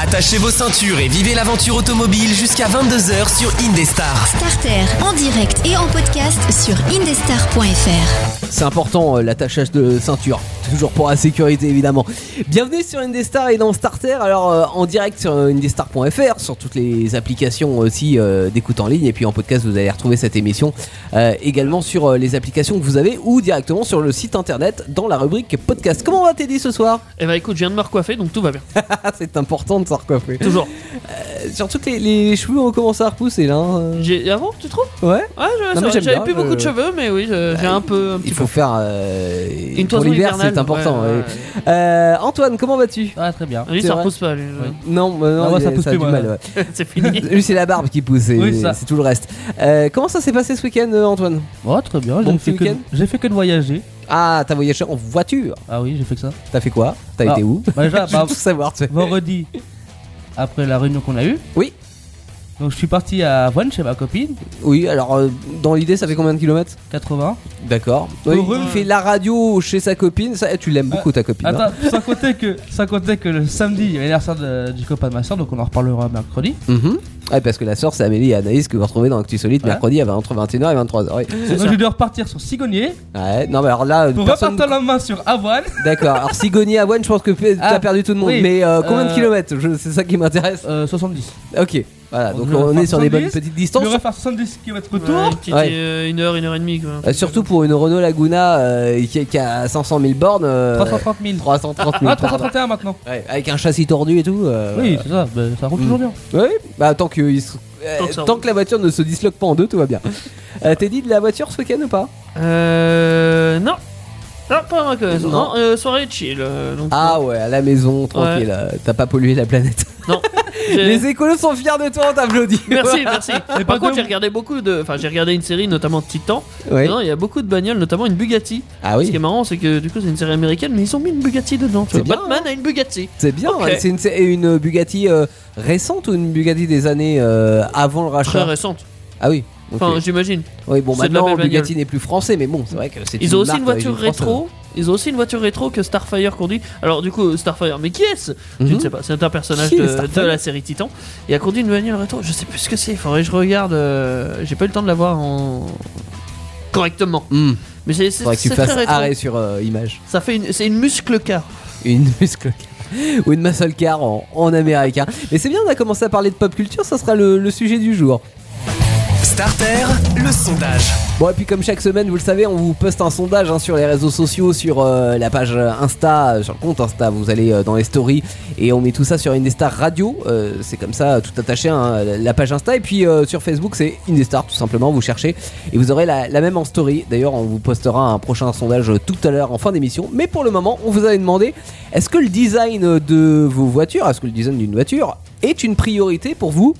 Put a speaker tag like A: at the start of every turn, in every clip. A: Attachez vos ceintures et vivez l'aventure automobile jusqu'à 22h sur Indestar.
B: Starter en direct et en podcast sur indestar.fr.
C: C'est important euh, l'attachage de ceinture, toujours pour la sécurité évidemment. Bienvenue sur Indestar et dans Starter, alors euh, en direct sur euh, indestar.fr, sur toutes les applications aussi euh, d'écoute en ligne et puis en podcast vous allez retrouver cette émission euh, également sur euh, les applications que vous avez ou directement sur le site internet dans la rubrique podcast. Comment va Teddy ce soir
D: Eh bah écoute, je viens de me recoiffer donc tout va bien.
C: Ah, C'est important de se recoiffer.
D: Toujours.
C: Euh, Surtout que les, les cheveux ont commencé à repousser là. hein, euh,
D: J'ai... Avant, tu trouves
C: Ouais
D: Ouais, je- c'est
C: mais
D: vrai,
C: j'aime
D: j'avais
C: bien,
D: plus
C: je-
D: beaucoup de cheveux, mais oui, je- j'ai un peu. Un petit
C: Il faut
D: peu.
C: faire euh,
D: Une
C: pour
D: toison
C: l'hiver,
D: hivernale,
C: c'est important.
D: ouais,
C: ouais.
D: ouais.
C: Euh, Antoine, comment vas-tu
E: Ah très bien.
D: Ah, Lui,
C: C'est
D: ça
C: vrai.
D: repousse pas, lui.
C: Non, mais non,
E: Ah, moi, ça
C: il-
E: pousse
C: a
E: plus,
C: du
E: moi,
C: mal.
E: là.
C: ouais.
D: c'est fini.
C: Lui, c'est la barbe qui pousse, et-
E: Oui, c'est
C: et
E: ça.
C: c'est tout le reste. Euh, comment ça s'est passé ce week-end, euh, Antoine
E: Oh très bien.
C: Bon
E: J'ai
C: petit
E: fait, que de-
C: week-end.
E: j'ai fait que de voyager.
C: Ah, t'as voyagé en voiture.
E: Ah oui, j'ai fait que ça.
C: T'as fait quoi T'as
E: Ah.
C: été où
E: Bah, déjà,
C: Je veux
E: bah,
C: tout savoir. tu sais.
E: vendredi, après la réunion qu'on a eue.
C: Oui.
E: Donc je suis parti à Voine chez ma copine,
C: Oui, alors euh, dans l'idée, ça fait combien de kilomètres
E: 80.
C: D'accord. Oui,
E: Heureux.
C: il fait la radio chez sa copine. Ça, tu l'aimes beaucoup ta copine. hein.
E: Attends, sans compter que, sans compter que le samedi, il y a l'anniversaire de- du copain de ma soeur, donc on en reparlera mercredi.
C: Mhm. Ouais, parce que la sœur, c'est Amélie et Anaïs que vous retrouvez dans Actu Solide
E: Ouais.
C: mercredi à vingt- entre 21h et 23h. Oui.
E: Donc je dois repartir sur Sigonier
C: Ouais, non, mais alors là,
E: pour
C: personne-
E: repartir le lendemain sur Avoine.
C: D'accord. Alors, Sigoni à One, je pense que t'as
E: Ah,
C: perdu tout le monde.
E: oui.
C: Mais euh, combien de
E: Euh,
C: kilomètres Je- C'est ça qui m'intéresse.
E: Euh, 70.
C: Ok. Voilà, donc
E: on
C: on
E: va
C: est sur des bonnes
E: 70,
C: petites
E: Je
C: distances.
E: devrais faire 70 km retour.
D: Ouais, une, petite,
C: Ouais.
D: euh, une heure, une heure et demie. Quoi.
C: Euh, surtout pour une Renault Laguna euh, qui, qui a 500 000 bornes. euh,
E: 330 000.
C: 330 000.
E: Ah,
C: pardon.
E: 331 maintenant.
C: Ouais, avec un châssis tordu et tout. euh,
E: Oui, c'est ça, bah, ça roule toujours bien.
C: Oui, bah tant que, il se- euh,
D: Tant que ça
C: tant que la voiture ne se disloque pas en deux, tout va bien. Euh, T'es dit de la voiture ce week-end ou pas
D: Euh. Non. Non, pas ma connaissance.
C: Non.
D: Non, euh, soirée chill. euh, donc,
C: Ah ouais, à la maison, tranquille. euh, T'as pas pollué la planète.
D: j'ai-
C: Les écolos sont fiers de toi, on t'applaudit.
D: Merci, merci. Mais
E: pas
D: par contre,
E: de-
D: j'ai regardé beaucoup de. Enfin, j'ai regardé une série, notamment Titan.
C: Ouais.
D: Non, il y a beaucoup de bagnoles, notamment une Bugatti.
C: Ah
D: Ce
C: oui,
D: qui est marrant, c'est que du coup, c'est une série américaine, mais ils ont mis une Bugatti dedans. tu
C: C'est
D: vois.
C: bien, hein.
D: Batman a une Bugatti.
C: c'est bien.
D: Ok.
C: ouais. C'est une, c'est une Bugatti euh, récente ou une Bugatti des années euh, avant le
D: Très
C: rachat
D: récente.
C: Ah oui. ok.
D: Enfin, j'imagine.
C: oui, bon,
D: c'est de la
C: maintenant
D: belle bagnole.
C: Bugatti n'est plus français, mais bon, c'est vrai que c'est
D: Ils ont aussi
C: marque
D: une voiture
C: d'origine française.
D: rétro. Ils ont aussi une voiture rétro que Starfire conduit. Alors du coup, Starfire, mais qui est-ce Je
C: Mhm.
D: ne sais pas. C'est un personnage
C: Qui est
D: de,
C: Starfire
D: de la série Titan. Il a conduit une bagnole rétro. Je sais plus ce que c'est. Faudrait que je regarde. euh, J'ai pas eu le temps de la voir en... correctement.
C: Hmm.
D: Mais c'est c'est-
C: Faudrait que tu
D: c'est très
C: fasses
D: rétro.
C: arrêt sur euh, image.
D: Ça fait une, c'est une muscle car.
C: Une muscle car. ou une muscle car en, en américain. Mais c'est bien, on a commencé à parler de pop culture, ça sera le, le sujet du jour.
A: Starter, le sondage.
C: Bon, et puis comme chaque semaine, vous le savez, on vous poste un sondage hein, sur les réseaux sociaux, sur euh, la page euh, Insta, euh, sur le compte Insta. Vous allez euh, dans les stories et on met tout ça sur Indestar Radio. euh, c'est comme ça, tout attaché, hein, la page Insta. Et puis euh, sur Facebook, c'est Indestar, tout simplement. Vous cherchez et vous aurez la, la même en story. D'ailleurs, on vous postera un prochain sondage euh, tout à l'heure en fin d'émission. Mais pour le moment, on vous avait demandé est-ce que le design de vos voitures, est-ce que le design d'une voiture est une priorité pour vous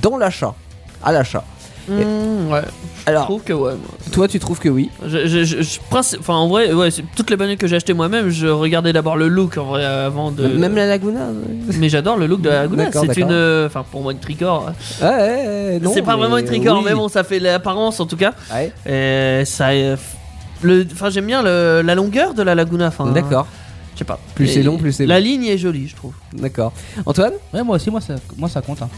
C: dans l'achat À l'achat.
D: Hmm, ouais. Je
C: Alors,
D: trouve que ouais. moi.
C: toi, tu trouves que oui
D: Je, je, je- je- princi- enfin en vrai, ouais, c'est- toutes les bagnoles que j'ai achetées moi-même, je regardais d'abord le look en vrai avant de.
C: Même la Laguna ouais.
D: Mais j'adore le look de la Laguna.
C: D'accord,
D: C'est
C: d'accord.
D: une, euh, enfin pour moi une tricor.
C: Ouais, ouais, ouais, non,
D: C'est pas
C: mais
D: vraiment une tricor,
C: oui.
D: mais bon, ça fait l'apparence en tout cas.
C: Ouais,
D: Et ça, euh, f- le, enfin j'aime bien le- la longueur de la Laguna. Enfin,
C: D'accord,
D: Je sais pas.
C: Plus
D: Et
C: c'est long, plus c'est
D: La ligne est jolie, je trouve.
C: d'accord. Antoine
E: Ouais, moi aussi, moi ça, moi, ça compte. hein.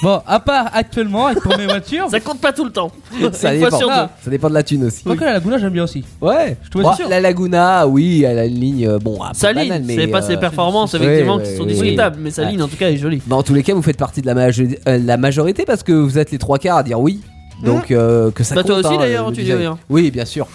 E: Bon, à part actuellement, avec pour mes voitures,
D: Ça compte pas tout le temps.
C: ça
D: une fois
C: dépend. Ah,
D: sur deux.
C: ça dépend de la thune aussi.
E: Quoique la Laguna, j'aime bien aussi.
C: Ouais,
E: Je trouvais
C: Bah,
E: sûr.
C: La Laguna, oui, elle a une ligne. euh, Bon, ah,
D: Sa
C: pas banale,
D: ligne,
C: mais,
D: c'est pas
C: euh,
D: ses performances
C: ouais,
D: effectivement
C: ouais,
D: qui sont
C: ouais,
D: discutables, mais sa
C: Ouais.
D: ligne en tout cas est jolie.
C: Bah, en tous les cas, vous faites partie de la, maje- euh, la majorité parce que vous êtes les trois quarts à dire oui. Donc, euh, que ça
D: Bah,
C: compte.
D: toi aussi,
C: hein,
D: d'ailleurs,
C: le
D: tu dis
C: design.
D: oui, hein.
C: Oui, bien sûr.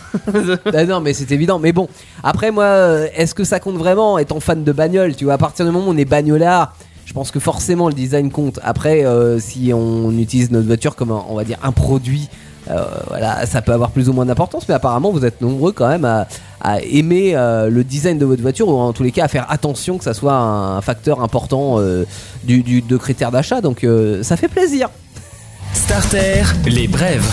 C: Ah non, mais c'est évident. Mais bon, après, moi, euh, est-ce que ça compte vraiment étant fan de bagnole Tu vois, à partir du moment où on est bagnolard, je pense que forcément le design compte. Après, euh, si on utilise notre voiture comme, un- on va dire, un produit. euh, voilà, ça peut avoir plus ou moins d'importance, mais apparemment vous êtes nombreux quand même à, à aimer euh, le design de votre voiture ou en tous les cas à faire attention que ça soit un facteur important euh, du, du- de critères d'achat, donc euh, ça fait plaisir.
A: Starter, les brèves.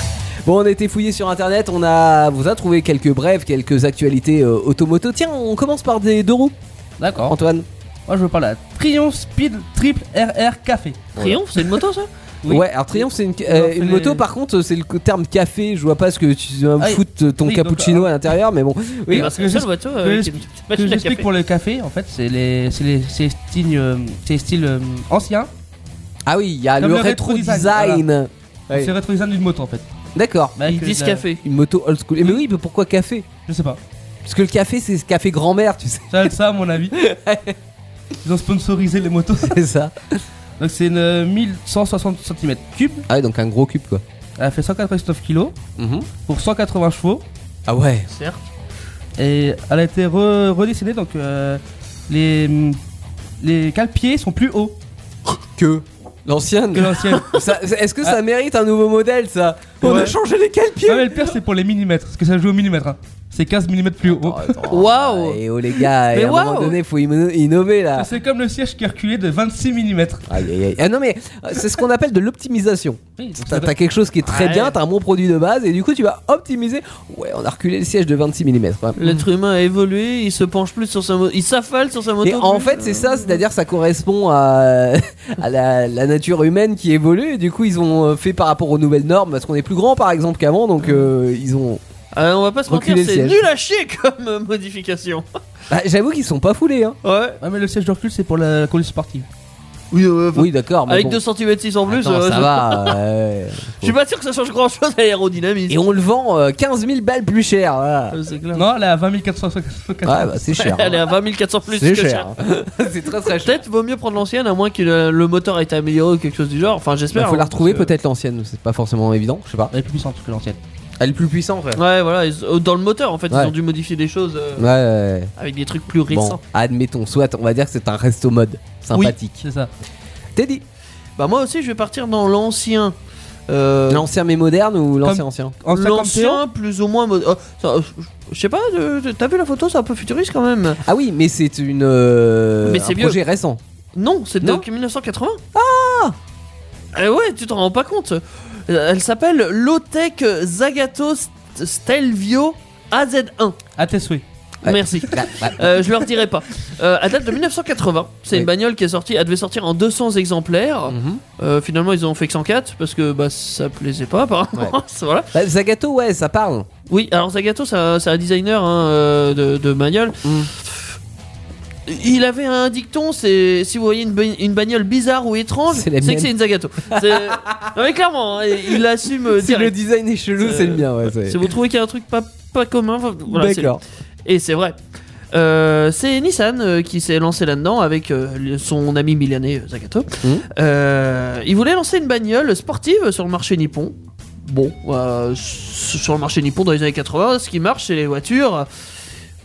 C: Bon, on a été fouillé sur internet, on a vous a trouvé quelques brèves, quelques actualités euh, automoto. Tiens, on commence par des deux roues,
E: D'accord.
C: Antoine.
E: Moi, je veux parler à Triumph Speed Triple RR Café.
D: Triomphe, c'est une moto ça
E: Oui.
C: Ouais, alors Triomphe, c'est une, euh,
E: fait
C: une
E: les-
C: moto, par contre, c'est le co- terme café. Je vois pas ce que tu vas
E: Ah,
C: foutre ton
E: oui, donc, euh,
C: cappuccino à l'intérieur, mais bon.
D: Oui,
C: Oui,
D: parce que
E: que
D: la seule
E: j'ex-
D: voiture,
E: que
D: euh, qui est
E: j'explique-
D: une petite
E: Ce que
D: machine à
E: j'explique
D: café.
E: pour le café, en fait, c'est les, c'est les, c'est les styles, euh, c'est les styles euh, anciens.
C: Ah oui, il y a
E: Comme
C: le
E: le
C: rétro
E: rétro-design,
C: design. Oui.
E: C'est le rétro d'une moto, en fait.
C: D'accord.
E: Bah,
D: Ils
E: que
D: disent
E: la-
D: café.
C: Une moto old school. Et mais oui, mais pourquoi café
E: Je sais pas.
C: Parce que le café, c'est ce café grand-mère, tu sais.
E: Ça va être ça, à mon avis. Ils ont sponsorisé les motos.
C: C'est ça.
E: Donc, c'est une euh, 1160 cm3.
C: Ah ouais, donc un gros cube, quoi.
E: Elle fait 199 kg
C: Mhm.
E: pour 180 chevaux.
C: Ah ouais.
D: Certes.
E: Et elle a été re- redessinée, donc euh, les, les cale-pieds sont plus hauts
C: Que l'ancienne.
E: que l'ancienne.
C: Ça- Est-ce que
D: Ah.
C: ça mérite un nouveau modèle, ça On a
E: Ah Ouais.
C: changé les
E: non,
C: calpiers
E: mais le pire, c'est pour les millimètres, parce que ça joue au millimètre. hein. C'est 15 mm
C: Oh,
E: plus haut.
D: Waouh.
C: Et oh les gars, et
D: Mais
C: à un moment
D: waouh. Ah,
C: donné, faut inno- innover là.
E: C'est comme le siège qui est reculé de 26 mm.
C: Aïe, aïe, aïe. Ah non mais euh, c'est ce qu'on appelle de l'optimisation. T'as t'as quelque chose qui est très
D: Ouais.
C: bien, t'as un bon produit de base et du coup tu vas optimiser. Ouais, on a reculé le siège de 26 mm.
D: L'être humain a évolué, il se penche plus sur sa moto, il s'affale sur sa moto.
C: Et en
D: plus.
C: fait c'est ça, c'est-à-dire ça correspond à, à la, la nature humaine qui évolue et du coup ils ont euh, fait par rapport aux nouvelles normes parce qu'on est plus grand par exemple qu'avant donc euh, ils ont...
D: Euh, on va pas se mentir,
C: Reculer le
D: c'est
C: siège.
D: nul à chier comme euh, modification.
C: Bah, J'avoue qu'ils sont pas foulés hein.
D: Ouais.
E: Ouais, mais le siège de recul, c'est pour la conduite sportive.
D: Oui,
C: Oui d'accord Ah, mais
D: Avec
C: bon.
D: 2 cm 6 en plus,
C: Attends,
D: euh,
C: ça
D: je-
C: va. euh, ouais.
D: je suis pas sûr que ça change grand chose à l'aérodynamisme.
C: Et on le vend euh, 15 000 balles plus cher. voilà.
D: Euh, c'est clair.
E: Non, elle est à 20 450.
C: Ouais bah c'est cher. Bah,
D: Elle est à 20 400 plus
C: C'est
D: que
C: cher. hein. c'est très très cher.
D: Peut-être vaut mieux prendre l'ancienne à moins que le, le moteur ait été amélioré ou quelque chose du genre. Enfin,
C: Il
D: j'espère.
C: Bah, faut la
D: hein,
C: retrouver
D: parce que-
C: peut-être l'ancienne, c'est pas forcément évident, je sais pas.
E: Elle est plus puissante que l'ancienne.
C: Elle est plus puissante, ouais.
D: Ouais, voilà. ils- euh, dans le moteur, en fait,
C: Ouais.
D: ils ont dû modifier des choses euh,
C: Ouais, ouais,
D: avec des trucs plus
C: ouais. Bon,
D: récents.
C: admettons, soit on va dire que c'est un resto mode sympathique.
E: C'est ça.
C: Teddy,
D: Bah moi aussi, je vais partir dans l'ancien. Euh,
C: l'ancien mais moderne ou l'ancien
E: Comme-
C: ancien
E: Ancien comme Théo,
D: L'ancien, plus ou moins. mo- oh, ça, euh, je sais pas, euh, t'as vu la photo, c'est un peu futuriste quand même.
C: Ah oui, mais c'est une euh,
D: Mais
C: un
D: c'est vieux.
C: projet récent.
D: Non, c'est
C: Non
D: donc 1980. Ah Eh ouais, tu t'en rends pas compte. Euh, Elle s'appelle Lotec Zagato St- Stelvio AZ1.
E: à tes souhaits.
C: Ouais.
D: Merci.
C: Bah, bah,
D: Euh, je leur dirai pas. Euh, à date de 1980, c'est
C: Oui.
D: une bagnole qui est sortie, elle devait sortir en 200 exemplaires.
C: mhm.
D: Euh, finalement, ils ont fait que 104 parce que bah ça plaisait pas apparemment.
C: Ouais.
D: voilà.
C: Bah, Zagato, ouais, ça parle.
D: Oui, alors Zagato, c'est un, c'est un designer hein, euh, de, de bagnole.
C: Mm.
D: Il avait un dicton, c'est si vous voyez une, ba- une bagnole bizarre ou étrange,
C: C'est la
D: c'est
C: mienne.
D: que c'est une Zagato. C'est- non mais clairement, hein, il l'assume euh,
C: Si le
D: direct.
C: design est chelou,
D: Euh,
C: c'est le mien, ouais. c'est-
D: Si vous trouvez qu'il y a un truc pas, pas commun, voilà, c'est-
C: D'accord.
D: et c'est vrai. Euh, c'est Nissan euh, qui s'est lancé là-dedans avec euh, le- son ami milanais euh, Zagato.
C: Mhm.
D: Euh, il voulait lancer une bagnole sportive sur le marché nippon. Bon, euh, s- sur le marché nippon dans les années 80, ce qui marche, c'est les voitures. euh,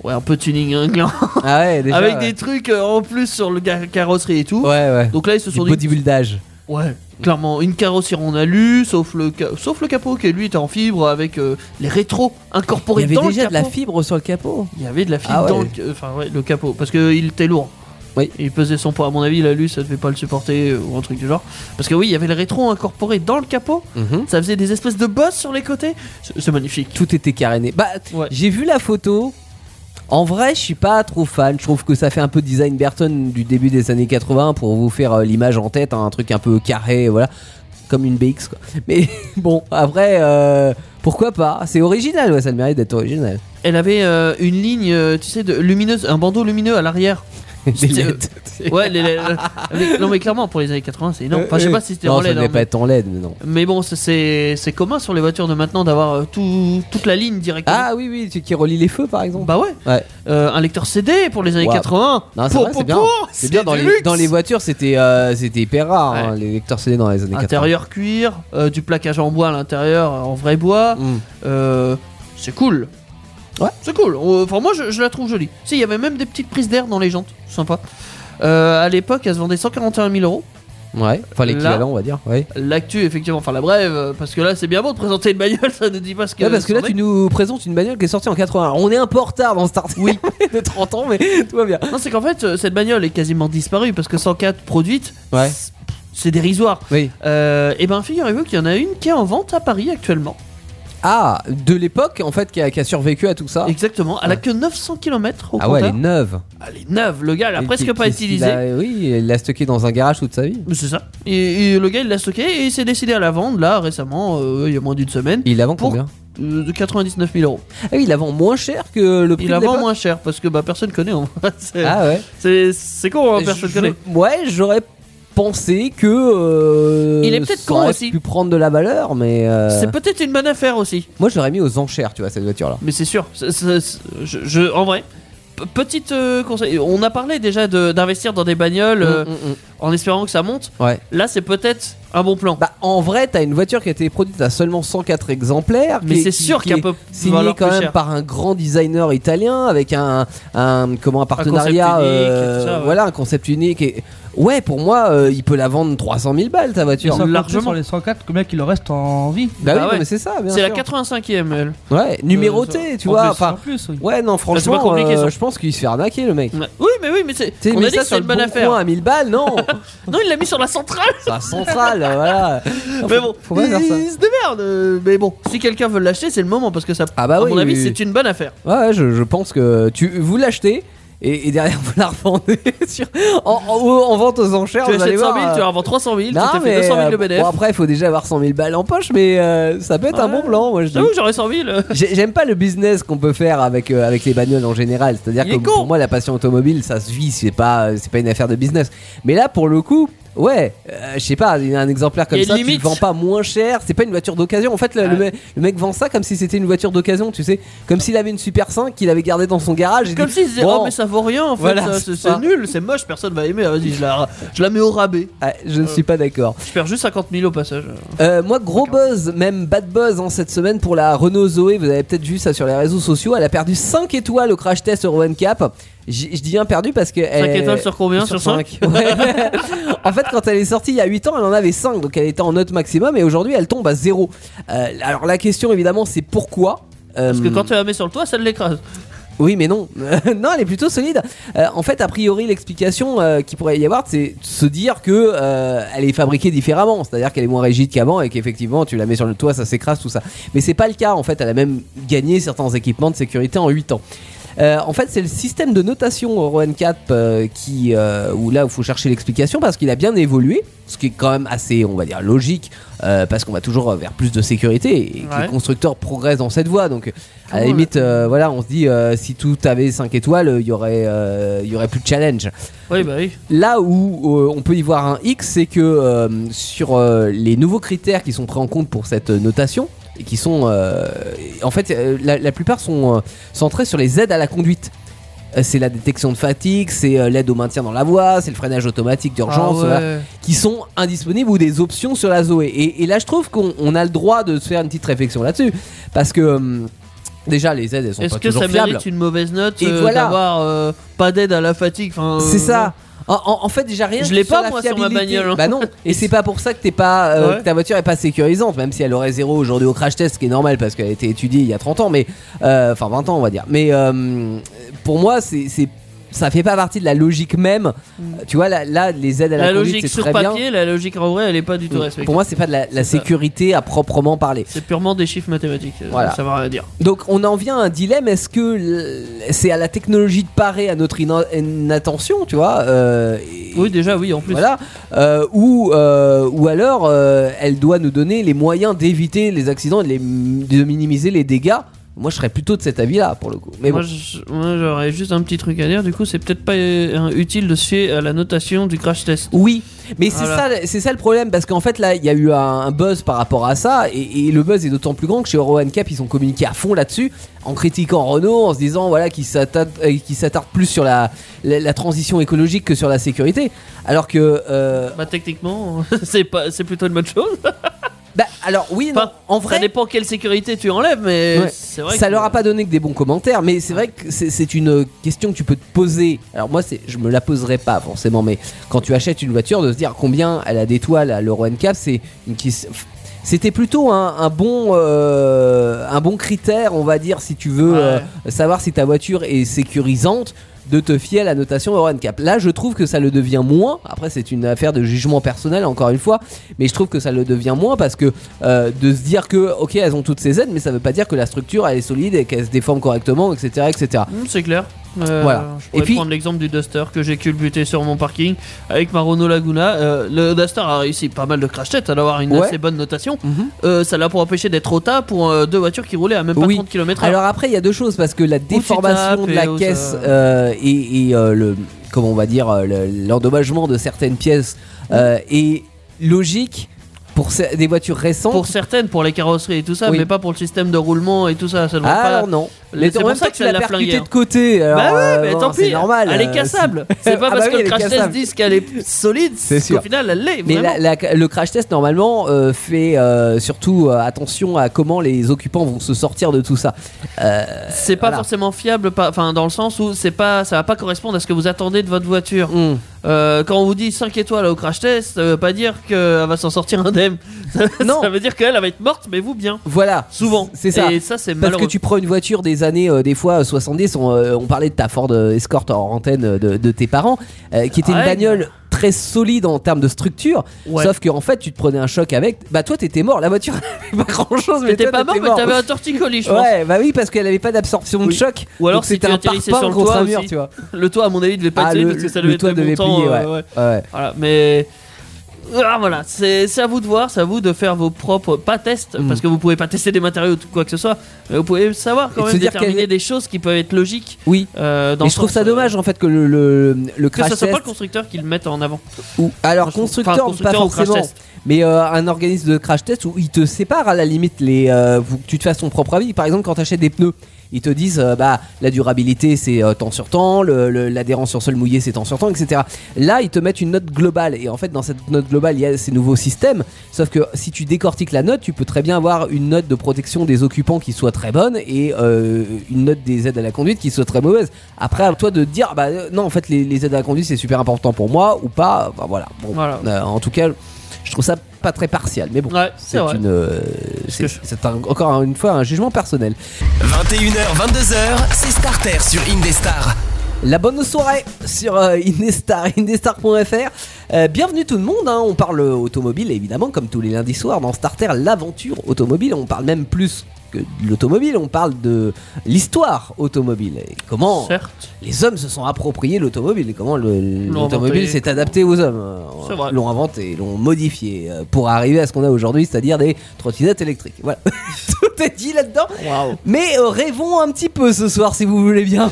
D: Ouais, un peu tuning hein, inglant.
C: Ah ouais, déjà.
D: avec
C: ouais.
D: des trucs euh, en plus sur le ga- carrosserie et tout.
C: Ouais, Mm. ouais.
D: Donc là, ils se
C: Du
D: sont dit.
C: bodybuildage.
D: Ouais, clairement, une carrosserie en alu, sauf le, ca- sauf le capot qui lui était en fibre avec euh, les rétros
C: Il y
D: incorporés
C: avait
D: dans le
C: déjà de la
D: capot.
C: fibre sur le capot.
D: Il y avait de la fibre
C: Ah ouais.
D: dans le, ca- enfin, ouais, le capot, parce qu'il était lourd.
C: Oui.
D: Il pesait son poids. À mon avis, la luce, ça devait pas le supporter euh, ou un truc du genre. Parce que oui, il y avait le rétro incorporé dans le capot.
C: Mhm.
D: Ça faisait des espèces de bosses sur les côtés. C'est c'est magnifique.
C: Tout était caréné. Bah,
D: Ouais.
C: J'ai vu la photo. En vrai, je suis pas trop fan. Je trouve que ça fait un peu design Burton du début des années 80 pour vous faire euh, l'image en tête, hein, un truc un peu carré, voilà, comme une BX. Quoi. Mais bon, après, euh, pourquoi pas C'est original, ouais, ça a le mérite d'être original.
D: Elle avait euh, une ligne, euh, tu sais, de lumineuse, un bandeau lumineux à l'arrière.
C: Des
D: C'était-
C: LED.
D: Ouais, les- les- les- non mais clairement pour les années 80, c'est énorme. Enfin, je sais pas si c'était
C: Euh, non,
D: en
C: ça
D: LED,
C: devait
D: hein,
C: pas être en LED, mais non.
D: mais- mais bon, c'est- c'est c'est commun sur les voitures de maintenant d'avoir euh, tout- toute la ligne directement.
C: Ah oui, oui, tu- qui relie les feux, par exemple.
D: Bah ouais.
C: Ouais.
D: Euh, un lecteur CD pour les années
C: Waouh.
D: 80.
C: Non, c'est
D: Pour-
C: vrai,
D: pour-
C: c'est bien.
D: pour,
C: C'est bien, dans
D: du
C: les,
D: luxe.
C: dans les voitures, c'était euh, c'était hyper rare, hein, les lecteurs CD dans les années 80.
D: Intérieur cuir, euh, du plaquage en bois à l'intérieur, euh, en vrai bois.
C: Mm.
D: Euh, c'est cool.
C: Ouais.
D: C'est cool. Euh, Enfin, moi, je, je la trouve jolie. Si, il y avait même des petites prises d'air dans les jantes. Sympa. Euh, à l'époque, elle se vendait 141 000 euros.
C: Ouais, enfin l'équivalent, on va dire. Ouais.
D: L'actu, effectivement, enfin la brève, euh, parce que là, c'est bien bon de présenter une bagnole, ça ne dit pas ce que.
C: Ouais, parce que là,
D: c'en
C: tu
D: est.
C: nous présentes une bagnole qui est sortie en 80. On est un peu en retard dans Star Trek de 30 ans, mais tout va bien.
D: Non, c'est qu'en fait, euh, cette bagnole est quasiment disparue parce que 104 produites,
C: Ouais.
D: c'est- c'est dérisoire. eh
C: Oui.
D: Euh, et ben, figurez-vous qu'il y en a une qui est en vente à Paris actuellement.
C: Ah, de l'époque en fait qui a, qui a survécu à tout ça.
D: Exactement, elle a que 900 km au
C: Ah ouais, elle est
D: compteur.
C: neuve.
D: Elle est neuve, le gars, elle a
C: Et
D: presque
C: qu'est-
D: pas
C: qu'est-ce qu'il
D: utilisé.
C: a- oui, elle l'a stocké dans un garage toute sa vie.
D: Mais C'est ça. Et, et le gars, il l'a stocké et il s'est décidé à la vendre là récemment, euh, il y a moins d'une semaine,
C: Il la vend
D: Pour-
C: combien
D: euh, de 99 000 euros.
C: Ah oui, il la vend moins cher que le prix
D: Il la
C: de l'époque.
D: vend moins cher parce que bah, personne connaît en vrai. C'est-
C: Ah ouais.
D: C'est c'est con, hein, personne
C: Je-
D: connaît.
C: Ouais, j'aurais pensé que. euh,
D: Il est peut-être
C: ça
D: con
C: aurait
D: aussi.
C: pu prendre de la valeur, mais. euh,
D: C'est peut-être une bonne affaire aussi,
C: Moi, j'aurais mis aux enchères, tu vois, cette voiture-là.
D: mais c'est sûr. c'est- c'est- c'est- je, je- en vrai, p- petite euh, conseil. On a parlé déjà de- d'investir dans des bagnoles euh,
C: Mm, mm, mm.
D: en espérant que ça monte.
C: Ouais.
D: Là, c'est peut-être un bon plan.
C: Bah, en vrai, t'as une voiture qui a été produite à seulement 104 exemplaires.
D: Mais
C: qui-
D: c'est
C: qui-
D: sûr
C: qui
D: qu'elle
C: est
D: peut
C: Signée
D: valoir
C: quand
D: plus
C: même
D: cher.
C: par un grand designer italien avec un, un- comment un partenariat, euh,
D: concept unique et tout ça, ouais.
C: voilà, un concept unique. Et ouais, pour moi, euh, il peut la vendre 300 000 balles ta
E: Et
C: voiture.
E: sans compter
D: largement.
E: Sur les 104, combien qu'il en reste en vie
C: Bah, oui,
D: Bah
C: non,
D: ouais.
C: mais c'est ça, bien
D: C'est la
C: sûr.
D: 85e, elle.
C: Ouais, numéroté,
D: Euh,
C: tu
E: En
C: vois.
E: plus,
C: Enfin,
E: en plus, oui.
C: ouais, non,
D: c'est pas
C: franchement,
D: compliqué,
C: euh,
D: ça.
C: je pense qu'il se fait arnaquer le mec.
D: Oui, mais oui, mais c'est.
C: Tu sais,
D: On
C: mis
D: a dit
C: ça
D: que c'est
C: sur
D: une
C: le
D: bonne
C: bon
D: affaire.
C: coin à 1000 balles, non
D: Non, il l'a mis sur la centrale.
C: C'est la centrale, voilà.
D: mais bon,
C: faut pas
D: il,
C: faire ça.
D: il se démerde. euh, Mais bon, si quelqu'un veut l'acheter, c'est le moment parce que ça.
C: Ah bah
D: à
C: oui,
D: mon avis,
C: oui, oui.
D: c'est une bonne affaire.
C: Ouais, ouais, je, je pense que tu vous l'achetez et, et derrière vous la revendez sur- en, en- en vente aux enchères.
D: Tu
C: vous allez
D: achètes 100 000,
C: voir,
D: tu
C: euh,
D: vas avoir 300 000,
C: non,
D: tu t'es
C: mais,
D: fait 200 000
C: euh,
D: de BDF.
C: Bon, après, il faut déjà avoir 100 000 balles en poche, mais euh, ça peut être un
D: Ouais.
C: bon plan, moi je dis.
D: J'avoue que j'aurais 100 000. euh.
C: J'ai- J'aime pas le business qu'on peut faire avec, euh, avec les bagnoles en général. C'est-à-dire
D: Il
C: que
D: est con.
C: pour moi, la passion automobile, ça se vit, c'est pas, euh, c'est pas une affaire de business. Mais là, pour le coup, ouais, euh, je sais pas, il y a un exemplaire comme
D: Il y a
C: ça,
D: une
C: tu
D: limite.
C: le vends pas moins cher, c'est pas une voiture d'occasion. En fait, le, le
D: Ouais.
C: mec, le mec vend ça comme si c'était une voiture d'occasion, tu sais. Comme s'il avait une Super 5 qu'il avait gardée dans son garage. il
D: Comme
C: dit,
D: s'ils disaient,
C: bon,
D: oh, mais ça vaut rien en fait,
C: Voilà,
D: ça,
C: c'est
D: c'est
C: ça.
D: c'est nul, c'est moche, personne va aimer. Vas-y, je la, je la mets au rabais.
C: ah, je ne suis pas d'accord.
D: Je perds juste 50 000 au passage.
C: Euh, moi, gros buzz, même bad buzz hein, cette semaine pour la Renault Zoé. Vous avez peut-être vu ça sur les réseaux sociaux. Elle a perdu 5 étoiles au crash test Euro NCAP. J- Je dis bien perdu parce que.
D: 5
C: elle-
D: étoiles sur combien Sur 5
C: cinq. Ouais. en fait, quand elle est sortie il y a 8 ans, elle en avait 5, donc elle était en note maximum et aujourd'hui elle tombe à 0. alors la question évidemment, c'est pourquoi Euh,
D: Parce que quand tu la mets sur le toit, ça l'écrase.
C: Oui, mais non. non, elle est plutôt solide. Euh, en fait, a priori, l'explication euh, qui pourrait y avoir, c'est de se dire que euh, elle est fabriquée différemment, c'est-à-dire qu'elle est moins rigide qu'avant et qu'effectivement, tu la mets sur le toit, ça s'écrase tout ça. Mais c'est pas le cas. En fait, elle a même gagné certains équipements de sécurité en 8 ans. Euh, en fait, c'est le système de notation Rowan Cap euh, qui, euh, où là, il faut chercher l'explication parce qu'il a bien évolué, ce qui est quand même assez, on va dire, logique, euh, parce qu'on va toujours vers plus de sécurité et que
D: Ouais.
C: les constructeurs progressent dans cette voie. Donc, à la
D: Ouais.
C: limite, euh, voilà, on se dit, euh, si tout avait 5 étoiles, euh, il y aurait, euh, il y aurait plus de challenge.
D: Oui, bah oui.
C: Là où euh, on peut y voir un X, c'est que euh, sur euh, les nouveaux critères qui sont pris en compte pour cette euh, notation, et qui sont. euh, en fait, euh, la, la plupart sont euh, centrés sur les aides à la conduite. Euh, C'est la détection de fatigue, c'est euh, l'aide au maintien dans la voie, c'est le freinage automatique d'urgence,
D: Ah
C: voilà,
D: ouais.
C: qui sont indisponibles ou des options sur la Zoé. Et, et là, je trouve qu'on on a le droit de se faire une petite réflexion là-dessus. Parce que, hum, déjà, les aides, elles sont
D: Est-ce
C: pas
D: que
C: toujours
D: ça
C: fiables.
D: mérite une mauvaise note
C: Et
D: euh,
C: voilà.
D: d'avoir euh, pas d'aide à la fatigue enfin, euh,
C: C'est ça. En, en- en fait, déjà rien.
D: Je
C: que
D: l'ai
C: sur
D: pas,
C: la
D: moi, sur ma
C: fiabilité.
D: bagnole, hein.
C: Bah non. Et c'est pas pour ça que t'es pas euh,
D: Ouais.
C: que ta voiture est pas sécurisante, même si elle aurait zéro aujourd'hui au crash test, ce qui est normal parce qu'elle a été étudiée il y a 30 ans, mais euh, enfin 20 ans on va dire. Mais euh, pour moi, c'est c'est- ça fait pas partie de la logique même. Tu vois là, là, les aides à la,
D: Mm. La
C: conduite,
D: logique
C: c'est
D: sur
C: très bien. Hmm.
D: papier, la logique en vrai, elle est pas du tout
C: Pour
D: respectée.
C: moi, c'est pas de la, la
D: ça.
C: sécurité à proprement parler.
D: C'est purement des chiffres mathématiques. euh,
C: Voilà.
D: Ça va rien dire.
C: Donc on en vient à un dilemme, est-ce que l- c'est à la technologie de parer à notre ina- inattention, tu vois euh, et-
D: Oui, déjà, oui, en plus.
C: Voilà. Euh, ou, euh, ou alors, euh, elle doit nous donner les moyens d'éviter les accidents et de, les- de minimiser les dégâts. Moi, je serais plutôt de cet avis-là, pour le coup. Mais
D: moi,
C: bon.
D: je- moi, j'aurais juste un petit truc à dire. Du coup, c'est peut-être pas euh, utile de se fier à la notation du crash test.
C: Oui, mais c'est
D: Voilà.
C: ça, c'est ça le problème parce qu'en fait là, il y a eu un, un buzz par rapport à ça et, et le buzz est d'autant plus grand que chez Euro Cap ils ont communiqué à fond là-dessus en critiquant Renault, en se disant voilà qu'ils s'attardent, euh, qu'ils s'attardent plus sur la, la, la transition écologique que sur la sécurité, alors que euh,
D: Bah, techniquement, c'est pas, c'est plutôt une bonne chose.
C: bah alors oui, non,
D: Enfin,
C: en vrai,
D: ça dépend quelle sécurité tu enlèves, mais
C: Ouais.
D: c'est vrai.
C: ça
D: que-
C: leur a pas donné que des bons commentaires, mais c'est vrai que c'est- c'est une euh, question que tu peux te poser. Alors moi, c'est- je me la poserai pas forcément, mais quand tu achètes une voiture, de se dire combien elle a d'étoiles à l'Euro NCAP, c'est une ques- C'était plutôt un, un bon, euh, un bon critère, on va dire, si tu veux
D: Ouais.
C: euh, savoir si ta voiture est sécurisante. de te fier à la notation EuroNCAP. Là, je trouve que ça le devient moins. Après, c'est une affaire de jugement personnel, encore une fois, mais je trouve que ça le devient moins parce que euh, de se dire que, ok, elles ont toutes ces aides, mais ça veut pas dire que la structure elle est solide et qu'elle se déforme correctement, etc., etc.
D: Hmm, c'est clair. Euh,
C: Voilà.
D: Je pourrais
C: Et puis-
D: prendre l'exemple du Duster que j'ai culbuté sur mon parking avec ma Renault Laguna. Euh, le Duster a réussi pas mal de crash test à avoir une
C: Ouais. Mhm.
D: assez bonne notation. Euh, ça l'a pour empêcher d'être au tas pour euh, deux voitures qui roulaient à même pas
C: Oui.
D: 30 km/h.
C: Alors après, il y a deux choses parce que la déformation
D: tapes
C: de
D: et
C: la
D: aux,
C: caisse
D: euh,
C: euh, et, et, euh, le comment on va dire euh, le- l'endommagement de certaines pièces euh, est logique pour ce- des voitures récentes.
D: pour certaines, pour les carrosseries et tout ça,
C: Oui.
D: mais pas pour le système de roulement et tout ça. ça ne va
C: ah,
D: pas...
C: alors non.
D: C'est
C: Mais en
D: pour
C: même
D: ça
C: temps, tu
D: que ça
C: l'as
D: l'a
C: percuté
D: flingué.
C: de côté. alors,
D: bah ouais,
C: euh,
D: mais
C: bon,
D: tant
C: C'est
D: pis.
C: normal.
D: Elle est
C: euh,
D: cassable. C'est pas
C: Ah bah
D: parce
C: oui,
D: que
C: elle
D: le
C: est
D: crash test
C: cassable.
D: dit qu'elle est solide,
C: C'est
D: qu'au
C: sûr.
D: final elle l'est.
C: Mais
D: vraiment.
C: la- la- le crash test normalement euh, fait euh, surtout euh, attention à comment les occupants vont se sortir de tout ça.
D: c'est pas
C: voilà.
D: forcément fiable, pas- enfin dans le sens où c'est pas, ça va pas correspondre à ce que vous attendez de votre voiture.
C: Hum.
D: Euh, quand on vous dit 5 étoiles au crash test, ça veut pas dire qu'elle va s'en sortir indemne. Ça,
C: Non.
D: ça veut dire qu'elle elle va être morte, mais vous bien.
C: Voilà.
D: Souvent.
C: C'est ça.
D: Et ça, c'est
C: Parce
D: malheureux.
C: que tu prends une voiture des années, euh, des fois euh, 70, on, euh, on parlait de ta Ford euh, Escort en antenne euh, de, de tes parents, euh, qui était une
D: Ouais.
C: bagnole très solide en termes de structure,
D: Ouais.
C: sauf qu'en fait tu te prenais un choc avec, bah toi t'étais mort, la voiture avait pas grand chose, mais
D: T'étais
C: toi,
D: pas mort, mais t'avais un torticolis, je pense.
C: Ouais, bah oui, parce qu'elle avait pas d'absorption de
D: Oui.
C: choc.
D: Ou alors,
C: donc
D: si
C: c'était
D: tu
C: un
D: atterrissais
C: parpaing
D: sur le
C: contre
D: toit
C: un mur,
D: aussi.
C: tu vois.
D: Le toit, à mon avis, devait
C: Ah,
D: pas être solide
C: le-
D: parce que ça
C: le
D: devait être
C: toit
D: très
C: devait
D: montant,
C: plier,
D: euh,
C: ouais.
D: ouais.
C: Ouais.
D: Voilà, mais. Ah, voilà, c'est c'est à vous de voir, c'est à vous de faire vos propres. Pas tests,
C: Mm.
D: parce que vous pouvez pas tester des matériaux ou tout- quoi que ce soit, mais vous pouvez savoir
C: Et
D: quand
C: de
D: même
C: se dire
D: déterminer
C: quelle est-
D: des choses qui peuvent être logiques.
C: Oui.
D: euh, dans
C: Mais
D: le
C: je trouve
D: sens,
C: ça
D: euh,
C: dommage en fait que le, le, le
D: Que
C: crash
D: ce soit pas le
C: test
D: constructeur qui le mette en avant.
C: Ou- alors
D: Moi, je trouve-
C: constructeur,
D: enfin,
C: pas
D: constructeur ou crash
C: forcément,
D: test.
C: mais euh, un organisme de crash test où il te sépare à la limite les, euh, pour que tu te fasses ton propre avis. Par exemple, quand tu achètes des pneus, ils te disent euh, bah la durabilité c'est euh, temps sur temps, le- le- l'adhérence sur sol mouillé c'est temps sur temps, etc. Là, ils te mettent une note globale et en fait dans cette note globale il y a ces nouveaux systèmes. Sauf que si tu décortiques la note, tu peux très bien avoir une note de protection des occupants qui soit très bonne et euh, une note des aides à la conduite qui soit très mauvaise. Après, à toi de te dire bah euh, non en fait les, les aides à la conduite c'est super important pour moi ou pas. Enfin, voilà. Bon,
D: Voilà.
C: euh, en tout cas, je trouve ça pas très partial. Mais bon,
D: Ouais, c'est
C: c'est
D: vrai.
C: une, euh, c'est c'est un- encore une fois un jugement personnel.
A: 21h, 22h, c'est Starter sur Indestar.
C: La bonne soirée sur euh, Indestar, indestar.fr. Euh, bienvenue tout le monde, hein. on parle automobile évidemment comme tous les lundis soirs dans Starter, l'aventure automobile, on parle même plus que de l'automobile, on parle de l'histoire automobile et comment
D: Certes.
C: les hommes se sont appropriés l'automobile et comment le-
D: L'ont
C: l'automobile
D: inventé.
C: s'est adapté aux hommes, euh,
D: C'est vrai.
C: l'ont inventé, l'ont modifié euh, pour arriver à ce qu'on a aujourd'hui, c'est-à-dire des trottinettes électriques. Voilà, tout est dit là-dedans.
D: Waouh.
C: Mais euh, rêvons un petit peu ce soir si vous voulez bien.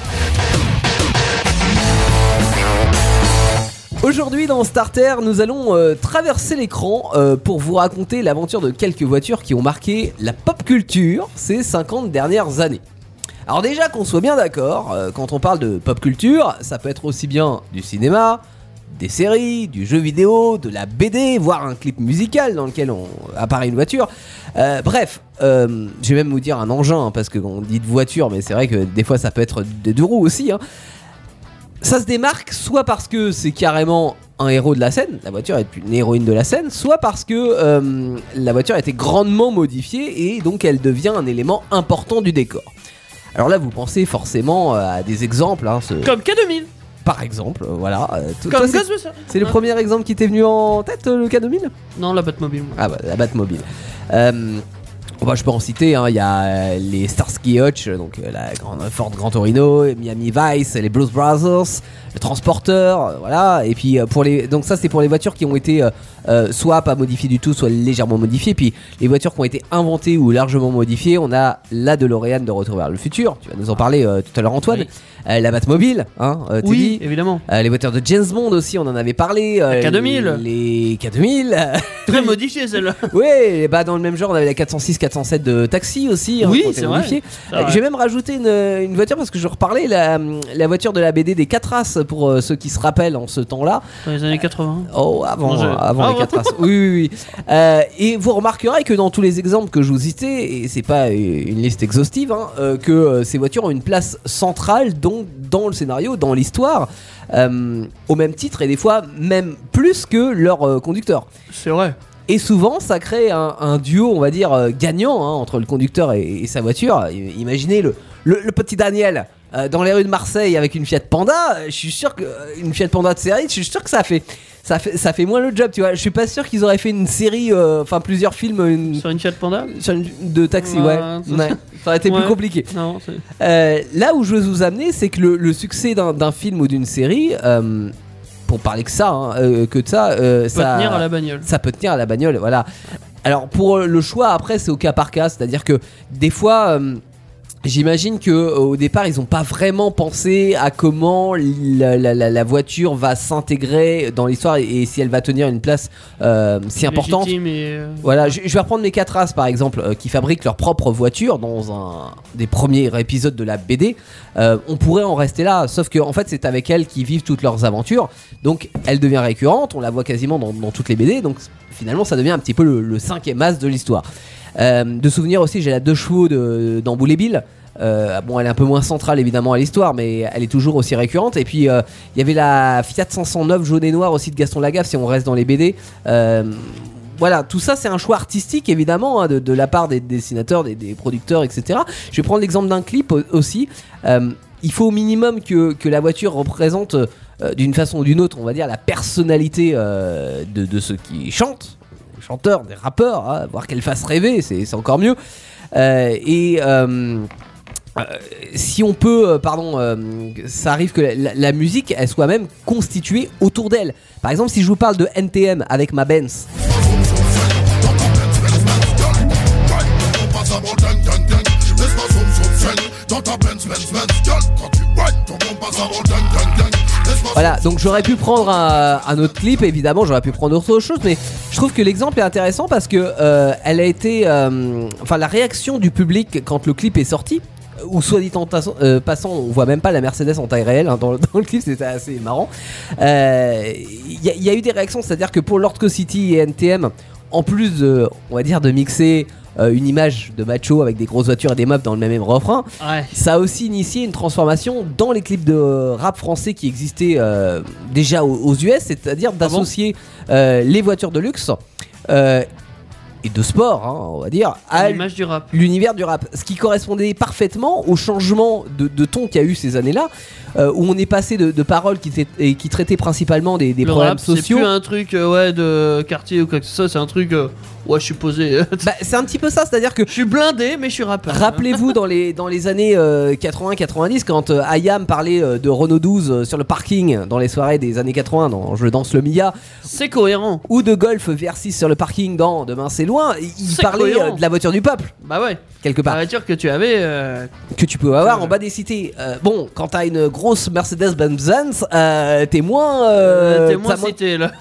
C: Aujourd'hui dans Starter, nous allons euh, traverser l'écran euh, pour vous raconter l'aventure de quelques voitures qui ont marqué la pop culture ces 50 dernières années. Alors déjà qu'on soit bien d'accord, euh, quand on parle de pop culture, ça peut être aussi bien du cinéma, des séries, du jeu vidéo, de la BD, voire un clip musical dans lequel on apparaît une voiture. Euh, bref, euh, je vais même vous dire un engin, hein, parce qu'on dit de voiture, mais c'est vrai que des fois ça peut être des deux roues aussi. hein. Ça se démarque soit parce que c'est carrément un héros de la scène, la voiture est une héroïne de la scène, soit parce que euh, la voiture a été grandement modifiée et donc elle devient un élément important du décor. Alors là, vous pensez forcément euh, à des exemples, hein, ce-
D: Comme K2000.
C: par exemple, euh, voilà. euh, tout- toi,
D: Comme
C: c'est-
D: Ghostbusters.
C: c'est le
D: Non.
C: premier exemple qui t'est venu en tête, euh, le K2000
D: Non, la Batmobile.
C: Ah bah, la Batmobile. Euh, bah, je peux en citer, hein, il y a euh, les Starsky Hutch, donc euh, la grande Ford Gran Torino, et Miami Vice, les Blues Brothers, le Transporteur, euh, voilà. Et puis euh, pour les, donc ça c'est pour les voitures qui ont été euh, euh, soit pas modifiées du tout, soit légèrement modifiées. Puis les voitures qui ont été inventées ou largement modifiées, on a la DeLorean de Retour vers le futur. Tu vas nous en parler euh, tout à l'heure, Antoine.
D: Oui.
C: Euh, la Batmobile, hein, euh,
D: Oui,
C: Teddy.
D: évidemment.
C: Euh, les voitures de James Bond aussi, on en avait parlé. euh,
D: La K2000.
C: Les K2000.
D: Très modifiée celle-là.
C: ouais, bah dans le même genre, on avait la 406, 407 de taxi aussi. hein,
D: Oui,
C: qui ont été
D: c'est vrai.
C: modifiées.
D: C'est
C: Euh,
D: vrai.
C: J'ai même rajouté une, une voiture parce que je reparlais la, la voiture de la BD des 4 races pour euh, ceux qui se rappellent en ce temps-là.
D: Dans les années 80.
C: Oh, avant,
D: Non, je-
C: avant les
D: Ah,
C: 4 races. Oui, oui, oui. Euh, et vous remarquerez que dans tous les exemples que je vous citais, et c'est pas euh, une liste exhaustive, hein, euh, que euh, ces voitures ont une place centrale donc dans le scénario, dans l'histoire, euh, au même titre et des fois même plus que leur euh, conducteur.
D: C'est vrai.
C: Et souvent, ça crée un, un duo, on va dire, euh, gagnant hein, entre le conducteur et, et sa voiture. I- Imaginez le, le, le petit Daniel. euh, dans les rues de Marseille avec une Fiat Panda, euh, je suis sûr que euh, une Fiat Panda de série, je suis sûr que ça fait ça fait ça fait moins le job, tu vois. Je suis pas sûr qu'ils auraient fait une série, euh, enfin plusieurs films une-
D: Sur une chat panda
C: sur une- de taxi, ouais.
D: Ouais, ça-
C: Ouais. Ça aurait été
D: Ouais.
C: plus compliqué.
D: Non, c'est-
C: Euh, là où je veux vous amener, c'est que le, le succès d'un d'un film ou d'une série, euh, pour parler que ça, hein, euh, que de ça, euh,
D: peut
C: ça,
D: tenir à la bagnole.
C: ça peut tenir à la bagnole, voilà. Alors pour euh, le choix après, c'est au cas par cas, c'est-à-dire que des fois. euh, J'imagine que euh, au départ ils n'ont pas vraiment pensé à comment la, la- la- la voiture va s'intégrer dans l'histoire et, et si elle va tenir une place euh, si importante.
D: Légitime et, euh,
C: Voilà, je, je vais reprendre les quatre races par exemple euh, qui fabriquent leur propre voiture dans un des premiers épisodes de la BD. Euh, on pourrait en rester là, sauf que en fait c'est avec elle qu'ils vivent toutes leurs aventures. Donc elle devient récurrente, on la voit quasiment dans, dans toutes les BD. Donc finalement ça devient un petit peu le, le cinquième as de l'histoire. Euh, de souvenir aussi, j'ai la deux chevaux de- dans Boulet Bill. Euh, bon, elle est un peu moins centrale évidemment à l'histoire, mais elle est toujours aussi récurrente. Et puis euh, il y avait la Fiat 509 jaune et noire aussi de Gaston Lagaffe, si on reste dans les BD. Euh, voilà, tout ça c'est un choix artistique évidemment hein, de, de la part des dessinateurs, des, des producteurs, etc. Je vais prendre l'exemple d'un clip au- aussi. Euh, il faut au minimum que, que la voiture représente euh, d'une façon ou d'une autre, on va dire, la personnalité euh, de, de ceux qui chantent, des chanteurs, des rappeurs, hein, voir qu'elle fasse rêver, c'est c'est encore mieux. Euh, et euh, euh, si on peut, euh, pardon, euh, ça arrive que la, la- la musique, elle soit même constituée autour d'elle. Par exemple, si je vous parle de NTM avec ma Benz, Voilà, donc j'aurais pu prendre un, un autre clip, évidemment, j'aurais pu prendre autre chose, mais je trouve que l'exemple est intéressant parce que euh, elle a été, euh, enfin la réaction du public quand le clip est sorti. euh, Ou soit dit en tassant- euh, passant, on voit même pas la Mercedes en taille réelle hein, dans, le- dans le clip, c'était assez marrant. Euh, Il y, a- il y a eu des réactions, c'est-à-dire que pour Lord Co City et NTM, en plus de, on va dire, de mixer euh, une image de macho avec des grosses voitures et des mobs dans le même refrain,
D: Ouais.
C: ça a aussi initié une transformation dans les clips de rap français qui existaient euh, déjà aux, aux US,
D: Ah
C: c'est-à-dire d'associer euh, les voitures de luxe euh, et de sport, hein, on va dire, à
D: L'image du rap.
C: l'univers du rap. Ce qui correspondait parfaitement au changement de, de ton qu'il y a eu ces années-là, euh, où on est passé de, de paroles qui, étaient- et qui traitaient principalement des, des
D: le
C: problèmes
D: rap, c'est
C: sociaux.
D: plus un truc euh, ouais, de quartier ou quoi que ce soit, c'est un truc. euh, ouais, je suis posé.
C: Bah, c'est un petit peu ça, c'est-à-dire que
D: Je suis blindé, mais je suis rappeur. hein.
C: Rappelez-vous dans les, dans les années 80-90 quand euh, Ayam parlait euh, de Renault 12 euh, sur le parking dans les soirées des années 80 dans Je danse le Mia
D: C'est cohérent.
C: ou de Golf VR6 sur le parking dans Demain c'est loin, il
D: C'est
C: parlait
D: cohérent.
C: euh, de la voiture du peuple
D: Bah ouais.
C: quelque
D: La
C: part
D: voiture que tu avais. euh,
C: que tu peux avoir
D: Euh.
C: en bas des cités. Euh, bon, quand t'as une grosse Mercedes-Benz, euh, t'es moins, euh,
D: t'es moins
C: ça, moins-
D: cité là.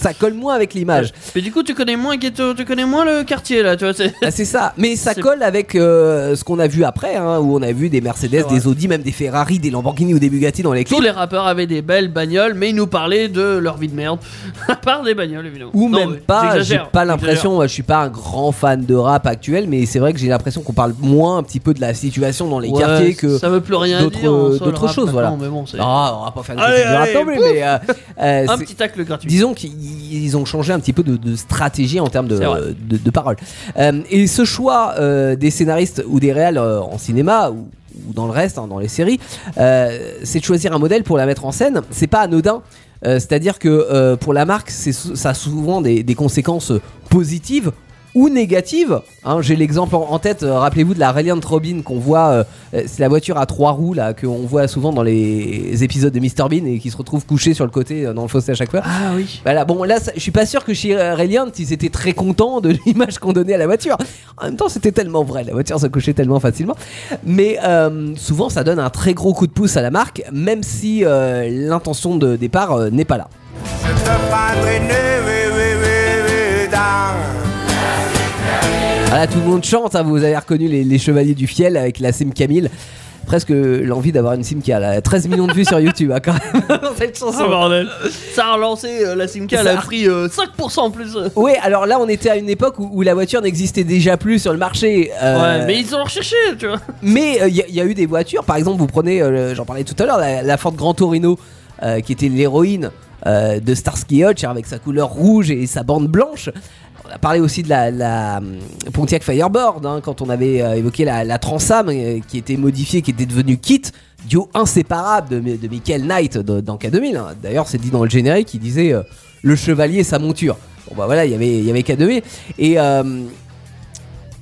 C: ça colle moins avec l'image.
D: Mais du coup, tu connais moins ghetto, tu connais moins le quartier là, tu vois. c'est-
C: Ah, c'est ça, mais ça
D: C'est-
C: colle avec euh, ce qu'on a vu après, hein, où on a vu des Mercedes,
D: vrai.
C: des Audi, même des Ferrari, des Lamborghini ou des Bugatti dans les clips.
D: Tous les rappeurs avaient des belles bagnoles, mais ils nous parlaient de leur vie de merde. À part des bagnoles, évidemment.
C: Ou
D: Non,
C: même
D: mais
C: pas, j'ai
D: j'exagère,
C: pas
D: j'exagère.
C: l'impression, moi, je suis pas un grand fan de rap actuel, mais c'est vrai que j'ai l'impression qu'on parle moins un petit peu de la situation dans les
D: Ouais,
C: quartiers que.
D: Ça veut plus rien
C: d'autres- euh,
D: dire. en soi,
C: d'autres
D: le rap,
C: choses, voilà.
D: maintenant, mais bon, c'est-
C: Ah, on va pas faire de
D: Allez,
C: critique de rap
D: allez,
C: non plus,
D: pouf
C: mais. euh, euh,
D: un
C: c'est-
D: petit tacle gratuit.
C: Disons qu'ils ils ont changé un petit peu de, de stratégie en termes de,
D: C'est vrai.
C: de, de parole. Euh, et ce choix euh, des scénaristes ou des réals euh, en cinéma ou, ou dans le reste, hein, dans les séries, euh, c'est de choisir un modèle pour la mettre en scène. C'est pas anodin. Euh, C'est-à-dire que euh, pour la marque, c'est sou- ça a souvent des, des conséquences positives ou négatives. Hein, J'ai l'exemple en, en tête. euh, Rappelez-vous de la Reliant Robin qu'on voit, euh, euh, c'est la voiture à trois roues là qu'on voit souvent dans les épisodes de Mr Bean et qui se retrouve couchée sur le côté euh, dans le fossé à chaque fois.
D: Ah oui.
C: Voilà, bon là, ça- je suis pas sûr que chez euh, Reliant, ils étaient très contents de l'image qu'on donnait à la voiture. En même temps, c'était tellement vrai, la voiture se couchait tellement facilement. Mais euh, souvent, ça donne un très gros coup de pouce à la marque, même si euh, l'intention de départ euh, n'est pas là.
F: Je te peindrai nu, oui, oui, oui, oui, dans
C: Voilà, tout le monde chante, hein, vous avez reconnu les, les Chevaliers du Fiel avec la Sim Camille. Presque l'envie d'avoir une Sim qui a là, 13 millions de vues sur YouTube, hein, quand même, dans cette chanson.
D: Ça a relancé euh, la Simca, elle
C: Ça
D: a
C: a-
D: pris euh, 5% en plus. euh.
C: Oui, alors là, on était à une époque où, où la voiture n'existait déjà plus sur le marché. euh,
D: Ouais, mais ils ont recherché, tu vois.
C: Mais il y, a- y a eu des voitures, par exemple, vous prenez, euh, le- j'en parlais tout à l'heure, la, la Ford Gran Torino, euh, qui euh, était l'héroïne euh, de Starsky Hutch avec sa couleur rouge et sa bande blanche. On a parlé aussi de la, la, hum, Pontiac Firebird hein, quand on avait euh, évoqué la, la Transam euh, qui était modifiée, qui était devenue kit. Duo inséparable de, de Michael Knight de- dans K2000. hein. D'ailleurs, c'est dit dans le générique, il disait euh, le chevalier sa monture. Bon bah voilà, il y avait- il y avait K2000. Et euh,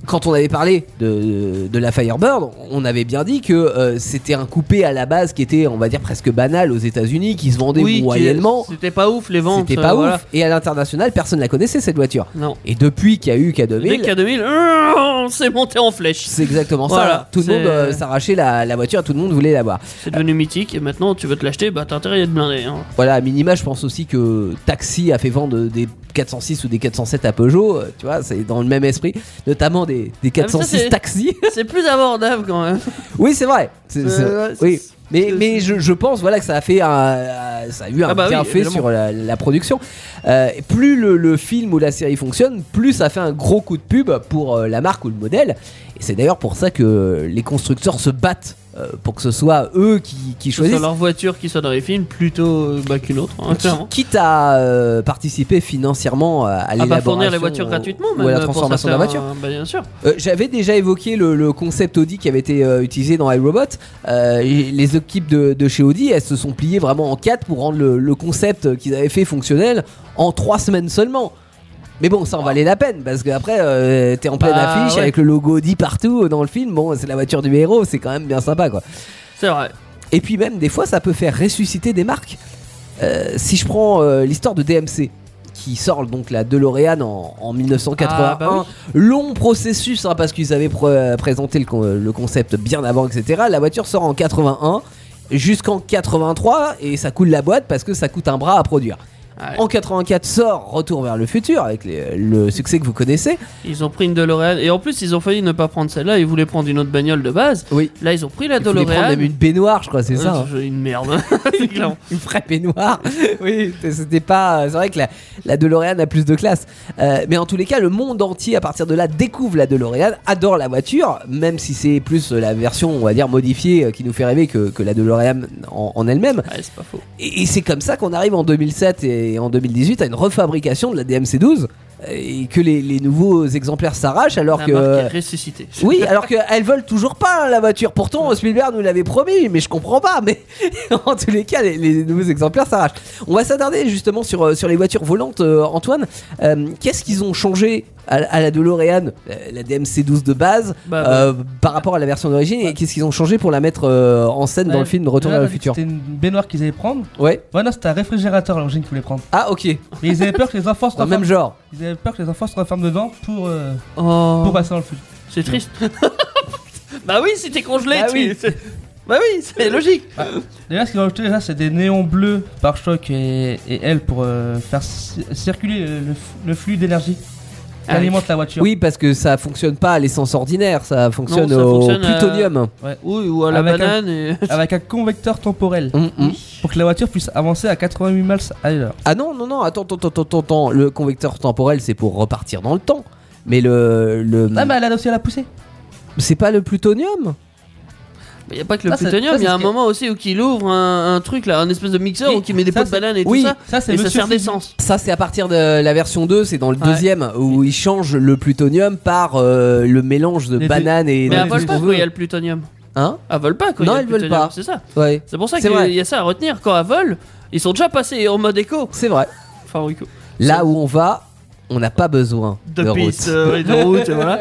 C: quand on avait parlé de, de la Firebird, on avait bien dit que euh, c'était un coupé à la base qui était, on va dire, presque banal aux États-Unis, qui se vendait
D: qui-
C: moyennement.
D: C'était pas ouf les ventes.
C: C'était
D: euh,
C: pas
D: voilà.
C: ouf. Et à l'international, personne la connaissait cette voiture.
D: Non.
C: Et depuis qu'il y a eu
D: Dès
C: K2000,
D: qu'à 2000, euh, on s'est monté en flèche.
C: c'est exactement
D: Voilà,
C: ça. Tout le
D: c'est-
C: monde euh, s'arrachait la, la voiture, tout le monde voulait l'avoir.
D: C'est devenu mythique et maintenant tu veux te l'acheter, bah t'as intérêt à être blindé. hein.
C: Voilà, à minima, je pense aussi que Taxi a fait vendre des 406 ou des 407 à Peugeot. euh, Tu vois, c'est dans le même esprit, notamment des, des
D: Ah, mais ça,
C: 406
D: c'est-
C: Taxi.
D: C'est plus abordable quand même.
C: Oui, c'est vrai. C'est-
D: Euh,
C: c'est-
D: ouais, c'est-
C: oui.
D: c'est-
C: Mais,
D: c'est-
C: mais je, je pense voilà que ça a fait un, euh, ça a eu un
D: Ah bah oui,
C: bien fait
D: évidemment.
C: sur la, la production. Euh, et plus le, le film ou la série fonctionne, plus ça fait un gros coup de pub pour euh, la marque ou le modèle. Et c'est d'ailleurs pour ça que les constructeurs se battent euh, pour que ce soit eux qui, qui
D: Que ce soit
C: choisissent.
D: leur voiture qui soit dans les films plutôt euh, bah, qu'une autre, hein,
C: qui-
D: clairement.
C: Quitte à euh, participer financièrement euh, à, à
D: Ah bah
C: l'élaboration
D: fournir les voitures
C: ou-
D: gratuitement,
C: ou à
D: même,
C: euh, la
D: pour
C: transformation de la
D: certains,
C: voiture.
D: Bah bien sûr.
C: Euh, J'avais déjà évoqué le, le concept Audi qui avait été euh, utilisé dans iRobot. Euh, et les équipes de, de chez Audi, elles se sont pliées vraiment en quatre pour rendre le, le concept qu'ils avaient fait fonctionnel en trois semaines seulement. Mais bon, ça en valait la peine parce qu'après, euh, t'es en pleine
D: Bah,
C: affiche
D: ouais.
C: avec le logo Audi partout dans le film. Bon, c'est la voiture du héros, c'est quand même bien sympa quoi.
D: C'est vrai.
C: Et puis même, des fois, ça peut faire ressusciter des marques. Euh, si je prends euh, l'histoire de DMC, qui sort donc la DeLorean en, en 1981,
D: Ah, bah
C: long processus, hein, parce qu'ils avaient pr- présenté le, con- le concept bien avant, etc. La voiture sort en 81 jusqu'en 83 et ça coule la boîte parce que ça coûte un bras à produire.
D: Ouais.
C: En 84 sort Retour vers le futur avec les- le succès que vous connaissez.
D: Ils ont pris une DeLorean et en plus ils ont failli ne pas prendre celle-là, ils voulaient prendre une autre bagnole de base.
C: Oui.
D: Là ils ont pris la
C: Il voulait prendre
D: DeLorean.
C: même une baignoire, je crois, c'est ça. hein.
D: Euh, j'ai Une merde. C'est clair.
C: une vraie peignoir. oui, c'était pas. C'est vrai que la, la DeLorean a plus de classe. Euh, mais en tous les cas, le monde entier, à partir de là, découvre la DeLorean, adore la voiture, même si c'est plus la version, on va dire, modifiée euh, qui nous fait rêver que, que la DeLorean en, en elle-même.
D: Ouais, c'est pas faux.
C: Et, et c'est comme ça qu'on arrive en 2007 et en 2018 à une refabrication de la DMC12 euh, et que les, les nouveaux exemplaires s'arrachent alors
D: la
C: que. euh,
D: marque est ressuscitée.
C: Oui, alors qu'elles veulent toujours pas hein, la voiture. Pourtant, Spielberg nous l'avait promis, mais je comprends pas. Mais en tous les cas, les, les nouveaux exemplaires s'arrachent. On va s'attarder justement sur, euh, sur les voitures volantes, euh, Antoine. Euh, Qu'est-ce qu'ils ont changé à, à la DeLorean, euh, la DMC12 de base,
D: Bah,
C: euh, par rapport à la version d'origine Et qu'est-ce qu'ils ont changé pour la mettre euh, en scène dans
E: Ouais,
C: le film Retour
E: déjà,
C: vers le
E: t'as dit
C: futur
E: que C'était une baignoire qu'ils allaient prendre.
C: Ouais.
E: Ouais, non, c'était un réfrigérateur à l'origine qu'ils voulaient prendre.
C: Ah, ok.
E: Mais ils avaient peur que les enfants se
C: Dans le même
E: renferment-
C: genre.
E: ils avaient peur que les enfants se renferment dedans pour, euh,
D: Oh,
E: pour passer dans le futur.
D: c'est triste. bah oui, si t'es congelé,
C: Bah
D: tu-
C: oui.
D: c'est- Bah oui, c'est logique.
E: Déjà, ce qu'ils ont ajouté, déjà, c'est des néons bleus par choc et, et ailes pour euh, faire ci- circuler euh, le, f- le flux d'énergie qui
D: Ah oui.
E: alimente la voiture.
C: Oui, parce que ça fonctionne pas à l'essence ordinaire, ça fonctionne
D: ça
C: au
D: fonctionne à-
C: plutonium.
D: Oui, ou à la
E: Avec un-
D: banane. et-
E: Avec un convecteur temporel
C: Mm, mm.
E: pour que la voiture puisse avancer à 88 miles à l'heure.
C: Ah non, non, non, attends, attends, attends, attends, attends. Le convecteur temporel, c'est pour repartir dans le temps. Mais le. le
E: Ah, mais elle a aussi à la poussée.
C: C'est pas le plutonium
D: Il n'y a pas que le
E: Ça, c'est-
D: plutonium,
E: ça,
D: il Bah, y
E: c'est
D: a
E: ce
D: un
E: que-
D: moment aussi où il ouvre un, un truc là, un espèce de mixeur
E: Oui,
D: où il met des
E: ça,
D: pots de
E: c'est-
D: banane et
C: oui,
D: tout ça.
E: Ça, c'est
D: Et ça
E: Monsieur
D: sert
E: Physique.
D: d'essence.
C: Ça, c'est à partir de la version 2, c'est dans le
D: Ouais.
C: deuxième, où ils changent le plutonium par euh, le mélange de
E: Les deux-
C: banane et.
D: Mais
E: non,
D: elles
E: mais
D: veulent
E: c'est
D: pas
E: ce qu'on
D: quand il y
E: veut.
D: a le plutonium.
C: Hein
D: Elles veulent pas quand il y
C: Non,
D: a le
C: elles veulent
D: plutonium,
C: pas.
D: C'est ça.
C: Ouais.
D: C'est pour ça
C: C'est vrai.
D: qu'il y a ça à retenir. Quand elles veulent, ils sont déjà passés en mode éco.
C: C'est vrai.
D: Enfin, éco.
C: Là où on va, on n'a pas besoin de,
D: De, piste,
C: route.
D: euh, et de route, voilà.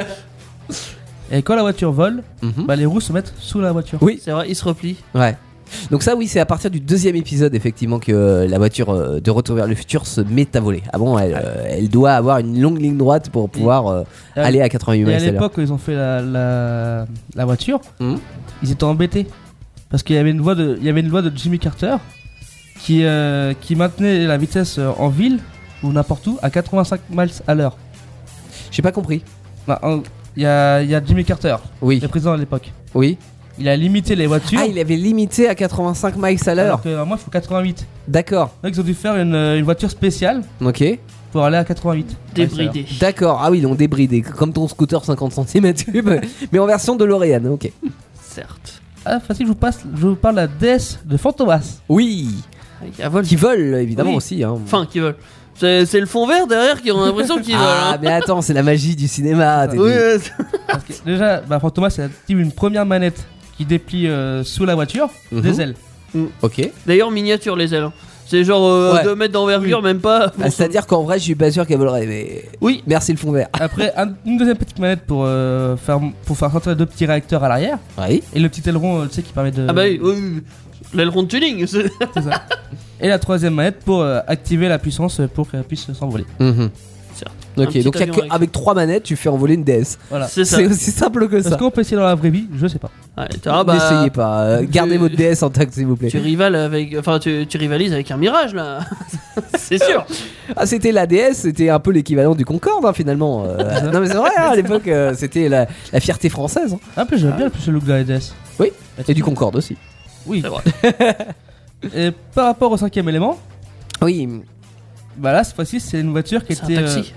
E: Et quand la voiture vole,
C: Mhm.
D: Hmm.
E: bah, les roues se mettent sous la voiture.
C: Oui.
D: C'est vrai, ils se replient.
C: Ouais. Donc ça oui c'est à partir du deuxième épisode effectivement que euh, la voiture euh, de Retour vers le futur se met à voler. Ah bon elle, euh, elle doit avoir une longue ligne droite pour pouvoir euh,
E: Ah oui.
C: aller à 88
E: Et à
C: miles à l'heure.
E: l'époque, quand ils ont fait la, la, la voiture,
C: Mhm.
E: ils étaient embêtés. Parce qu'il y avait une loi de, il y avait une loi de Jimmy Carter qui, euh, qui maintenait la vitesse euh, en ville ou n'importe où à 85 miles à l'heure.
C: J'ai pas compris.
E: Bah, en- Il y, a, il y a Jimmy Carter,
C: Oui,
E: le président à l'époque.
C: oui.
E: Il a limité les voitures.
C: Ah, il avait limité à 85 miles à l'heure.
E: alors que euh, moi, il faut 88.
C: D'accord,
E: Donc, ils ont dû faire une, euh, une voiture spéciale
C: ok.
E: pour aller à 88.
D: Débridés.
C: D'accord, ah oui, ils l'ont débridé, comme ton scooter 50 cm mais en version de L'Oréal, ok.
D: Certes.
E: Ah, facile, je vous, passe, je vous parle de la DS de Fantomas.
C: Oui,
D: Il y a vol.
C: Qui volent évidemment
D: Oui.
C: aussi. hein.
D: Enfin, qui veulent. C'est c'est le fond vert derrière qui ont l'impression qu'ils
C: ah, mais attends, c'est la magie du cinéma. t'es
D: veulent. hein. Oui,
C: dit.
D: ouais, c'est-
E: Parce que déjà, bah, Fantomas, c'est active une première manette qui déplie euh, sous la voiture
C: Mhm.
E: des ailes.
C: Ok.
D: D'ailleurs, miniature les ailes. hein. C'est genre
C: Ouais.
D: 2 mètres d'envergure, même pas.
C: Ah, C'est-à-dire qu'en vrai, je suis pas sûr qu'elle volerait, mais
D: Oui,
C: merci le fond vert.
E: Après, un- une deuxième petite manette pour, euh, faire, pour faire sortir les deux petits réacteurs à l'arrière.
C: Ah, Oui.
E: Et le petit aileron, euh, tu sais, qui permet de.
D: Ah bah oui, oui, oui. l'aileron de tuning. c'est-
E: C'est ça. Et la troisième manette pour euh, activer la puissance euh, pour qu'elle puisse s'envoler.
D: Certes. Un
C: Mhm. Ok,
D: petit
C: donc il y a
D: avion
C: que-
D: avec-
C: avec trois manettes, tu fais envoler une DS.
E: Voilà.
D: C'est ça.
C: C'est aussi simple que
E: Est-ce
C: ça.
E: qu'on peut essayer dans la vraie vie Je sais pas.
D: Ouais, t'as- ah bah,
C: N'essayez pas. euh, gardez
D: tu-
C: votre DS intact, s'il vous plaît.
D: Tu rivales avec, enfin, tu, tu rivalises avec un mirage là. c'est sûr.
C: Ah, c'était la DS, c'était un peu l'équivalent du Concorde, hein, finalement. Euh, non, mais c'est vrai, hein, à l'époque, euh, c'était la, la fierté française. hein.
E: Ah, plus j'aime bien plus le look de la DS.
C: Oui. Et du Concorde aussi.
E: Oui.
D: C'est vrai.
E: Et par rapport au cinquième élément,
C: Oui. mm,
E: bah là, cette fois-ci, c'est une voiture qui
D: C'est un
E: était. euh,
D: taxi.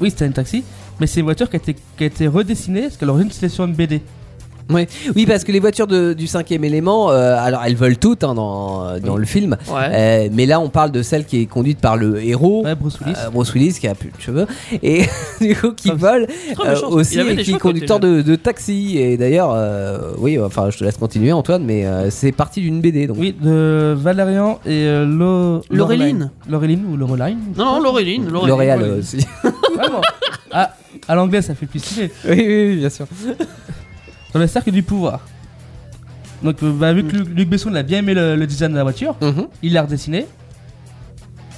E: Oui, c'était une taxi. Mais c'est une voiture qui a été, qui a été redessinée parce qu'à l'origine, c'était sur une BD.
C: Ouais. Oui, parce que les voitures de- du cinquième élément, euh, alors elles volent toutes hein, dans, dans le film.
D: Ouais.
C: Euh, mais là, on parle de celle qui est conduite par le héros.
E: Ouais, Bruce Willis.
C: euh, Bruce Willis qui a plus de cheveux et du coup qui
E: Ah,
C: vole
D: Très
C: euh,
D: méchant.
C: aussi
D: Il avait
C: et
D: des
C: qui est
D: cheveux quand il
C: conducteur
D: était
C: de, de taxi et d'ailleurs euh, oui enfin je te laisse continuer Antoine mais euh, c'est parti d'une BD donc
E: Oui, de Valérian et euh, Lo...
D: Laureline.
E: Laureline ou Laureline
D: Non, non, Laureline. Laureline.
C: L'Oréal
E: Laureline.
C: euh, aussi
E: Vraiment. Ah, à l'anglais, ça fait plus stylé.
C: oui, oui oui, bien sûr
E: Dans le cercle du pouvoir. Donc, euh, bah, vu que Luc, Luc Besson il a bien aimé le, le design de la voiture,
C: Mhm.
E: il l'a redessiné.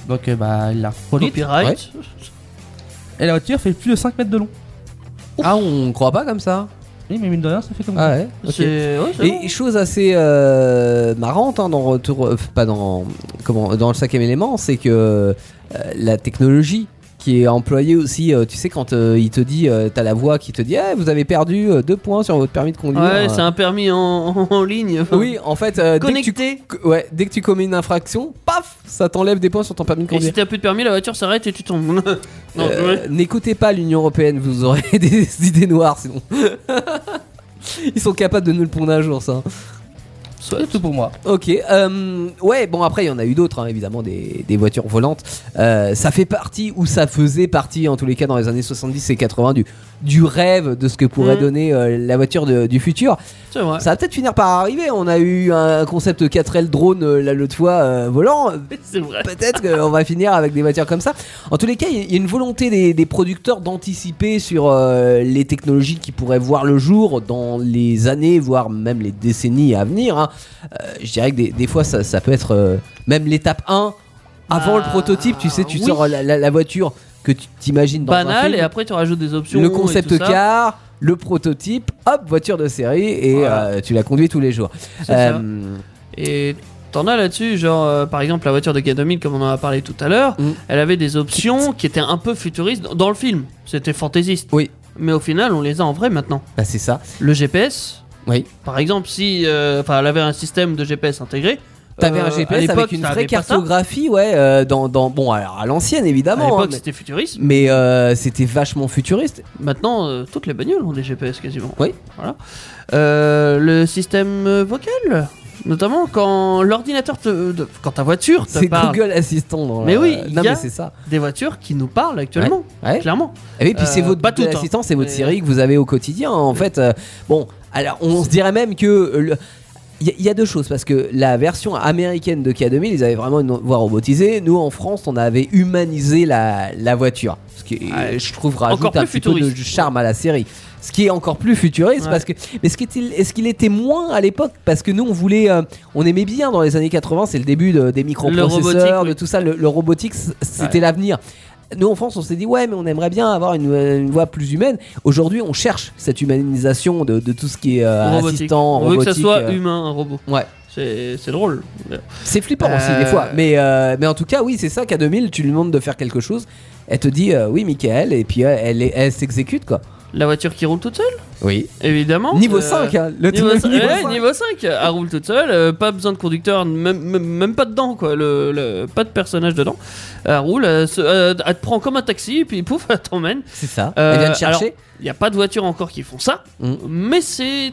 E: Donc, euh, bah, il l'a reproduite.
D: Copyright.
E: Et la voiture fait plus de 5 mètres de long.
C: ah on croit pas comme ça
E: Oui, mais mine de rien, ça fait comme
C: ah ouais ok.
D: Mhm. C'est. ouais, c'est bon.
C: Et chose assez euh, marrante hein, dans retour, euh, pas dans comment, dans le cinquième élément, c'est que euh, la technologie qui est employée aussi, euh, tu sais quand euh, il te dit, euh, t'as la voix qui te dit, Eh, vous avez perdu euh, deux points sur votre permis de conduire.
D: Ouais, c'est
C: Euh,
D: un permis en, en ligne. enfin,
C: Oui, en fait, euh, dès, que tu,
D: Connecté.
C: que- ouais, dès que tu commets une infraction, paf, ça t'enlève des points sur ton permis de
D: Et si
C: conduire.
D: t'as plus de permis, la voiture s'arrête et tu tombes. non,
C: Euh,
D: ouais.
C: N'écoutez pas l'Union Européenne, vous aurez des, idées noires sinon. Ils sont capables de nous le pondre à jour, ça. hein.
E: ça. C'est tout pour moi.
C: Ok, euh, ouais, bon après il y en a eu d'autres hein, évidemment des, des voitures volantes. Euh, ça fait partie ou ça faisait partie en tous les cas dans les années 70 et 80 du, du rêve de ce que pourrait
D: Mhm.
C: donner euh, la voiture de- du futur.
D: C'est vrai.
C: Ça va peut-être finir par arriver. On a eu un concept 4L drone euh, là l'autre fois euh, volant.
D: C'est vrai.
C: Peut-être qu'on va finir avec des voitures comme ça. En tous les cas, il y a- il y a une volonté des, des producteurs d'anticiper sur euh, les technologies qui pourraient voir le jour dans les années, voire même les décennies à venir. hein. Euh, je dirais que des, des fois, ça, ça peut être euh, même l'étape 1 avant
D: Ah,
C: le prototype. Tu sais, tu
D: oui.
C: sors la, la- la voiture que tu t'imagines dans un
D: Banal,
C: film,
D: et après tu rajoutes des options.
C: le
D: et
C: concept
D: tout ça.
C: car, le prototype, hop, voiture de série, et
D: Voilà.
C: euh, tu la conduis tous les jours.
D: C'est ça.
C: euh,
D: Et t'en as là-dessus, genre euh, par exemple la voiture de K2000, comme on en a parlé tout à l'heure,
C: Mm.
D: elle avait des options qui étaient un peu futuristes dans- dans le film. C'était fantaisiste.
C: Oui.
D: Mais au final, on les a en vrai maintenant.
C: bah, c'est ça.
D: Le GPS,
C: Oui.
D: par exemple, si. euh, Enfin, elle avait un système de GPS intégré.
C: T'avais
D: euh,
C: un
D: à
C: GPS
D: l'époque,
C: avec une vraie
D: t'avais pas ça.
C: cartographie, ouais, euh, dans, dans bon alors à l'ancienne
D: À
C: évidemment, hein,
D: l'époque,
C: mais,
D: c'était futuriste.
C: mais, euh, c'était vachement futuriste.
D: Maintenant, euh, toutes les bagnoles ont des GPS quasiment.
C: Oui.
D: Voilà. Euh, le système euh, vocal, notamment quand l'ordinateur te. de- quand ta voiture te
C: C'est
D: parle.
C: Google Assistant. Dans
D: Mais
C: la-
D: oui,
C: non
D: il y a-
C: mais c'est ça.
D: Des voitures qui nous parlent actuellement.
C: Ouais.
D: Clairement.
C: Et Ah oui, puis c'est
D: Euh,
C: votre
D: pas toutes,
C: Google
D: hein.
C: Assistant, c'est votre
D: Mais-
C: série que vous avez au quotidien hein, en fait. euh, bon, alors on se dirait même que euh, le- il y, a- il y a deux choses parce que la version américaine de K2000, ils avaient vraiment une voix robotisée. Nous en France, on avait humanisé la, la voiture, ce qui
D: Ouais.
C: je trouve rajoute
D: Ah, Encore
C: un
D: plus
C: petit peu de
D: futuriste.
C: charme à la série. Ce qui est encore plus futuriste
D: Ouais.
C: parce que mais ce qu'il est-ce qu'il était moins à l'époque parce que nous on voulait euh, on aimait bien dans les années 80 c'est le début de- des
D: robotique,
C: microprocesseurs
D: oui.
C: de tout ça le, le robotique c- c'était
D: Ouais.
C: l'avenir. Nous en France on s'est dit ouais mais on aimerait bien avoir une, euh, une voix plus humaine. Aujourd'hui on cherche cette humanisation de, de tout ce qui est euh,
D: Robotique.
C: assistant
D: On veut que ça
C: robotique,
D: soit
C: euh,
D: humain, un robot.
C: ouais.
D: C'est c'est drôle.
C: C'est flippant aussi
D: Euh,
C: des fois, mais, euh, mais en tout cas oui c'est ça qu'à 2000 tu lui demandes de faire quelque chose, elle te dit euh, oui Michael et puis euh, elle est- elle s'exécute quoi.
D: La voiture qui roule toute seule,
C: Oui.
D: évidemment.
C: Niveau
D: Euh,
C: 5 hein, le
D: Niveau,
C: niveau
D: 5,
C: 5.
D: niveau 5, elle roule toute seule, euh, pas besoin de conducteur, même, même, même pas dedans, quoi, le, le- pas de personnage dedans. Elle roule, elle, se- euh, elle te prend comme un taxi, puis pouf, elle t'emmène.
C: C'est ça.
D: Euh,
C: Elle vient de chercher.
D: Il n'y a pas de voitures encore qui font ça,
C: Mm.
D: mais c'est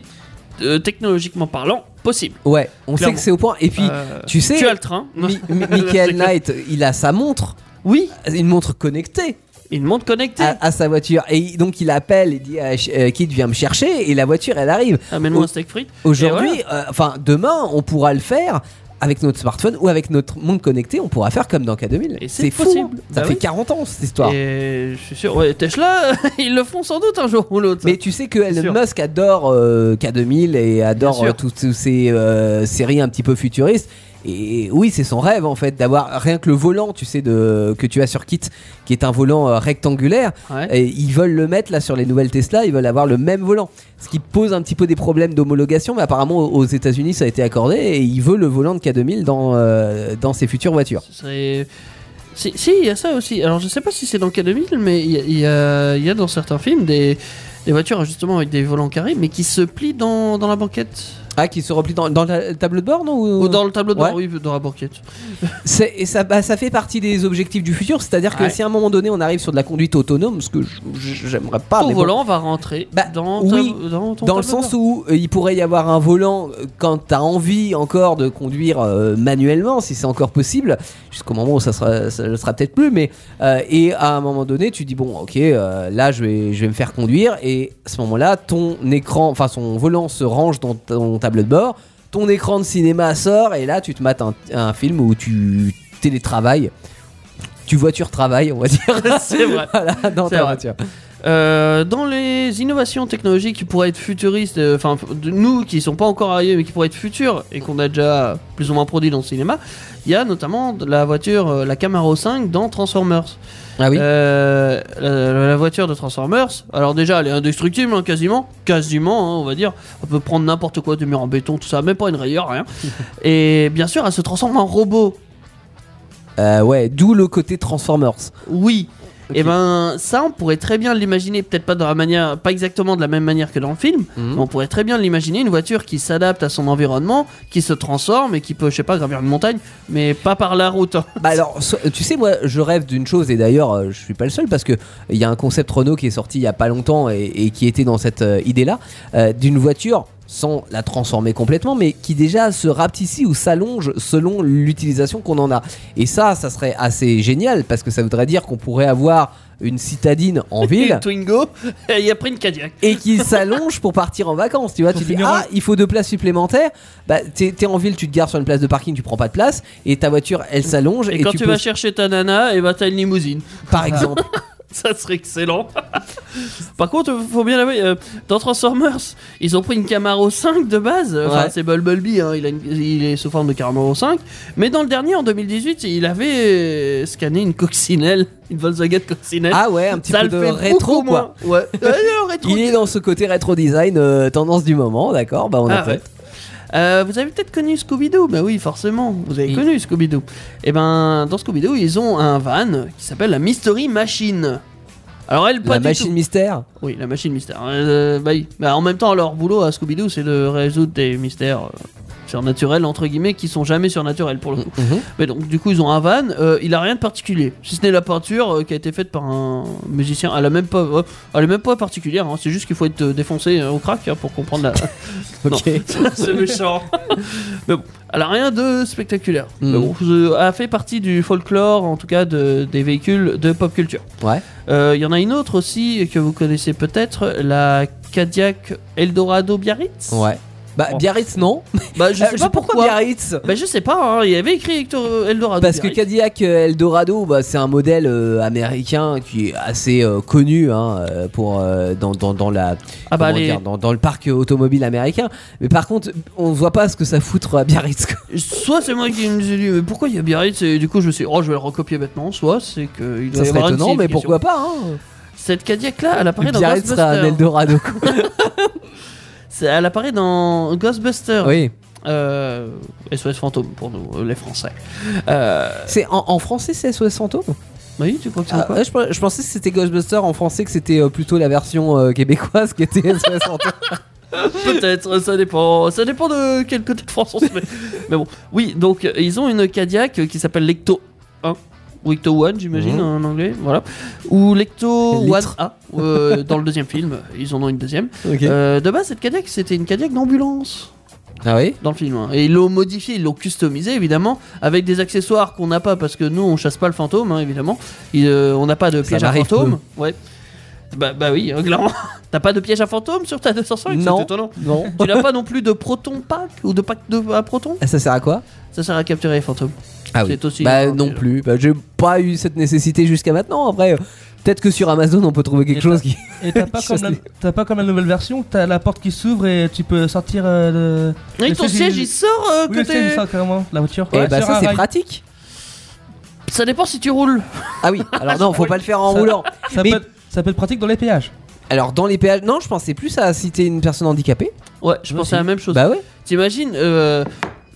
D: euh, technologiquement parlant possible.
C: Ouais, on sait
D: Clairement.
C: que c'est au point. Et puis,
D: Euh,
C: tu sais,
D: tu as le train.
C: Mi- Mi- Michael Knight, il a sa montre,
D: Oui,
C: une montre connectée
D: une montre connectée.
C: à, à sa voiture. Et il- donc, il appelle, il dit à Ch- euh, Kid, viens me chercher, et la voiture, elle arrive.
D: Amène-moi
C: au-
D: un steak frites.
C: Aujourd'hui, euh, enfin, demain, on pourra le faire avec notre smartphone ou avec notre montre connectée, on pourra faire comme dans K2000.
D: Et c'est
C: fou.
D: possible.
C: Ça
D: Bah
C: fait
D: oui.
C: 40 ans, cette histoire.
D: Et je suis sûr, ouais, Tesla, ils le font sans doute un jour ou l'autre.
C: Mais tu sais que Elon
D: sûr.
C: Musk adore euh, K2000 et adore
D: sûr.
C: euh, toutes toutes ces euh, séries un petit peu futuristes. Et oui, c'est son rêve en fait d'avoir rien que le volant, tu sais, de, que tu as sur Kit, qui est un volant euh, rectangulaire.
D: Ouais.
C: Et ils veulent le mettre là sur les nouvelles Tesla, ils veulent avoir le même volant. Ce qui pose un petit peu des problèmes d'homologation, mais apparemment aux États-Unis ça a été accordé et il veut le volant de K2000 dans, euh, dans ses futures voitures.
D: Ce serait- Si, si, il y a ça aussi. Alors, je sais pas si c'est dans K2000, mais il y a- il y, a- il y a dans certains films des, des voitures justement avec des volants carrés, mais qui se plient dans, dans la banquette.
C: Ah, qui se replie dans, dans la- le tableau de bord, non ou-
D: Ou dans le tableau de
C: Euh, Ouais.
D: bord, oui, dans la banquette.
C: C'est- et ça, bah, ça fait partie des objectifs du futur, c'est-à-dire que
D: Ouais.
C: si à un moment donné on arrive sur de la conduite autonome, ce que j- j- j'aimerais pas,
D: ton
C: Ah, mais bon,
D: volant va rentrer
C: Bah,
D: dans,
C: oui,
D: ta- dans ton
C: dans le
D: tableau de
C: sens où euh, il pourrait y avoir un volant euh, quand t'as envie encore de conduire euh, manuellement, si c'est encore possible, jusqu'au moment où ça, sera, ça le sera peut-être plus, mais euh, et à un moment donné tu dis bon ok euh, là je vais, je vais me faire conduire et à ce moment-là ton écran, enfin son volant se range dans ton tableau de bord, ton écran de cinéma sort et là tu te mates un, un film où tu télétravailles. Tu voiture-travail, on va dire.
D: bord. c'est vrai.
C: voilà, dans
D: C'est
C: ta
D: vrai.
C: voiture.
D: Euh, dans les innovations technologiques qui pourraient être futuristes, euh, enfin de nous qui sont pas encore arrivés mais qui pourraient être futures et qu'on a déjà plus ou moins produit dans le cinéma, il y a notamment de la voiture, euh, la Camaro 5 dans Transformers.
C: Ah oui.
D: Euh, la, la voiture de Transformers, alors déjà elle est indestructible hein, quasiment, quasiment hein, on va dire, on peut prendre n'importe quoi, des murs en béton, tout ça, même pas une rayure, rien. et bien sûr elle se transforme en robot.
C: Euh, ouais, d'où le côté Transformers.
D: Oui. Et ben ça, on pourrait très bien l'imaginer, peut-être pas dans la manière, pas exactement de la même manière que dans le film,
C: Mhm.
D: mais on pourrait très bien l'imaginer une voiture qui s'adapte à son environnement, qui se transforme et qui peut, je sais pas, gravir une montagne, mais pas par la route. hein.
C: Bah alors, so- tu sais, moi, je rêve d'une chose, et d'ailleurs, euh, je suis pas le seul, parce que il y a un concept Renault qui est sorti il y a pas longtemps et, et qui était dans cette euh, idée-là, euh, d'une voiture sans la transformer complètement, mais qui déjà se rapetissit ou s'allonge selon l'utilisation qu'on en a. Et ça, ça serait assez génial, parce que ça voudrait dire qu'on pourrait avoir une citadine en ville
D: Une Twingo, et il a pris une Cadillac.
C: et qui s'allonge pour partir en vacances. Tu vois,
E: Pour
C: tu dis
E: finir en-
C: ah il faut deux places supplémentaires. Bah t'es t'es en ville, tu te gares sur une place de parking, tu prends pas de place et ta voiture elle s'allonge
D: Et,
C: et,
D: quand tu,
C: tu,
D: vas
C: poses-
D: chercher ta nana, et bah t'as une limousine.
C: par exemple.
D: Ça serait excellent. Par contre, faut bien l'avouer, euh, dans Transformers, ils ont pris une Camaro 5 de base. Enfin,
C: Ouais.
D: c'est Bumblebee, hein, il, a une- il est sous forme de Camaro 5. Mais dans le dernier, en 2018, il avait euh, scanné une coccinelle, une Volkswagen coccinelle.
C: ah ouais, un petit
D: Ça
C: peu
D: le
C: de
D: fait
C: rétro
D: beaucoup
C: quoi.
D: moins. Ouais. Ouais, non, rétro.
C: Il est dans ce côté rétro design euh, tendance du moment, d'accord Bah on
D: Ah,
C: a fait.
D: ouais. Euh, vous avez peut-être connu Scooby-Doo Bah oui, forcément, vous avez
C: Oui.
D: connu Scooby-Doo. Et ben, dans Scooby-Doo, ils ont un van qui s'appelle la Mystery Machine. Alors elle, pas
C: La
D: du
C: machine
D: tout.
C: mystère.
D: Oui, la machine mystère. Euh, bah oui. Bah, en même temps, leur boulot à Scooby-Doo, c'est de résoudre des mystères euh, surnaturels, entre guillemets, qui sont jamais surnaturels pour le coup.
C: Mhm.
D: Mais donc, du coup, ils ont un van. euh, il a rien de particulier. Si ce n'est la peinture euh, qui a été faite par un musicien. Elle, a même pas, ouais, elle est même pas particulière. hein. C'est juste qu'il faut être euh, défoncé euh, au crack hein, pour comprendre la. Non.
C: Ok.
D: c'est méchant. Mais bon, elle a rien de spectaculaire.
C: Mhm.
D: Mais bon, euh, elle fait partie du folklore, en tout cas, de- des véhicules de pop culture.
C: Ouais.
D: Euh, Il y en a une autre aussi que vous connaissez peut-être, la Cadillac Eldorado Biarritz.
C: Ouais. Bah
D: Bon.
C: Biarritz non.
D: Bah je
C: Euh,
D: sais pas pourquoi.
C: Biarritz.
D: Bah je sais pas, hein, il y avait écrit Hector- Eldorado.
C: Parce que
D: Biarritz.
C: Cadillac euh, Eldorado, bah, c'est un modèle euh, américain qui est assez euh, connu hein, euh, pour, euh, dans, dans, dans la,
D: Ah bah,
C: comment
D: les-
C: dire, dans, dans le parc euh, automobile américain. Mais par contre, on voit pas ce que ça foutre à Biarritz. quoi.
D: soit c'est moi qui me suis dit mais pourquoi il y a Biarritz et du coup je me suis dit, oh je vais le recopier maintenant, soit c'est que il doit
C: Ça
D: y
C: serait
D: avoir une
C: étonnant, mais
D: signification.
C: pourquoi pas hein
D: Cette Cadillac là, elle apparaît dans
C: Biarritz sera un
D: Ghostbusters.
C: Eldorado. quoi.
D: C'est- Elle apparaît dans Ghostbusters.
C: oui.
D: Euh, SOS fantôme pour nous euh, les Français. Euh,
C: C'est en, en français, c'est SOS Fantôme
D: oui tu crois que c'est
C: Ah,
D: quoi
C: ouais, je, pe- je pensais que c'était Ghostbuster en français, que c'était euh, plutôt la version euh, québécoise qui était SOS Fantôme.
D: Peut-être, ça dépend. Ça dépend de quel côté de France on se met. Mais bon, oui, donc euh, ils ont une Cadillac euh, qui s'appelle l'Ecto 1. Ou Ecto 1, j'imagine,
C: Mhm.
D: en anglais. Voilà. Ou l'Ecto
C: Litre.
D: 1A, euh, dans le deuxième film. Ils en ont une deuxième.
C: Ok.
D: Euh, de base, cette Cadillac, c'était une Cadillac d'ambulance.
C: Ah oui
D: dans le film. hein. Et ils l'ont modifié, ils l'ont customisé évidemment, avec des accessoires qu'on n'a pas parce que nous on chasse pas le fantôme hein, évidemment. Il, euh, on n'a pas de piège à
C: m'arrive
D: fantôme. Ouais. Bah, bah oui, hein, clairement. T'as pas de piège à fantôme sur ta 205
C: Non.
D: C'est étonnant.
C: Non. Ah,
D: Tu n'as pas non plus de proton pack ou de pack de à proton
C: Ça sert à quoi
D: Ça sert à capturer les fantômes.
C: Ah
D: C'est aussi-
C: Bah non plus. Bah, j'ai pas eu cette nécessité jusqu'à maintenant. Après, euh, peut-être que sur Amazon on peut trouver quelque
E: Et
C: chose qui.
E: Et t'as pas,
C: Qui
E: comme
C: se
E: la-
C: lit.
E: t'as pas comme la nouvelle version, t'as la porte qui s'ouvre et tu peux sortir euh, de.
D: Et
E: le
D: ton
E: siège,
D: siège
E: il-
D: il sort euh,
E: Oui,
D: que
E: le siège,
D: t'es-
E: il sort carrément, la voiture.
C: Eh
E: Ouais,
C: bah
E: sur
C: ça
E: un
C: c'est
E: rail.
C: pratique.
D: Ça dépend si tu roules.
C: Ah oui. Alors non, faut pas le faire en
E: Ça-
C: roulant.
E: Ça,
C: Mais-
E: peut être, ça peut être pratique dans les péages.
C: Alors dans les péages, non, je pensais plus à si t'es une personne handicapée.
D: Ouais, je pensais à la même chose.
C: Bah ouais.
D: T'imagines euh,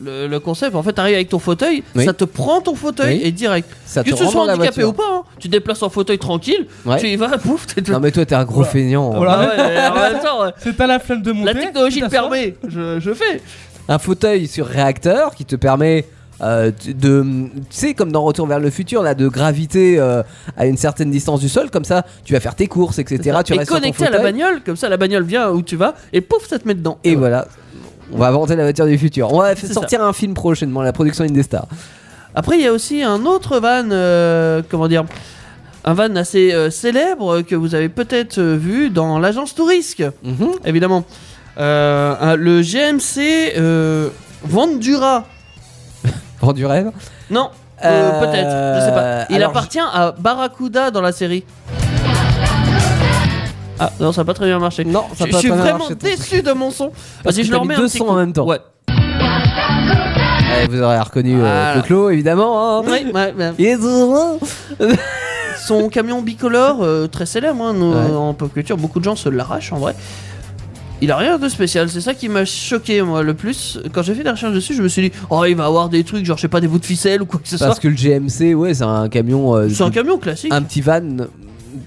D: le, le concept, en fait, t'arrives avec ton fauteuil,
C: Oui.
D: ça te prend ton fauteuil
C: Oui.
D: et direct.
C: Ça te
D: que ce
C: rend dans
D: soit
C: la
D: handicapé
C: voiture.
D: ou pas, hein, tu te déplaces en fauteuil tranquille,
C: Ouais.
D: tu y vas, pouf, t'es
C: Non mais toi t'es un gros feignant.
E: Voilà.
D: Ah ouais, en même temps, ouais.
E: C'est pas la flemme de monter.
D: La technologie
E: tu
D: le
E: t'assois.
D: permet, je, je fais.
C: Un fauteuil sur réacteur qui te permet euh, de, tu sais, comme dans Retour vers le futur, là, de graviter euh, à une certaine distance du sol. Comme ça, tu vas faire tes courses, etc. Tu
D: et
C: restes sur ton
D: connecté à la
C: fauteuil.
D: bagnole, comme ça la bagnole vient où tu vas et pouf, ça te met dedans.
C: Et voilà. On va inventer la voiture du futur. On va f-
D: C'est
C: sortir un film prochainement, la production Indestar.
D: Après, il y a aussi un autre van, euh, comment dire, un van assez euh, célèbre euh, que vous avez peut-être euh, vu dans l'agence Tourisque,
C: Mm-hmm.
D: évidemment. Euh, un- le GMC euh, Vandura.
C: Vend du rêve.
D: Non, euh,
C: Euh,
D: peut-être, je sais pas. Il
C: alors,
D: appartient à Barracuda dans la série. Ah non, ça n'a pas très bien marché.
C: Non, ça
D: je,
C: a pas
D: je suis
C: très bien
D: vraiment
C: marché, ton
D: déçu de mon son.
C: Parce
D: Vas-y,
C: que
D: je
C: t'as
D: le
C: mis
D: remets
C: deux
D: un petit
C: sons en
D: coup.
C: même temps.
D: Ouais.
C: Eh, vous aurez reconnu euh,
D: Voilà.
C: Clo-Clo, évidemment. hein.
D: Oui, ouais, ouais.
C: Il est heureux.
D: Son camion bicolore, euh, très célèbre hein, nous,
C: Ouais.
D: en pop culture, beaucoup de gens se l'arrachent en vrai. Il a rien de spécial, c'est ça qui m'a choqué moi le plus. Quand j'ai fait des recherches dessus, je me suis dit, oh il va avoir des trucs, genre je sais pas, des bouts de ficelle ou quoi que ce
C: Parce
D: soit.
C: que le GMC, ouais, c'est un camion. euh,
D: C'est un camion classique,
C: un petit van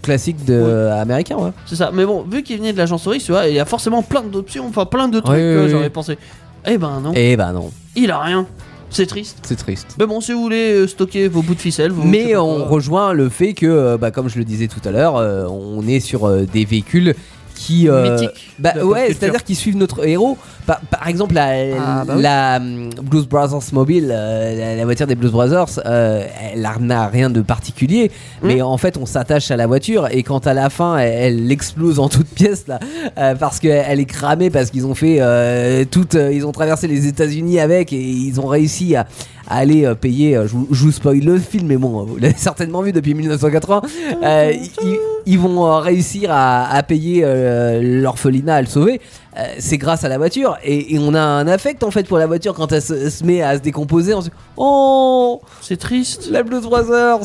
C: classique de euh, américain ouais.
D: c'est ça. Mais bon, vu qu'il venait de l'agence touriste, tu vois, il y a forcément plein d'options, enfin plein de trucs
C: Oui,
D: que
C: oui,
D: j'aurais
C: oui.
D: pensé. Eh ben non,
C: Et bah non,
D: il a rien. C'est triste.
C: c'est triste.
D: Mais bon, si vous voulez euh, stocker vos bouts de ficelle, vous. je sais
C: Mais
D: pas
C: on
D: quoi.
C: rejoint le fait que euh, bah, comme je le disais tout à l'heure, euh, on est sur euh, des véhicules qui euh,
D: Mythique
C: bah,
D: de la pop
C: ouais,
D: culture.
C: c'est-à-dire qu'ils suivent notre héros. Par, par exemple, la,
D: Ah, bah oui.
C: la, hum, Blues Brothers Mobile, euh, la, la voiture des Blues Brothers, euh, elle n'a rien de particulier,
D: Hmm.
C: mais en fait, on s'attache à la voiture et quand à la fin, elle, elle explose en toutes pièces là, euh, parce qu'elle elle est cramée parce qu'ils ont fait euh, toute, euh, ils ont traversé les États-Unis avec et ils ont réussi à, à aller euh, payer. euh, je, vous- je vous spoil le film, mais bon, vous l'avez certainement vu depuis 1980. euh, ils, ils vont euh, réussir à, à payer euh, l'orphelinat, à le sauver. Euh, c'est grâce à la voiture et, et on a un affect en fait pour la voiture quand elle se, se met à se décomposer. On se dit oh
D: C'est triste.
C: la Blues Brothers.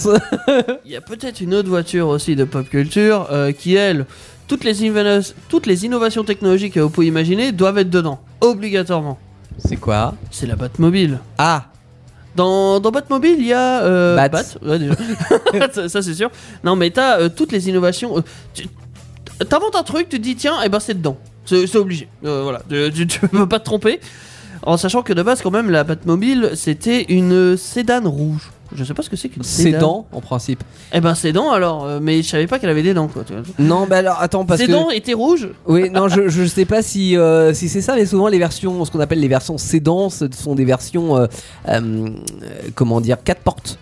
D: Il y a peut-être une autre voiture aussi de pop culture euh, qui, elle, toutes les, inveno- toutes les innovations technologiques que vous pouvez imaginer doivent être dedans, obligatoirement.
C: C'est quoi
D: C'est la Batmobile.
C: Ah
D: Dans, dans Batmobile, il y a. euh,
C: Bat.
D: ouais, déjà. ça, ça, c'est sûr. Non, mais t'as euh, toutes les innovations. euh, tu- T'inventes un truc, tu te dis tiens, et ben c'est dedans. C'est c'est obligé. Euh, voilà. Tu, tu- tu peux pas te tromper. En sachant que de base, quand même, la Batmobile, c'était une euh, sédane rouge. Je sais pas ce que c'est qu'une
C: C'est
D: sédane.
C: dents en principe.
D: Eh ben ses dents alors, euh, mais je savais pas qu'elle avait des dents quoi. tu vois.
C: Non bah alors attends parce
D: Ses
C: que
D: dents étaient rouges.
C: oui non je, je sais pas si euh, si c'est ça mais souvent les versions ce qu'on appelle les versions sédans ce sont des versions euh, euh, euh, comment dire quatre portes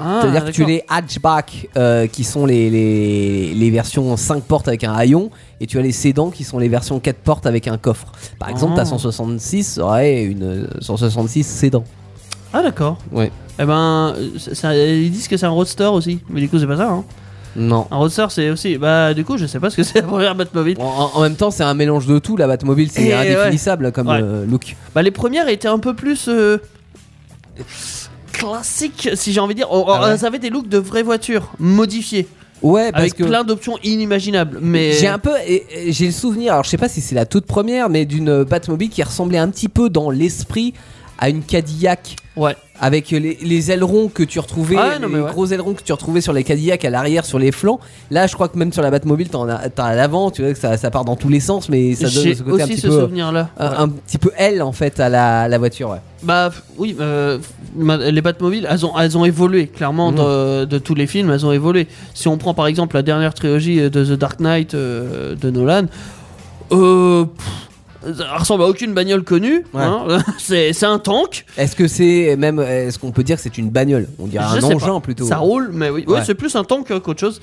D: Ah,
C: c'est-à-dire que tu as
D: d'accord.
C: les hatchback euh, qui sont les, les les versions 5 portes avec un haillon et tu as les sédans qui sont les versions 4 portes avec un coffre par exemple
D: Ah.
C: ta 166 aurait une euh, 166 sédan
D: Ah d'accord.
C: Ouais.
D: Eh ben, euh, ça- ça- ils disent que c'est un roadster aussi, mais du coup c'est pas ça. Hein.
C: non
D: Un roadster c'est aussi, bah du coup je sais pas ce que c'est la première Batmobile.
C: en, en- en même temps c'est un mélange de tout la Batmobile c'est
D: Et
C: indéfinissable comme
D: Eh Ouais.
C: euh, look
D: Bah les premières étaient un peu plus euh, classiques, si j'ai envie de dire. Oh, oh,
C: Ah ouais.
D: Elles avaient des looks de vraies voitures modifiées,
C: ouais parce
D: avec
C: que
D: plein d'options inimaginables. Mais
C: J'ai un peu, et- et j'ai le souvenir, alors je sais pas si c'est la toute première, mais d'une euh, Batmobile qui ressemblait un petit peu dans l'esprit à une Cadillac.
D: ouais.
C: Avec les, les ailerons que tu retrouvais,
D: Ah, non, mais
C: les
D: ouais.
C: gros ailerons que tu retrouvais sur les Cadillac à l'arrière, sur les flancs. Là, je crois que même sur la Batmobile, t'en as, t'as à l'avant, tu vois que ça, ça part dans tous les sens, mais ça donne
D: J'ai
C: ce côté un
D: aussi
C: petit
D: ce
C: peu, euh,
D: souvenir là.
C: un, un petit peu L en fait à la, la voiture. ouais.
D: Bah f- oui, euh, ma- les Batmobiles, elles ont, elles ont évolué, clairement,
C: Mhm.
D: de, de tous les films, elles ont évolué. Si on prend par exemple la dernière trilogie de The Dark Knight euh, de Nolan, euh, pff, ça ressemble à aucune bagnole connue.
C: Ouais.
D: hein. c'est c'est un tank.
C: Est-ce que c'est même. Est-ce qu'on peut dire que c'est une bagnole On dirait
D: Je
C: un
D: sais
C: engin
D: pas.
C: plutôt.
D: Ça roule, mais oui, Oui,
C: Ouais.
D: c'est plus un tank euh, qu'autre chose.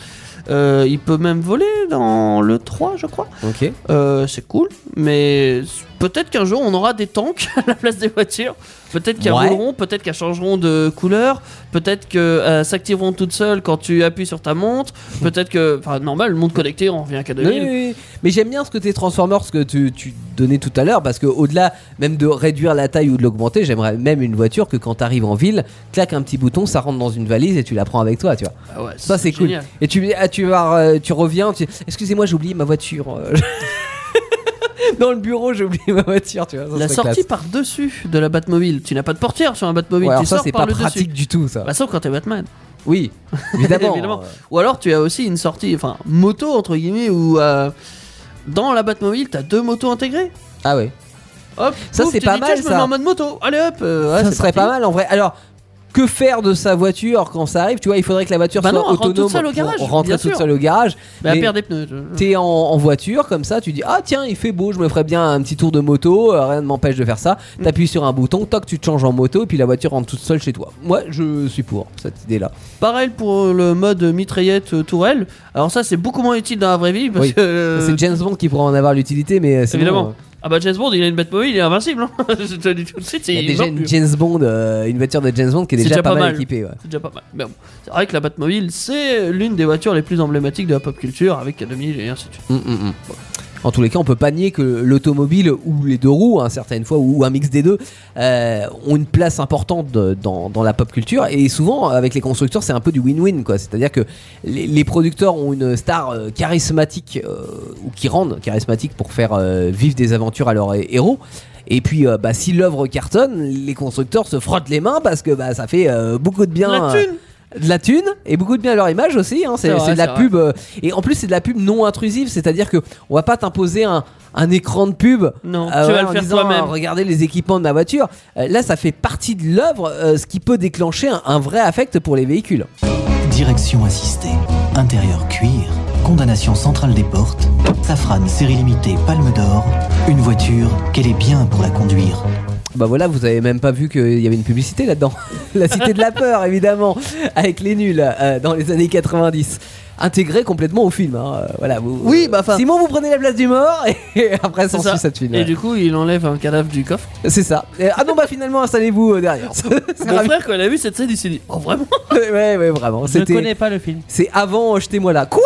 D: Euh, il peut même voler dans le 3, je crois.
C: Ok.
D: Euh, c'est cool, mais peut-être qu'un jour on aura des tanks à la place des voitures. Peut-être qu'elles
C: Ouais.
D: rouleront, peut-être qu'elles changeront de couleur, peut-être qu'elles s'activeront toutes seules quand tu appuies sur ta montre. Peut-être que, enfin, normal, le monde connecté, on revient qu'à
C: Oui,
D: 2000.
C: oui, oui. Mais j'aime bien ce côté Transformers que tu, tu donnais tout à l'heure parce que au-delà même de réduire la taille ou de l'augmenter, j'aimerais même une voiture que quand t'arrives en ville, claque un petit bouton, ça rentre dans une valise et tu la prends avec toi, tu vois.
D: Ah ouais,
C: Ça c'est cool.
D: génial.
C: Et tu ah, tu vas euh, tu reviens, tu excusez-moi, j'ai oublié ma voiture. euh, dans le bureau, j'ai oublié ma voiture, tu vois. ça
D: La
C: serait
D: sortie
C: classe.
D: par dessus de la Batmobile. Tu n'as pas de portière sur un Batmobile.
C: Ouais, alors
D: tu
C: ça
D: sors
C: c'est
D: par
C: pas
D: le
C: pratique
D: dessus.
C: du tout ça.
D: Bah, sauf quand t'es Batman.
C: oui, évidemment.
D: Évidemment. Ou alors tu as aussi une sortie, enfin moto entre guillemets, où euh, dans la Batmobile t'as deux motos intégrées.
C: Ah ouais.
D: Hop,
C: Ça,
D: pouf,
C: c'est
D: tu
C: pas
D: dis,
C: mal,
D: Tiens, Je me
C: ça.
D: mets en mode moto. Allez hop. euh, ouais,
C: ça
D: c'est
C: serait
D: parti.
C: pas mal en vrai. Alors, que faire de sa voiture quand ça arrive Tu vois, il faudrait que la voiture
D: Bah
C: soit
D: non, elle rentre toute
C: autonome.
D: seule au
C: pour
D: garage,
C: rentrer
D: bien
C: toute
D: sûr.
C: seule au garage.
D: Mais
C: Mais
D: elle perd des pneus. je- je-
C: T'es en, en voiture comme ça, tu dis ah tiens il fait beau, je me ferais bien un petit tour de moto, euh, rien ne m'empêche de faire ça.
D: Mm.
C: T'appuies sur un bouton, toc tu te changes en moto et puis la voiture rentre toute seule chez toi. Moi je suis pour cette idée là.
D: Pareil pour euh, le mode mitraillette euh, tourelle. Alors ça c'est beaucoup moins utile dans la vraie vie parce
C: Oui.
D: que. euh,
C: C'est James Bond qui pourrait en avoir l'utilité mais euh, sinon,
D: évidemment.
C: euh,
D: Ah bah James Bond il a une Batmobile, il est invincible. hein. je te le dis tout de suite.
C: il y a
D: il
C: déjà
D: meurt
C: une
D: plus.
C: James Bond, euh, une voiture de James Bond qui est
D: C'est
C: déjà, pas, mal, équipée. ouais.
D: C'est déjà pas mal. Mais bon, c'est vrai que la Batmobile, c'est l'une des voitures les plus emblématiques de la pop culture avec K2000 et ainsi de suite.
C: Mm, mm, mm. En tous les cas, on peut pas nier que l'automobile ou les deux roues, hein, certaines fois, ou un mix des deux, euh, ont une place importante de- dans, dans la pop culture. Et souvent, avec les constructeurs, c'est un peu du win-win, quoi. C'est-à-dire que les, les producteurs ont une star euh, charismatique euh, ou qui rendent charismatique pour faire euh, vivre des aventures à leurs hé- héros. Et puis, euh, bah, si l'œuvre cartonne, les constructeurs se frottent les mains parce que bah, ça fait euh, beaucoup de bien.
D: La
C: euh,
D: thune
C: de la thune et beaucoup de bien à leur image aussi. hein.
D: C'est
C: C'est
D: vrai,
C: c'est de la
D: c'est vrai.
C: pub euh, et en plus c'est de la pub non intrusive, c'est-à-dire que on va pas t'imposer un, un écran de pub.
D: Non,
C: euh,
D: tu
C: ouais,
D: vas le
C: en
D: faire
C: disant,
D: toi-même.
C: euh, Regardez les équipements de ma voiture. Euh, là, ça fait partie de l'œuvre, euh, ce qui peut déclencher un, un vrai affect pour les véhicules.
G: Direction assistée. Intérieur cuir. Condamnation centrale des portes. Safran série limitée Palme d'Or. Une voiture qu'elle est bien pour la conduire.
C: Bah voilà, vous avez même pas vu qu'il y avait une publicité là-dedans. la cité de la peur, évidemment, avec les nuls euh, dans les années 90. Intégré complètement au film. hein. Euh, Voilà, vous,
D: Oui, bah, enfin-
C: Simon, vous prenez la place du mort et après,
D: C'est
C: s'ensuit
D: ça.
C: cette film.
D: Et du coup, il enlève un cadavre du coffre.
C: C'est ça. Et- ah non, bah finalement, installez-vous euh, derrière. C'est
D: Mon
C: ravi-
D: frère, quand il a vu cette scène, il s'est dit Oh, vraiment
C: ouais, ouais, vraiment.
E: Je
C: C'était.
E: connais pas le film.
C: C'est avant, euh, jetez-moi là. Quoi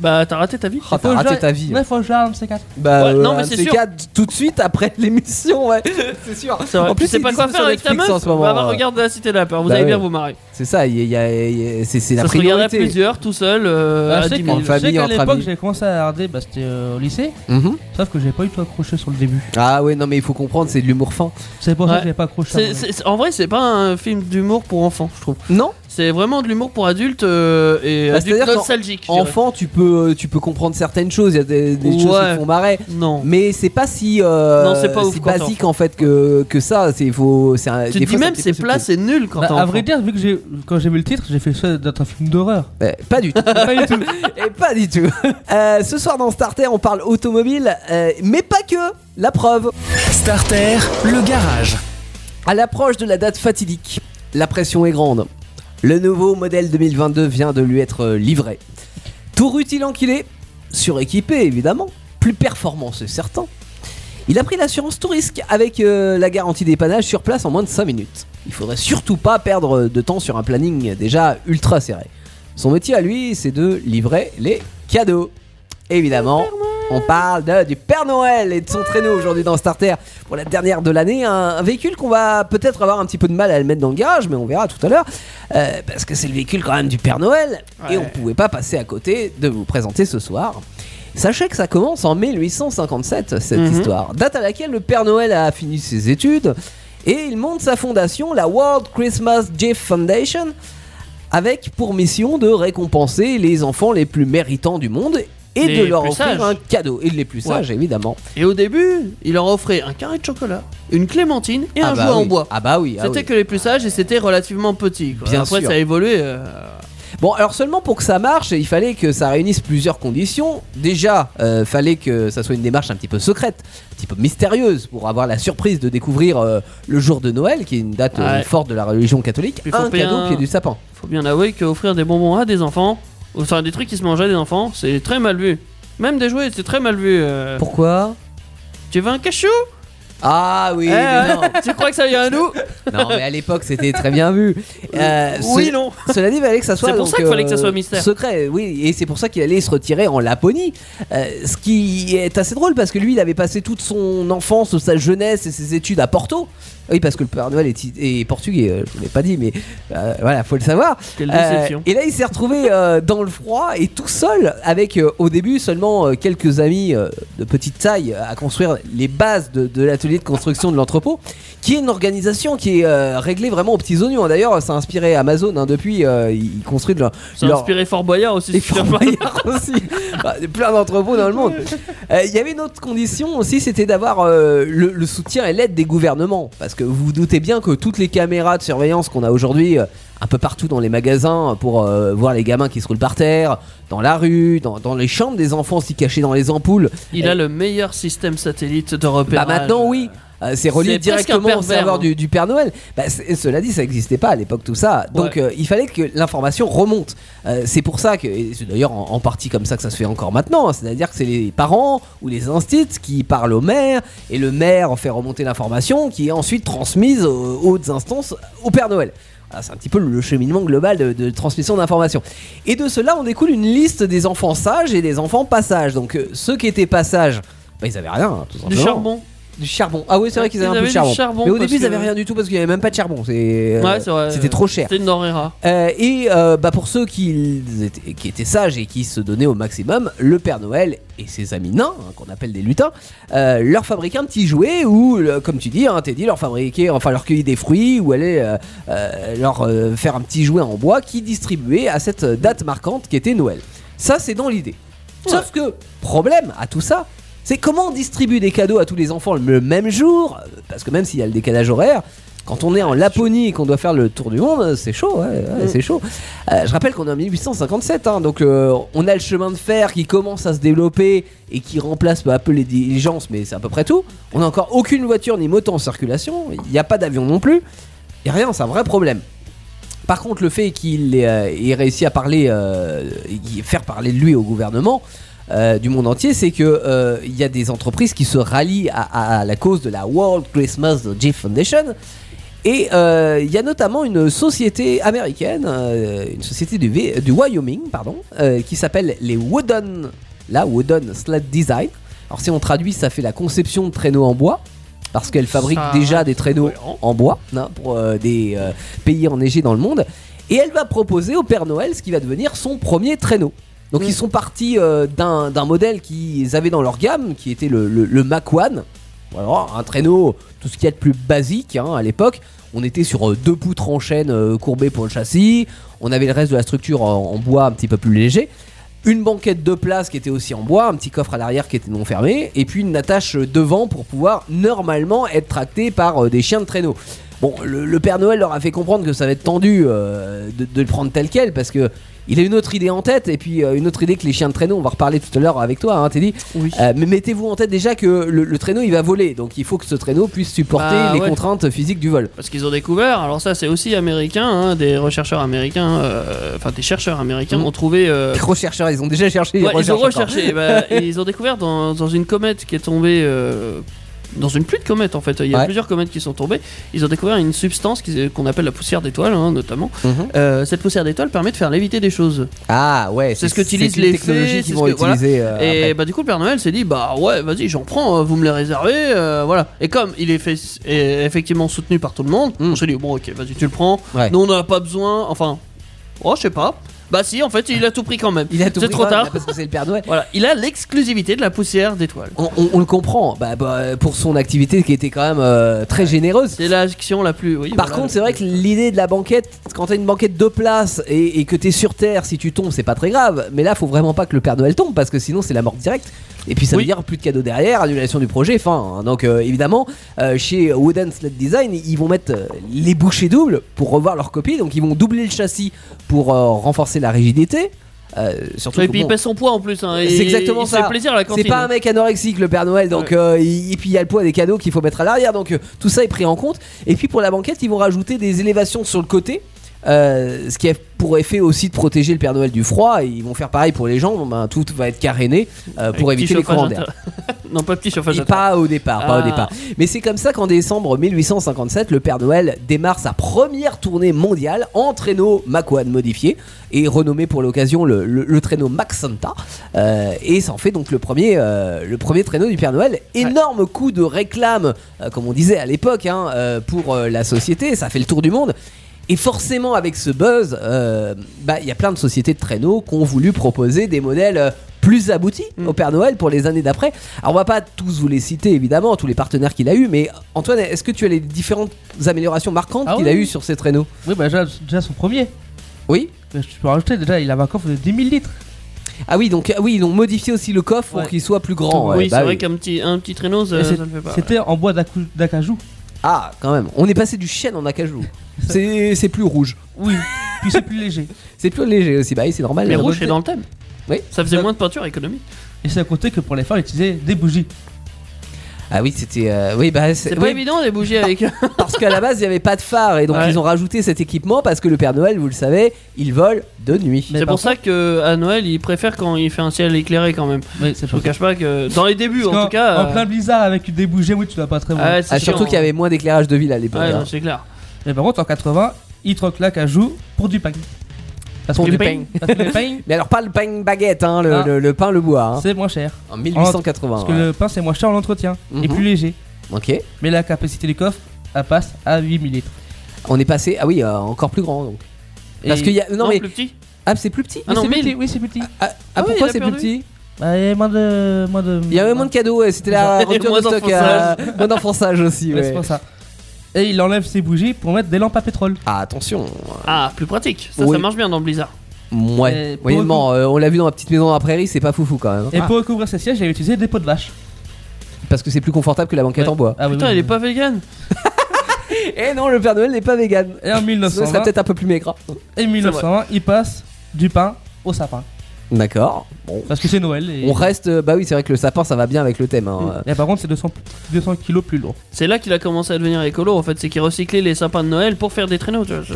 D: Bah, t'as raté ta vie.
C: Ah, t'as
E: Faut que
C: raté
E: je-
C: ta vie.
E: Ouais, faut que je l'arme, c'est quatre.
C: Bah,
D: Ouais, non, mais
C: un de
D: c'est
C: ces
D: sûr.
C: quatre, tout de suite après l'émission, ouais. c'est sûr.
D: C'est vrai.
C: En plus,
D: tu sais
C: il
D: pas
C: est
D: quoi
C: dispo
D: faire
C: sur
D: avec ta
C: Netflix
D: meuf.
C: en ce moment,
D: bah, va
C: euh.
D: regarder la cité de la peur. Vous
C: Bah
D: allez bien
C: ouais.
D: vous marrer.
C: C'est ça, il y a- il y a- il y a- c'est c'est la
D: ça se regarderait
C: priorité.
D: plusieurs tout seul euh,
E: Bah,
D: à
E: je sais
D: 10
E: que-
C: en
D: 000.
E: je sais
C: famille,
E: qu'à
C: entre
E: l'époque,
C: amis.
E: j'ai commencé à regarder, bah, c'était euh, au lycée.
C: Mhm.
E: Sauf que j'ai pas eu tout accroché sur le début.
C: Ah ouais, non, mais il faut comprendre, c'est de l'humour fin.
E: C'est pour ça
D: Ouais.
E: que j'ai pas accroché. à
D: C'est-
E: mon-
D: c'est- c'est- en vrai, c'est pas un film d'humour pour enfants, je trouve.
C: Non
D: C'est vraiment de l'humour pour adultes euh, et
C: Bah,
D: adultes
C: c'est-à-dire qu'en-
D: nostalgiques. je dirais.
C: Enfant, tu peux, euh, tu peux comprendre certaines choses, il y a des, des choses
D: Ouais.
C: qui font marrer.
D: Non.
C: Mais c'est pas si, euh,
D: Non, c'est pas ouf quand t'es
C: basique en fait que, que ça. C'est faut, c'est un-
D: Tu te
C: des
D: dis
C: fois, un
D: même,
C: petit
D: c'est
C: peu subtil.
D: plat, c'est nul quand
E: Bah,
D: t'es
E: à vrai
D: enfant.
E: dire, vu que j'ai quand j'ai vu le titre, j'ai fait ça d'être un film d'horreur.
C: Euh, pas du tout.
E: Pas du tout.
C: Et Eh, pas du tout. Euh, ce soir dans Starter, on parle automobile, euh, mais pas que. La preuve.
A: Starter, le garage.
C: À l'approche de la date fatidique, la pression est grande. Le nouveau modèle 2022 vient de lui être livré. Tout rutilant qu'il est, suréquipé évidemment, plus performant c'est certain, il a pris l'assurance tout risque avec euh, la garantie dépannage sur place en moins de 5 minutes. Il faudrait surtout pas perdre de temps sur un planning déjà ultra serré. Son métier à lui, c'est de livrer les cadeaux. Évidemment, on parle de- du Père Noël et de son traîneau aujourd'hui dans Starter pour la dernière de l'année. Un, un véhicule qu'on va peut-être avoir un petit peu de mal à le mettre dans le garage, mais on verra tout à l'heure. euh, parce que c'est le véhicule quand même du Père Noël et on pouvait pas passer à côté de vous présenter ce soir. Sachez que ça commence en 1857, cette
D: Mhm.
C: histoire, date à laquelle le Père Noël a fini ses études et il monte sa fondation, la World Christmas Gift Foundation, avec pour mission de récompenser les enfants les plus méritants du monde et
D: Les
C: de leur
D: plus
C: offrir
D: sages.
C: un cadeau. Et les plus sages, évidemment.
D: Et au début, il leur offrait un carré de chocolat, une clémentine et un
C: bah
D: jouet en
C: oui.
D: bois.
C: Ah bah oui. ah
D: C'était
C: oui.
D: que les plus sages et c'était relativement petit. quoi.
C: Bien
D: Après,
C: sûr.
D: ça a évolué. euh,
C: Bon, alors seulement pour que ça marche, il fallait que ça réunisse plusieurs conditions. Déjà, euh, fallait que ça soit une démarche un petit peu secrète, un petit peu mystérieuse, pour avoir la surprise de découvrir euh, le jour de Noël, qui est une date euh,
D: Ouais.
C: forte de la religion catholique,
D: Puis faut
C: un
D: payer
C: cadeau
D: un-
C: qui est du sapin.
D: Faut bien avouer qu'offrir des bonbons à des enfants, enfin des trucs qui se mangent à des enfants, c'est très mal vu. Même des jouets, c'est très mal vu. euh.
C: Pourquoi
D: Tu veux un cachou
C: Ah oui,
D: Eh,
C: mais
D: ouais, Tu crois que ça vient à nous
C: non. non, mais à l'époque c'était très bien vu. Euh,
D: Oui,
C: ce-
D: non.
C: Cela dit, il fallait que ça soit.
D: C'est pour
C: donc,
D: ça qu'il fallait que ça
C: euh,
D: soit mystère.
C: Secret, oui, et c'est pour ça qu'il allait se retirer en Laponie. Euh, ce qui est assez drôle parce que lui, il avait passé toute son enfance, sa jeunesse et ses études à Porto. Oui, parce que le Père Noël est, est portugais, euh, je ne l'ai pas dit, mais euh, voilà, faut le savoir.
D: Quelle
C: Euh,
D: déception.
C: et là, il s'est retrouvé euh, dans le froid et tout seul, avec euh, au début seulement euh, quelques amis euh, de petite taille euh, à construire les bases de, de l'atelier de construction de l'entrepôt, qui est une organisation qui est euh, réglée vraiment aux petits oignons. D'ailleurs, ça a inspiré Amazon. hein, depuis, euh, ils construisent leur,
D: Ça a
C: leur-
D: inspiré Fort Boyard aussi.
C: les
D: si tu
C: Fort
D: veux pas.
C: Boyard aussi. Bah, plein d'entrepôts dans le monde. Euh, Il y avait une autre condition aussi, c'était d'avoir euh, le, le soutien et l'aide des gouvernements. Parce que vous vous doutez bien que toutes les caméras de surveillance qu'on a aujourd'hui, euh, un peu partout dans les magasins, pour euh, voir les gamins qui se roulent par terre, dans la rue, dans, dans les chambres des enfants s'y cacher dans les ampoules.
D: Il a le meilleur système satellite de repérage.
C: Bah maintenant oui Euh, c'est relié
D: C'est presque un
C: directement au
D: pervers,
C: serveur
D: hein.
C: du, du Père Noël. Bah, c'est- cela dit, ça n'existait pas à l'époque tout ça. Donc
D: Ouais.
C: euh, il fallait que l'information remonte. Euh, c'est pour ça que, et c'est d'ailleurs en, en partie comme ça que ça se fait encore maintenant. hein. C'est-à-dire que c'est les parents ou les instits qui parlent au maire et le maire en fait remonter l'information qui est ensuite transmise aux hautes instances au Père Noël. Voilà, c'est un petit peu le cheminement global de, de transmission d'informations. Et de cela, on découle une liste des enfants sages et des enfants passages. Donc euh, ceux qui étaient passages, bah, ils avaient rien. hein, tout
D: Euh, Du
C: simplement.
D: charbon.
C: Du charbon. Ah oui, c'est vrai qu'ils
D: Ils
C: avaient un peu
D: avaient
C: de
D: du
C: charbon.
D: charbon
C: Mais au
D: parce
C: début, ils
D: que-
C: avaient rien du tout parce qu'il n'y avait même pas de charbon. C'est, euh,
D: Ouais, c'est vrai.
C: C'était trop cher.
D: C'était une denrée rare.
C: Euh, et euh, bah, pour ceux qui, étaient- qui étaient sages et qui se donnaient au maximum, le Père Noël et ses amis nains, hein, qu'on appelle des lutins, euh, leur fabriquaient un petit jouet ou, le- comme tu dis, hein, Teddy, leur fabriquait, enfin leur cueillir des fruits ou aller euh, euh, leur euh, faire un petit jouet en bois qui distribuait à cette date marquante qui était Noël. Ça, c'est dans l'idée. Sauf que, problème à tout ça, c'est comment on distribue des cadeaux à tous les enfants le même jour, euh, parce que même s'il y a le décalage horaire, quand on est en Laponie et qu'on doit faire le tour du monde, euh, c'est chaud, ouais, ouais, c'est chaud. Euh, je rappelle qu'on est en 1857, hein, donc euh, on a le chemin de fer qui commence à se développer et qui remplace peu à peu les diligences, mais c'est à peu près tout. On n'a encore aucune voiture ni moto en circulation, il n'y a pas d'avion non plus, il n'y a rien, c'est un vrai problème. Par contre, le fait qu'il ait, euh, ait réussi à parler, euh, et faire parler de lui au gouvernement euh, du monde entier, c'est que euh, il y a des entreprises qui se rallient à, à- à la cause de la World Christmas Gift Foundation. Et euh, il y a notamment une société américaine, euh, une société du, Vi- du Wyoming, pardon, euh, qui s'appelle les Wooden, la Wooden Sled Design. Alors si on traduit, ça fait la conception de traîneaux en bois, parce qu'elle fabrique
D: Ça
C: déjà des traîneaux
D: cohérent.
C: en bois hein, pour euh, des euh, pays enneigés dans le monde. Et elle va proposer au Père Noël ce qui va devenir son premier traîneau. Donc ils sont partis euh, d'un d'un modèle qu'ils avaient dans leur gamme, qui était le, le, le Mach One. Voilà, un traîneau, tout ce qu'il y a de plus basique hein, à l'époque. On était sur euh, deux poutres en chaîne euh, courbées pour le châssis. On avait le reste de la structure en, en bois un petit peu plus léger. Une banquette de place qui était aussi en bois, un petit coffre à l'arrière qui était non fermé, et puis une attache euh, devant pour pouvoir normalement être tracté par euh, des chiens de traîneau. Bon, le, le Père Noël leur a fait comprendre que ça va être tendu euh, de, de le prendre tel quel parce que il a une autre idée en tête et puis euh, une autre idée que les chiens de traîneau, on va reparler tout à l'heure avec toi, hein, Teddy.
D: Oui.
C: Euh, mais mettez-vous en tête déjà que le, le traîneau il va voler, donc il faut que ce traîneau puisse supporter
D: Bah,
C: les
D: ouais. Euh,
C: contraintes physiques du vol.
D: Parce qu'ils ont découvert, alors ça c'est aussi américain, hein, des rechercheurs américains, euh, enfin des chercheurs américains
C: Mhm.
D: ont trouvé. euh,
C: Les rechercheurs, ils ont déjà cherché.
D: ouais, ils ont
C: recherchent encore.
D: recherché, bah, et ils ont découvert dans, dans une comète qui est tombée. euh, dans une pluie de comètes en fait, il y a
C: Ouais.
D: plusieurs comètes qui sont tombées. Ils ont découvert une substance qu'ils- qu'on appelle la poussière d'étoile, hein, notamment.
C: Mhm.
D: Euh, cette poussière d'étoile permet de faire léviter des choses.
C: Ah ouais,
D: C'est ce que utilisent
C: une
D: les
C: technologie
D: fées,
C: qu'ils
D: c'est
C: vont
D: ce que- voilà.
C: utiliser. euh,
D: et
C: après.
D: bah du coup le Père Noël s'est dit bah ouais vas-y j'en prends euh, vous me les réservez euh, voilà et comme il est, fait, est effectivement soutenu par tout le monde
C: Mm.
D: on s'est dit bon ok vas-y tu le prends
C: Ouais.
D: nous on en a pas besoin enfin oh je sais pas bah si en fait il a tout pris quand même
C: il a tout
D: c'est
C: pris
D: trop
C: quand même,
D: tard
C: parce que c'est le Père Noël.
D: voilà il a l'exclusivité de la poussière d'étoile
C: On, on- on le comprend, bah, bah, pour son activité qui était quand même euh, très généreuse.
D: c'est l'action la plus oui
C: Par
D: voilà.
C: contre, c'est vrai que l'idée de la banquette, quand t'as une banquette de place et, et que t'es sur terre, si tu tombes, c'est pas très grave. Mais là, faut vraiment pas que le Père Noël tombe parce que sinon, c'est la mort directe. Et puis ça
D: Oui.
C: veut dire plus de cadeaux derrière, annulation du projet, fin. hein. Donc euh, évidemment, euh, chez Wooden Sled Design, ils vont mettre euh, les bouchées doubles pour revoir leur copie. Donc ils vont doubler le châssis pour euh, renforcer la rigidité. Euh, surtout
D: Et
C: que,
D: puis il
C: bon,
D: pèse son poids en plus. hein, et
C: c'est exactement
D: il se
C: ça.
D: fait plaisir à la
C: C'est
D: cantine. hein.
C: pas un mec anorexique le Père Noël, donc
D: Ouais.
C: euh, il- et puis il y a le poids des cadeaux qu'il faut mettre à l'arrière, donc euh, tout ça est pris en compte. Et puis pour la banquette, ils vont rajouter des élévations sur le côté, euh, ce qui a pour effet aussi de protéger le Père Noël du froid. Et ils vont faire pareil pour les gens, bon, ben, tout va être caréné euh,
D: Avec
C: pour
D: petit
C: éviter les
D: chauffage
C: courants d'air.
D: inter- non, pas petit chauffage.
C: Et
D: inter-
C: pas au départ, pas au
D: Ah.
C: départ. Mais c'est comme ça qu'en décembre 1857, le Père Noël démarre sa première tournée mondiale en traîneau Macquan modifié et renommé pour l'occasion le, le- le traîneau Maxenta. Euh, et ça en fait donc le premier, euh, le premier traîneau du Père Noël. Énorme coup de réclame, euh, comme on disait à l'époque, hein, euh, pour euh, la société. Ça fait le tour du monde. Et forcément, avec ce buzz, euh, bah, il y a plein de sociétés de traîneaux qui ont voulu proposer des modèles euh, plus aboutis
D: Mm.
C: au Père Noël pour les années d'après. Alors, on va pas tous vous les citer, évidemment, tous les partenaires qu'il a eu, mais Antoine, est-ce que tu as les différentes améliorations marquantes
E: Ah
C: qu'il
E: oui.
C: a eues sur ces traîneaux
E: Oui, bah déjà, déjà son premier.
C: Oui
E: Je peux rajouter, déjà, il avait un coffre de 10 000 litres.
C: Ah oui, donc ah oui, ils ont modifié aussi le coffre
E: Ouais.
C: pour qu'il soit plus grand. ouais,
D: oui,
C: bah
D: c'est vrai qu'un petit, un petit traîneau, ça,
E: Et
D: ça
E: c'est-
D: le fait pas.
E: C'était en bois d'acou- d'acajou.
C: Ah, quand même, on est passé du chêne en acajou. c'est c'est plus rouge.
E: Oui, puis c'est plus léger.
C: C'est plus léger aussi, bah oui, c'est normal.
D: Mais
C: La
D: rouge,
C: beauté-
D: c'est dans le thème.
C: Oui.
D: Ça faisait moins de peinture économique.
E: Et c'est à côté que pour les femmes, il utilisait des bougies.
C: Ah oui, c'était. euh, oui, bah
D: C'est
C: oui,
D: pas évident les bougies avec.
C: Parce qu'à la base, il n'y avait pas de phare et donc
D: Ouais.
C: ils ont rajouté cet équipement parce que le Père Noël, vous le savez, il vole de nuit.
E: Mais
D: C'est
E: par
D: pour ça que à Noël, il préfère quand il fait un ciel éclairé quand même.
E: Oui, c'est
D: Je vous cache pas que dans les débuts, en tout cas.
E: En euh. plein blizzard avec des bougies, oui, tu vas pas très loin.
D: euh, ouais, c'est
C: Ah, surtout
D: chiant.
C: qu'il y avait moins d'éclairage de ville à l'époque.
D: Ouais,
C: hein.
D: non, c'est clair.
E: Mais par contre, en 80, il troque l'acajou pour du pain. Parce
C: Pour
E: que
C: du
E: le pain. Parce que le pain,
C: Mais alors, pas le pain baguette, hein, le,
E: Ah.
C: le- le pain le bois. hein.
E: c'est moins cher.
C: En
E: Parce
C: 1880.
E: que
C: ouais.
E: le pain, c'est moins cher en entretien. Et
C: Mhm.
E: plus léger.
C: Ok.
E: Mais la capacité du coffre, elle passe à 8000 litres.
C: On est passé. Ah oui, euh, encore plus grand donc. Parce
E: Et-
C: qu'il y a. Non,
D: Non,
C: mais.
D: plus petit.
C: Ah, c'est plus petit.
D: Ah
E: Oui,
D: non,
E: c'est
D: 1000.
E: petit, Oui, c'est petit.
C: Ah, ah,
D: oui,
C: pourquoi
D: il a
C: c'est plus
D: perdu.
C: petit
E: Bah, il y avait moins de. Moins de
C: Il y avait moins de cadeaux, ouais, c'était la
D: Il y avait
C: rupture
D: moins
C: de stock.
D: d'enfonçage.
C: euh, moins d'enfonçage aussi,
E: Ouais, c'est
C: ouais.
E: pour ça. Et il enlève ses bougies pour mettre des lampes à pétrole.
C: Ah, attention.
D: Ah, plus pratique. Ça,
C: Oui.
D: ça marche bien dans le blizzard.
C: Ouais.
E: Et pour
C: Moyennement, euh, on l'a vu dans la petite maison à la prairie, c'est pas foufou quand même. hein.
E: Et pour recouvrir ses sièges, il avait utilisé des pots de vache.
C: Parce que c'est plus confortable que la banquette en bois.
E: Ah, oui,
D: Putain,
E: oui,
D: il est
E: oui.
D: pas vegan.
C: Et Eh non, le Père Noël n'est pas vegan.
E: Et en
C: Ce
E: 1920,
C: serait peut-être un peu plus maigre. hein.
E: et 1920 il passe du pain au sapin.
C: D'accord. Bon.
E: Parce que c'est Noël. Et...
C: On reste. euh, Bah oui, c'est vrai que le sapin, ça va bien avec le thème. hein.
E: Et par contre, c'est 200, 200 kilos plus lourd.
D: C'est là qu'il a commencé à devenir écolo. En fait, c'est qu'il recyclait les sapins de Noël pour faire des traîneaux. tu vois. Je-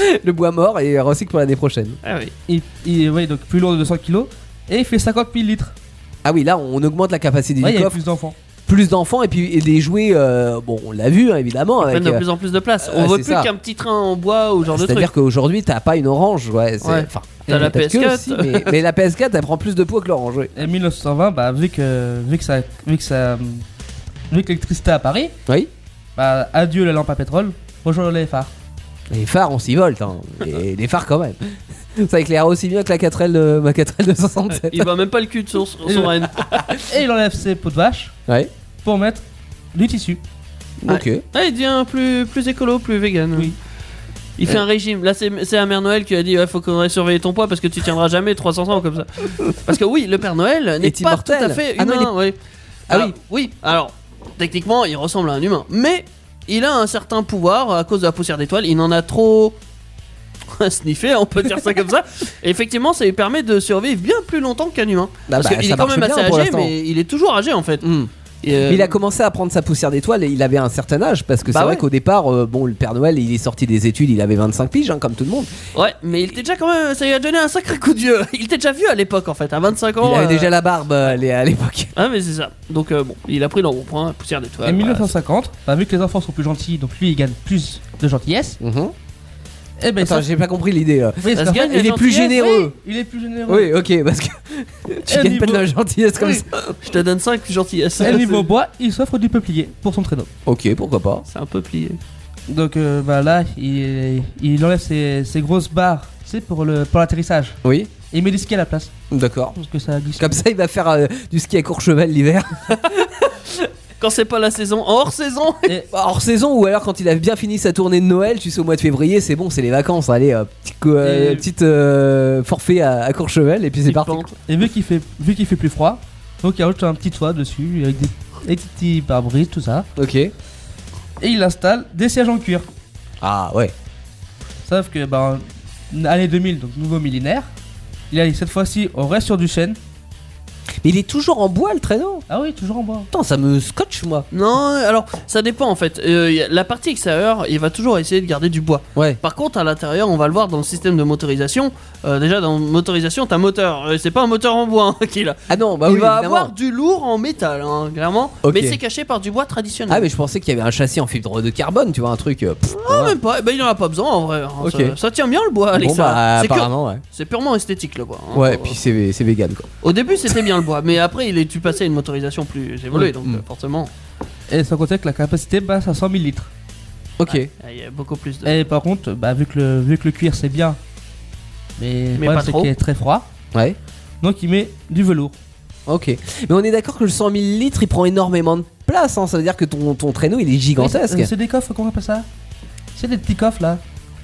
C: Euh, Le bois mort et recycle pour l'année prochaine.
D: Ah oui.
E: Il, il- ouais, donc plus lourd de 200 kilos. Et il fait 50 000 litres.
C: Ah oui, là, on augmente la capacité
E: Ouais, il
C: du
E: y avait
C: coffre.
E: plus d'enfants.
C: Plus d'enfants et puis et des jouets. euh, bon, on l'a vu hein, évidemment.
D: Ils
C: avec,
D: prennent
C: euh,
D: de plus en plus de place.
C: euh,
D: On veut
C: c'est
D: plus
C: ça.
D: qu'un petit train en bois ou genre de truc.
C: C'est-à-dire qu'aujourd'hui, t'as pas une orange. Ouais. c'est-
D: Ouais.
C: enfin,
D: T'as la
C: peut-être que
D: PS4.
C: aussi, mais, mais la PS4, elle prend plus de poids que l'orange. oui.
E: Et 1920, bah, vu que, vu que ça. Vu que ça. Vu que l'électricité à Paris,
C: Oui.
E: bah, adieu la lampe à pétrole, rejoins les phares.
C: Les phares, on s'y volte. Hein. Et les phares quand même. Ça éclaire aussi bien que la 4L de ma 4L de 67.
D: Il bat même pas le cul de son, son
E: Et-
D: reine.
E: Et il enlève ses pots de vache
C: Ouais.
E: pour mettre du tissu.
C: Ok.
D: Ah, il devient plus, plus écolo, plus vegan.
E: Oui.
D: Il
C: Euh.
D: fait un régime. Là, c'est c'est la mère Noël qui a dit ouais, faut qu'on aille surveiller ton poids parce que tu tiendras jamais 300 ans comme ça. Parce que oui, le père Noël n'est
C: Est
D: pas
C: immortel.
D: tout à fait
C: Ah
D: humain.
C: non, il
D: oui.
C: Ah
D: Alors, oui. Alors, techniquement, il ressemble à un humain. Mais il a un certain pouvoir à cause de la poussière d'étoiles. Il en a trop sniffé, on peut dire ça comme ça. Et effectivement, ça lui permet de survivre bien plus longtemps qu'un humain.
C: Bah,
D: parce
C: bah,
D: qu'il
C: ça
D: est quand
C: marche
D: même assez
C: bien pour
D: âgé,
C: l'instant.
D: mais il est toujours âgé en fait.
C: Hmm.
D: Et, euh,
C: Mais il a commencé à prendre sa poussière d'étoile et il avait un certain âge parce que
D: Bah
C: c'est vrai
D: ouais.
C: qu'au départ, euh, bon, le Père Noël, il est sorti des études, il avait 25 piges, hein, comme tout le monde.
D: Ouais, mais il était déjà quand même. Ça lui a donné un sacré coup de vieux. Il était déjà vieux à l'époque en fait, à 25 ans.
C: il avait
D: euh,
C: déjà la barbe euh, les- à l'époque.
D: Ah, mais c'est ça. Donc euh, bon, il a pris l'envoi point, la poussière d'étoile.
E: et
D: voilà.
E: 1950, bah, vu que les enfants sont plus gentils, donc lui il gagne plus de gentillesse. Et
C: Eh
E: ben,
C: Attends,
E: ça-
C: j'ai pas compris l'idée. là.
E: oui,
D: ça
E: c'est
D: se
E: vrai,
D: gagne,
E: il
C: Il
E: est-
C: est plus
D: gentillesse,
C: généreux.
E: il est plus généreux.
C: Oui, ok, parce que tu
E: Et
C: gagnes pas de
E: niveau-
C: la gentillesse comme
E: Oui.
C: ça.
D: Je te donne 5 gentillesse.
E: Et niveau bois, il s'offre du peuplier pour son traîneau.
C: Ok, pourquoi pas.
D: C'est un peu plié.
E: Donc euh, bah, là, il, il enlève ses, ses grosses barres, tu sais, pour le- pour l'atterrissage.
C: Oui,
E: et il met des skis à la place.
C: d'accord.
E: Parce que ça glisse.
C: Comme ça, il va faire euh, du ski à Courchevel l'hiver.
D: Quand c'est pas la saison, en hors saison
E: Et,
C: Hors saison ou alors quand il a bien fini sa tournée de Noël, tu sais, au mois de février, c'est bon, c'est les vacances. Allez, euh, petit co- euh,
E: Et-
C: petite euh, forfait à, à Courchevel et puis c'est
D: Il
C: parti.
D: plante.
E: et vu qu'il fait, vu qu'il fait plus froid, donc il rajoute un petit toit dessus avec des, avec des petits pare-brise, tout ça.
C: Ok.
E: Et il installe des sièges en cuir.
C: Ah ouais.
E: Sauf que ben année 2000, donc nouveau millénaire. Il allait cette fois-ci, on reste sur du chêne.
C: Mais il est toujours en bois le traîneau.
E: Ah oui, toujours en bois.
C: Attends, ça me scotche moi.
D: Non, alors ça dépend en fait. Euh, y a- la partie extérieure, il va toujours essayer de garder du bois.
C: Ouais.
D: Par contre, à l'intérieur, on va le voir dans le système de motorisation. euh, déjà, dans motorisation, t'as un moteur. Euh, c'est pas un moteur en bois hein, qu'il a.
C: Ah non, bah
D: il
C: oui,
D: va
C: évidemment.
D: avoir du lourd en métal, hein, clairement.
C: Ok.
D: Mais c'est caché par du bois traditionnel.
C: Ah mais je pensais qu'il y avait un châssis en fibre de carbone, tu vois un truc. euh, pff,
D: Ah,
C: voilà.
D: même pas. Eh ben, il en a pas besoin en vrai. hein.
C: Ok.
D: Ça, ça tient bien le bois, Alexa.
C: Bon bah
D: C'est que-
C: apparemment ouais.
D: c'est purement esthétique le bois. hein.
C: Ouais,
D: Faut-
C: puis c'est c'est vegan quoi.
D: Au début, c'était bien le bois, mais après, il est tu passais à une motorisation plus évoluée,
C: Mm.
D: donc
C: Mm.
D: euh, forcément,
E: Et sans compter que la capacité basse à 100 000 litres.
C: Ok.
D: euh, il y a beaucoup plus
C: Eh,
D: de.
E: Et par contre, bah, vu, que le, vu que le cuir c'est bien, mais, le
D: Mais
E: problème,
D: pas
E: c'est
D: trop.
E: qu'il est très froid,
C: Ouais.
E: donc il met du velours.
C: Ok. Mais on est d'accord que le 100 000 litres il prend énormément de place. Hein. Ça veut dire que ton, ton traîneau il est gigantesque.
E: Euh, C'est des coffres, comment on appelle ça C'est des petits coffres là.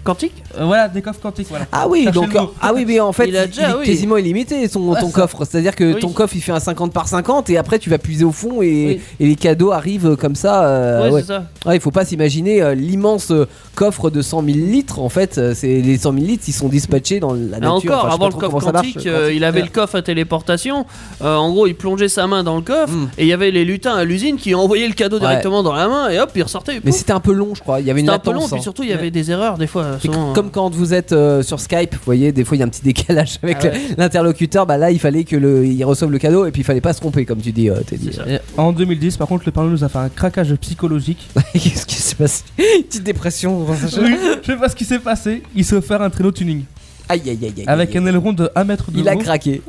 D: Quantique
E: Euh, voilà, des coffres quantiques, voilà.
C: Ah oui,
E: Cherchez
C: donc
E: le mot.
C: ah oui, mais en fait, il,
D: Il a déjà,
C: est
D: oui. Ah,
C: quasiment illimité son
E: Ouais,
C: ton
E: ça-
C: coffre. C'est-à-dire que
D: Oui.
C: ton coffre il fait un 50 par 50 et après tu vas puiser au fond et,
E: Oui.
C: et les cadeaux arrivent comme ça. euh,
D: Ouais,
C: ouais.
D: c'est ça.
C: Ouais, il faut pas s'imaginer euh, l'immense euh, coffre de 100 000 litres. En fait, euh, c'est les 100 000 litres ils sont dispatchés dans la
D: Mais
C: nature.
D: encore,
C: Enfin, je sais
D: avant
C: pas
D: le
C: trop
D: coffre
C: comment ça marche,
D: quantique, euh, il avait le coffre à téléportation. Euh, en gros, il plongeait sa main dans le coffre
C: Mm.
D: et il y avait les lutins à l'usine qui envoyaient le cadeau
C: Ouais.
D: directement dans la main et hop, il ressortait. et
C: Mais
D: pouf.
C: c'était un peu long, je crois. Il y avait une
D: C'était un peu long,
C: latence,
D: puis
C: hein.
D: surtout, hein. il y avait des erreurs des fois.
C: C'est
D: souvent,
C: comme quand vous êtes euh, sur Skype, vous voyez, des fois il y a un petit décalage avec
D: Ah ouais.
C: le- l'interlocuteur. Bah là, il fallait que le, il reçoive le cadeau et puis il fallait pas se tromper, comme tu dis. euh, Teddy.
D: C'est ça.
E: Et en 2010, par contre, le panneau nous a fait un craquage psychologique.
C: Qu'est-ce qui s'est passé Une Petite dépression. enfin, ça-
E: Oui, je sais pas ce qui s'est passé. Il s'est offert un traîneau tuning
C: Aïe aïe aïe aïe.
E: avec
C: aïe.
E: un aileron de 1 mètre de Ah
C: Il a
E: haut.
C: craqué.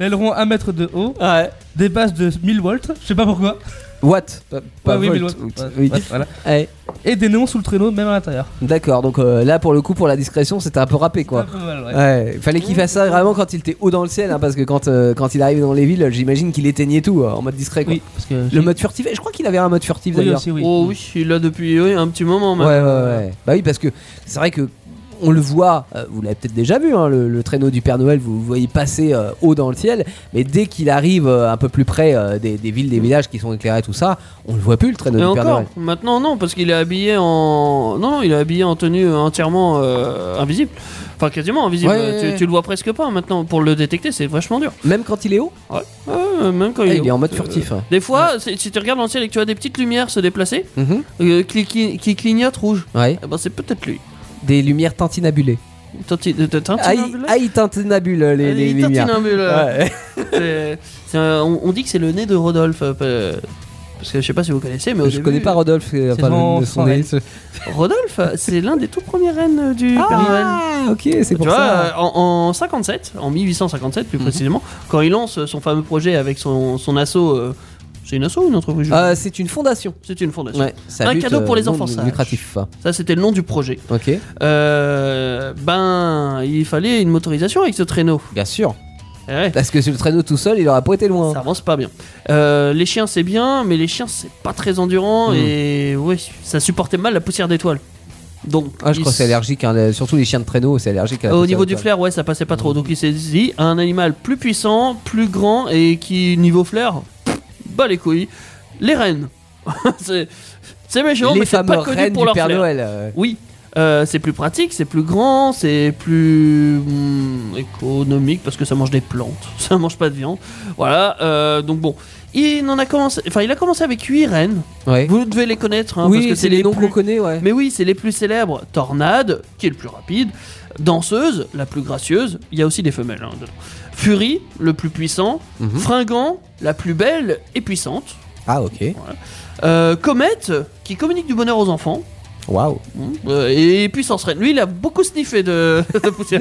E: L'aileron 1 mètre de haut,
C: Ouais.
E: des bases de 1000 volts, je sais pas pourquoi.
C: What Pas
E: Ouais, oui,
C: volt,
E: 1000 volts.
C: out,
E: Ouais,
C: oui.
E: ouais, voilà.
C: Ouais.
E: Et des néons sous le traîneau, même à l'intérieur.
C: D'accord. Donc euh, là, pour le coup, pour la discrétion, c'était un peu râpé, quoi. Euh,
E: Un peu mal, ouais.
C: Ouais, fallait qu'il fasse ça vraiment quand il était haut dans le ciel, hein, parce que quand, euh, quand il arrivait dans les villes, j'imagine qu'il éteignait tout euh, en mode discret. Quoi.
E: Oui, parce que j'ai-
C: Le mode furtif, et je crois qu'il avait un mode furtif
E: oui,
C: d'ailleurs.
E: aussi, oui.
D: Oh oui, il l'a depuis oui, un petit moment.
C: Ouais,
D: Même.
C: ouais, ouais. Bah oui, parce que c'est vrai que on le voit, euh, vous l'avez peut-être déjà vu, hein, le, le traîneau du Père Noël, vous le voyez passer euh, haut dans le ciel, mais dès qu'il arrive euh, un peu plus près euh, des, des villes, des villages qui sont éclairés, tout ça, on le voit plus le traîneau
D: Et
C: du Père
D: encore,
C: Noël.
D: maintenant non, parce qu'il est habillé en. Non, non, il est habillé en tenue euh, entièrement euh, invisible. Enfin, quasiment invisible.
C: Ouais, ouais,
D: tu,
C: ouais.
D: tu le vois presque pas maintenant. Pour le détecter, c'est vachement dur.
C: Même quand il est haut,
D: Ouais, ouais, même quand
C: eh,
D: il, Euh,
C: il est en mode furtif. hein.
D: Des fois, si- si tu regardes dans le ciel et que tu vois des petites lumières se déplacer,
C: Mhm,
D: euh, qui, qui- qui clignotent rouge,
C: ouais.
D: eh ben, c'est peut-être lui.
C: Des lumières tintinabulées.
D: Tanti- de- de-
C: Aïe,
D: tintinambule
C: aïe, tintinabule les,
D: Ah,
C: les
D: il
C: lumières.
D: tintinambule, euh,
C: Ouais.
D: c'est- c'est un- on, on dit que c'est le nez de Rodolphe. euh, parce que je sais pas si vous connaissez, mais au
C: Je
D: début,
C: connais pas Rodolphe, c'est
E: C'est son- son
C: nez.
D: Rodolphe, c'est l'un des tout premiers reines euh, du Père Noël.
C: Ah, ok, c'est
D: Tu
C: pour
D: vois,
C: ça. Mhm.
D: euh, en, en 57, en 1857 plus précisément, quand il lance euh, son fameux projet avec son, son asso, euh, c'est une asso ou une entreprise je-
C: Euh, c'est une fondation.
D: C'est une fondation.
C: Ouais, ça
D: Un
C: lutte,
D: cadeau pour
C: euh,
D: les
C: non
D: enfants sages.
C: Lucratif.
D: Ça, c'était le nom du projet.
C: Ok,
D: Euh, ben, il fallait une motorisation avec ce traîneau.
C: bien sûr.
D: Eh ouais,
C: Parce que sur le traîneau tout seul, il aurait pas été loin.
D: ça avance pas bien. Euh, les chiens, c'est bien, mais les chiens, c'est pas très endurant
C: Mm.
D: et ouais, ça supportait mal la poussière d'étoile. Donc,
C: Ah, je
D: il
C: crois que c'est
D: s-
C: allergique, hein, le- surtout les chiens de traîneau, c'est allergique. à la
D: Au
C: poussière
D: niveau du
C: d'étoile.
D: flair, ouais, ça passait pas trop. Donc, il s'est dit un animal plus puissant, plus grand et qui, niveau flair, pff, bat les couilles. Les rennes. c'est c'est méchant,
C: les
D: mais c'est
C: fameux
D: pas connu
C: reines
D: pour
C: du
D: leur
C: Père
D: flair.
C: Noël. euh,
D: Oui, euh, c'est plus pratique, c'est plus grand, c'est plus hum, économique parce que ça mange des plantes, ça mange pas de viande. Voilà, euh, donc bon. Il en a commencé, enfin il a commencé avec 8 rennes.
C: ouais.
D: Vous devez les connaître, hein, parce
C: oui,
D: que
C: c'est les noms
D: plus...
C: qu'on connaît, ouais.
D: Mais oui, c'est les plus célèbres. Tornade, qui est le plus rapide. Danseuse, la plus gracieuse. Il y a aussi des femelles. hein, dedans. Fury, le plus puissant.
C: Mhm.
D: Fringant, la plus belle et puissante.
C: Ah, ok.
D: Euh, Comète, qui communique du bonheur aux enfants.
C: Waouh.
D: Mmh. Euh, et puissance reine. Lui, il a beaucoup sniffé de, de poussière.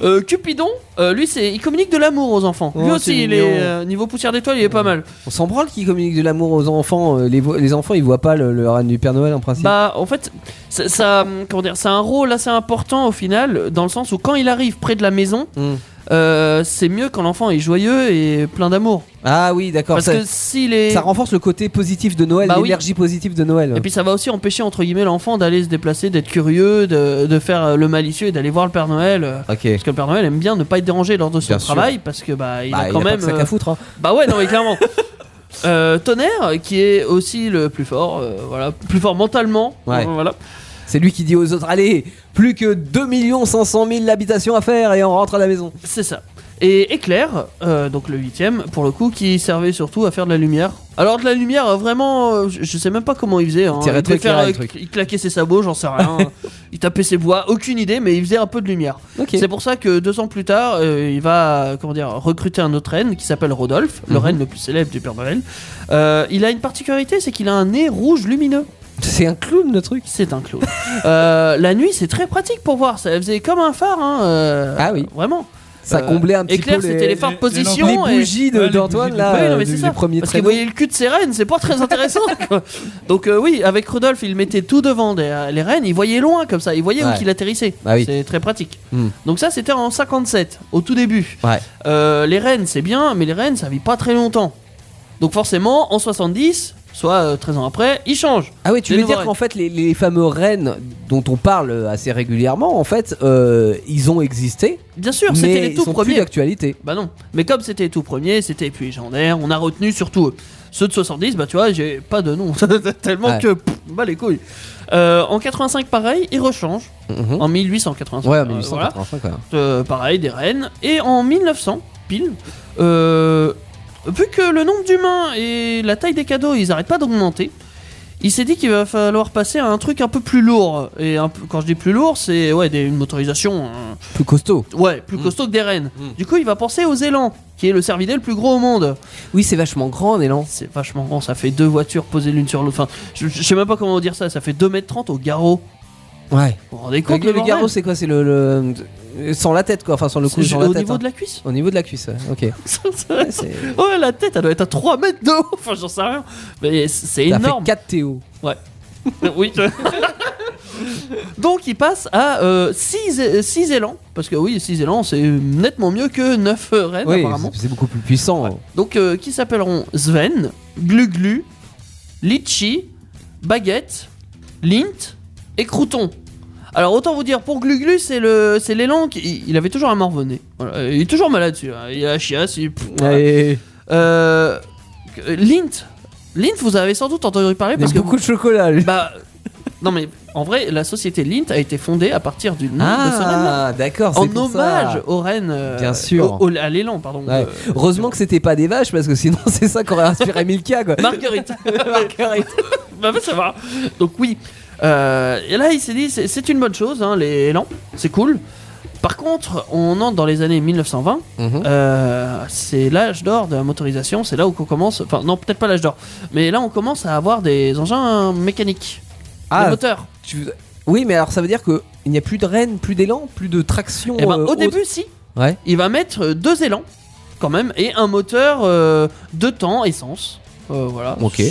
D: Euh, Cupidon, euh, lui, c'est, il communique de l'amour aux enfants. lui
C: Oh, c'est
D: aussi, il
C: mignon.
D: est euh, niveau poussière d'étoile, il est pas mal.
C: On s'en branle qui communique de l'amour aux enfants. euh, Les, vo- les enfants, ils voient pas le, le reine du Père Noël en principe.
D: Bah, en fait, ça, ça, comment dire, ça a un rôle assez important au final, dans le sens où quand il arrive près de la maison,
C: Mm.
D: euh, c'est mieux quand l'enfant est joyeux et plein d'amour.
C: Ah, oui, d'accord.
D: Parce
C: Ça,
D: que s'il est
C: ça renforce le côté positif de Noël,
D: Bah oui.
C: l'énergie positive de Noël.
D: Et puis ça va aussi empêcher entre guillemets l'enfant d'aller se déplacer, d'être curieux, de, de faire euh, le malicieux et d'aller voir le Père Noël. euh,
C: Ok. Bah,
D: Parce que le Père Noël aime bien ne pas être dérangé lors de son
C: Bien sûr.
D: travail parce que bah il
C: Bah,
D: a quand
C: pas
D: même
C: que ça
D: euh,
C: qu'à foutre. hein.
D: bah ouais non mais clairement Euh, tonnerre qui est aussi le plus fort euh, voilà plus fort mentalement
C: Ouais.
D: euh, voilà
C: C'est lui qui dit aux autres allez, Plus que 2 500 000 habitations à faire et on rentre à la maison.
D: C'est ça. Et Éclair, euh, donc le huitième, pour le coup, qui servait surtout à faire de la lumière. Alors de la lumière, euh, vraiment, euh, je, je sais même pas comment il faisait. hein.
C: Tirer
D: Il, devait
C: truc, tirer
D: euh,
C: truc.
D: cl- il claquait ses sabots, j'en sais rien. il tapait ses bois, aucune idée, mais il faisait un peu de lumière.
C: Ok.
D: C'est pour ça que deux ans plus tard, euh, il va euh, comment dire recruter un autre reine qui s'appelle Rodolphe, le
C: Mhm.
D: reine le plus célèbre du Père Noël. Euh, il a une particularité, c'est qu'il a un nez rouge lumineux.
C: C'est un clown le truc.
D: C'est un clown. Euh, la nuit, c'est très pratique pour voir. Ça faisait comme un phare. hein, euh,
C: Ah oui.
D: Vraiment.
C: Ça
D: Euh,
C: comblait un petit
D: éclair,
C: peu
D: c'était
C: les,
D: les phares de
E: les-
D: position.
C: les
D: et-
C: bougies de-
E: Ouais, les
C: d'Antoine
E: bougies de-
C: là,
D: Ouais, non,
C: euh,
D: mais
C: du,
D: c'est
C: du
D: ça.
C: premier
D: Parce qu'il
C: traîneau.
D: voyait le cul de ses reines, c'est pas très intéressant. quoi. Donc euh, oui, avec Rodolphe, il mettait tout devant des- euh, les reines, il voyait loin comme ça, il voyait
C: Ouais.
D: où qu'il atterrissait.
C: Bah oui.
D: C'est très pratique.
C: Hmm.
D: Donc ça, c'était en 57, au tout début.
C: Ouais.
D: Euh, les reines, c'est bien, mais les reines, ça vit pas très longtemps. Donc forcément, en 70, soit euh, 13 ans après, il change.
C: Ah oui, tu
D: Des
C: veux dire
D: nouveaux
C: qu'en fait les, les fameux rennes dont on parle euh, assez régulièrement, en fait, euh, ils ont existé,
D: Bien sûr, c'était
C: mais
D: les
C: ils
D: tout
C: sont plus
D: premiers.
C: d'actualité.
D: Bah non. Mais comme c'était les tout premiers, c'était puis légendaire, on a retenu surtout eux. Ceux de 70, bah tu vois, j'ai pas de nom. Tellement
C: Ouais.
D: que. pff, bah les couilles. Euh, en 85, pareil, ils rechangent.
C: Mhm.
D: En 1885.
C: Ouais,
D: euh,
C: en 1885
D: Mm-hmm. voilà.
C: quand même.
D: Euh, pareil, des reines. Et en 1900, pile, euh, vu que le nombre d'humains et la taille des cadeaux, ils arrêtent pas d'augmenter, il s'est dit qu'il va falloir passer à un truc un peu plus lourd. Et un peu- quand je dis plus lourd, c'est ouais, des- une motorisation. hein,
C: Plus costaud.
D: Ouais, plus costaud que des rennes. Du coup, il va penser aux élans, qui est le cervidé le plus gros au monde.
C: Oui, c'est vachement grand en élan.
D: C'est vachement grand, ça fait deux voitures posées l'une sur l'autre. Enfin, je, je sais même pas comment dire ça, ça fait 2m30 au garrot.
C: Ouais.
D: Vous vous rendez compte
C: Donc, le
D: bordel
C: garrot, c'est quoi C'est le, le- sans la tête quoi, enfin sans le cou,
D: C'est
C: sans
D: au
C: la tête.
D: niveau
C: hein.
D: de la cuisse.
C: Au niveau de la cuisse. ouais, Ok. Ouais, c'est-
D: ouais, la tête, elle doit être à 3 mètres de haut. Enfin, j'en sais rien. Mais c'est- c'est
C: T'as
D: énorme.
C: fait 4 Théo.
D: Oui. Donc, il passe à euh, 6 élans. Parce que oui, 6 élans, c'est nettement mieux que 9 rennes,
C: Oui,
D: apparemment.
C: c'est beaucoup plus puissant.
D: Donc, euh, qui s'appelleront Sven, Gluglu, Litchi, Baguette, Lint et Crouton. Alors, autant vous dire, pour Gluglu, c'est le, c'est l'élan qui. Il avait toujours un morvenet. Voilà, il est toujours malade, celui-là. Il a la chiasse. Il, pff, voilà.
C: Allez,
D: Euh, Lint. Lint, vous avez sans doute entendu parler parce que.
C: beaucoup de chocolat. lui.
D: Bah. Non, mais en vrai, la société Lint a été fondée à partir du nom de ce reine-là.
C: Ah, d'accord, c'est
D: En
C: pour
D: hommage
C: ça.
D: aux reines. euh,
C: Bien sûr.
D: au- au- à l'élan, pardon.
C: Ouais.
D: de-
C: Heureusement que c'était pas des vaches parce que sinon c'est ça qu'aurait inspiré Milka quoi.
D: Marguerite. Marguerite. bah, bah, ça va. Donc, oui. Euh, et là, il s'est dit, c'est- c'est une bonne chose, hein, les élans, c'est cool. Par contre, on entre dans les années 1920.
C: Mhm.
D: Euh, c'est l'âge d'or de la motorisation, c'est là où on commence. Enfin, non, peut-être pas l'âge d'or, mais là on commence à avoir des engins mécaniques, des
C: Ah,
D: moteurs.
C: tu- oui, mais alors ça veut dire que il n'y a plus de rênes, plus d'élan, plus de traction.
D: Eh ben,
C: euh,
D: au
C: autre.
D: début, si,
C: Ouais.
D: il va mettre euh, deux élans quand même et un moteur euh, de temps essence. Euh, voilà.
C: Ok.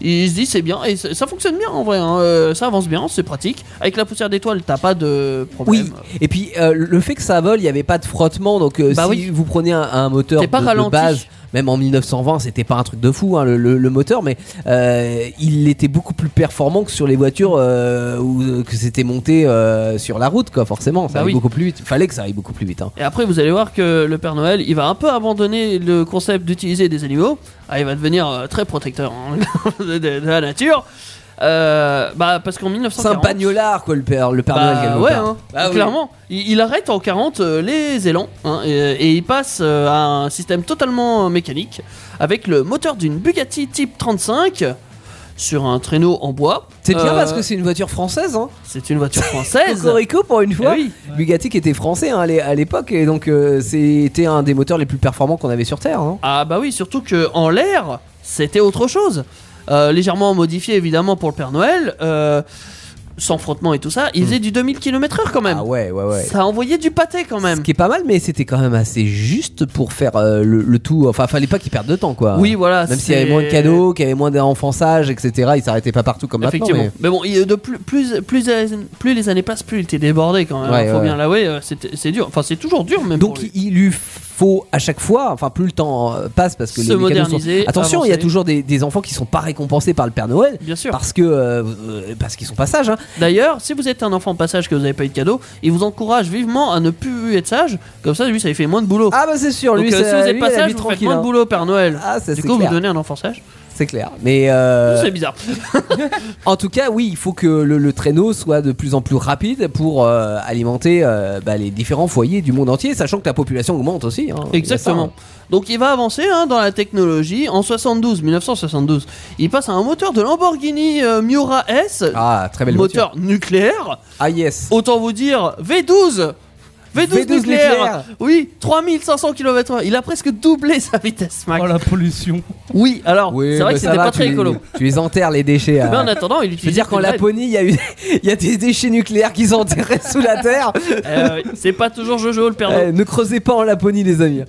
D: Il se dit c'est bien et c- ça fonctionne bien en vrai. hein. Euh, ça avance bien, c'est pratique. Avec la poussière d'étoile, t'as pas de problème.
C: Oui, et puis euh, le fait que ça vole, il n'y avait pas de frottement, donc euh,
D: Bah
C: si
D: oui.
C: vous prenez un, un moteur
D: T'es pas
C: de, de
D: ralenti.
C: base, même en 1920, c'était pas un truc de fou hein, le, le- le moteur, mais euh, il était beaucoup plus performant que sur les voitures euh, où, euh, que c'était monté euh, sur la route, quoi. Forcément, ça
D: Bah
C: allait
D: oui.
C: beaucoup plus vite. Fallait que ça aille beaucoup plus vite. hein.
D: Et après, vous allez voir que le Père Noël, il va un peu abandonner le concept d'utiliser des animaux. Ah, il va devenir euh, très protecteur hein, de, de- de la nature. Euh, bah, parce qu'en
C: C'est un
D: 1940.
C: bagnolard, quoi, le père, le père Noël.
D: Bah,
C: quelque
D: ouais,
C: part.
D: hein.
C: Bah oui.
D: clairement. Il, il arrête en 40 euh, les élans hein, et, et il passe euh, à un système totalement euh, mécanique avec le moteur d'une Bugatti Type 35 sur un traîneau en bois.
C: C'est bien
D: Euh,
C: parce que c'est une voiture française, hein.
D: c'est une voiture française.
C: Cocorico pour une
D: Eh
C: fois.
D: oui.
C: Bugatti qui était français hein, à l'é- à l'époque et donc euh, c'était un des moteurs les plus performants qu'on avait sur Terre. hein.
D: Ah bah oui, surtout que en l'air, c'était autre chose. Euh, légèrement modifié évidemment pour le Père Noël, euh, sans frottement et tout ça, il faisait du 2000 km/h quand même.
C: Hmm. Ah ouais, ouais, ouais.
D: Ça envoyait du pâté quand
C: Ce
D: même.
C: qui est pas mal, mais c'était quand même assez juste pour faire euh, le, le tout. Enfin, fallait pas qu'ils perdent de temps, quoi.
D: Oui, voilà.
C: Même s'il y
D: c'est-
C: avait moins de cadeaux, qu'il y avait moins d'enfants sages, etc. Ils s'arrêtaient pas partout comme maintenant.
D: Effectivement.
C: mais-
D: Mais bon, il- de plus, plus, plus, plus les années passent, plus il était débordé quand même.
C: Ouais,
D: Faut
C: ouais.
D: bien l'avouer, euh, c'était- c'est dur. Enfin, c'est toujours dur même.
C: Donc
D: pour
C: il
D: lui.
C: il lui faut à chaque fois, enfin plus le temps euh, passe parce que
D: Se
C: les, les cadeaux
D: moderniser,
C: sont... Attention, il y a
D: avancer.
C: toujours des, des enfants qui sont pas récompensés par le Père Noël
D: Bien sûr.
C: parce que euh, euh, parce qu'ils sont pas sages. hein.
D: D'ailleurs, si vous êtes un enfant passage que vous n'avez pas eu de cadeau, il vous encourage vivement à ne plus être sage. Comme ça, lui, ça lui fait moins de boulot.
C: Ah bah c'est sûr, lui,
D: Donc, euh,
C: c'est-
D: si vous
C: lui,
D: êtes
C: il a
D: pas
C: la
D: sage,
C: vie
D: vous faites
C: tranquille,
D: moins de
C: hein.
D: boulot, Père Noël.
C: Ah, ça,
D: du
C: c'est
D: coup,
C: clair.
D: vous donnez un enfant sage.
C: c'est clair. Mais euh,
D: C'est bizarre.
C: en tout cas, oui, il faut que le, le traîneau soit de plus en plus rapide pour euh, alimenter euh, bah, les différents foyers du monde entier, sachant que la population augmente aussi. hein. Il y a ça,
D: Exactement.
C: hein.
D: Donc il va avancer hein, dans la technologie. En 72, 1972, il passe à un moteur de Lamborghini euh, Miura S,
C: Ah, très belle voiture.
D: moteur Oh. nucléaire.
C: Ah yes.
D: Autant vous dire V12 V12,
C: V12
D: nucléaire.
C: nucléaire.
D: Oui, 3500 km/h. Il a presque doublé sa vitesse max.
E: Oh la pollution.
D: Oui, alors,
C: Oui,
D: c'est vrai
C: bah,
D: que
C: ça
D: c'était
C: va,
D: pas
C: tu
D: très
C: les-
D: écolo. Eh ben,
C: Tu les enterres les déchets.
D: Mais
C: euh.
D: en attendant, il
C: Je veux
D: utilisait
C: dire qu'en
D: des graines.
C: Laponie, il y, a eu- il y a des déchets nucléaires qui sont enterrés sous la terre.
D: Euh, c'est pas toujours Jojo le perdant.
C: Eh, ne creusez pas en Laponie, les amis.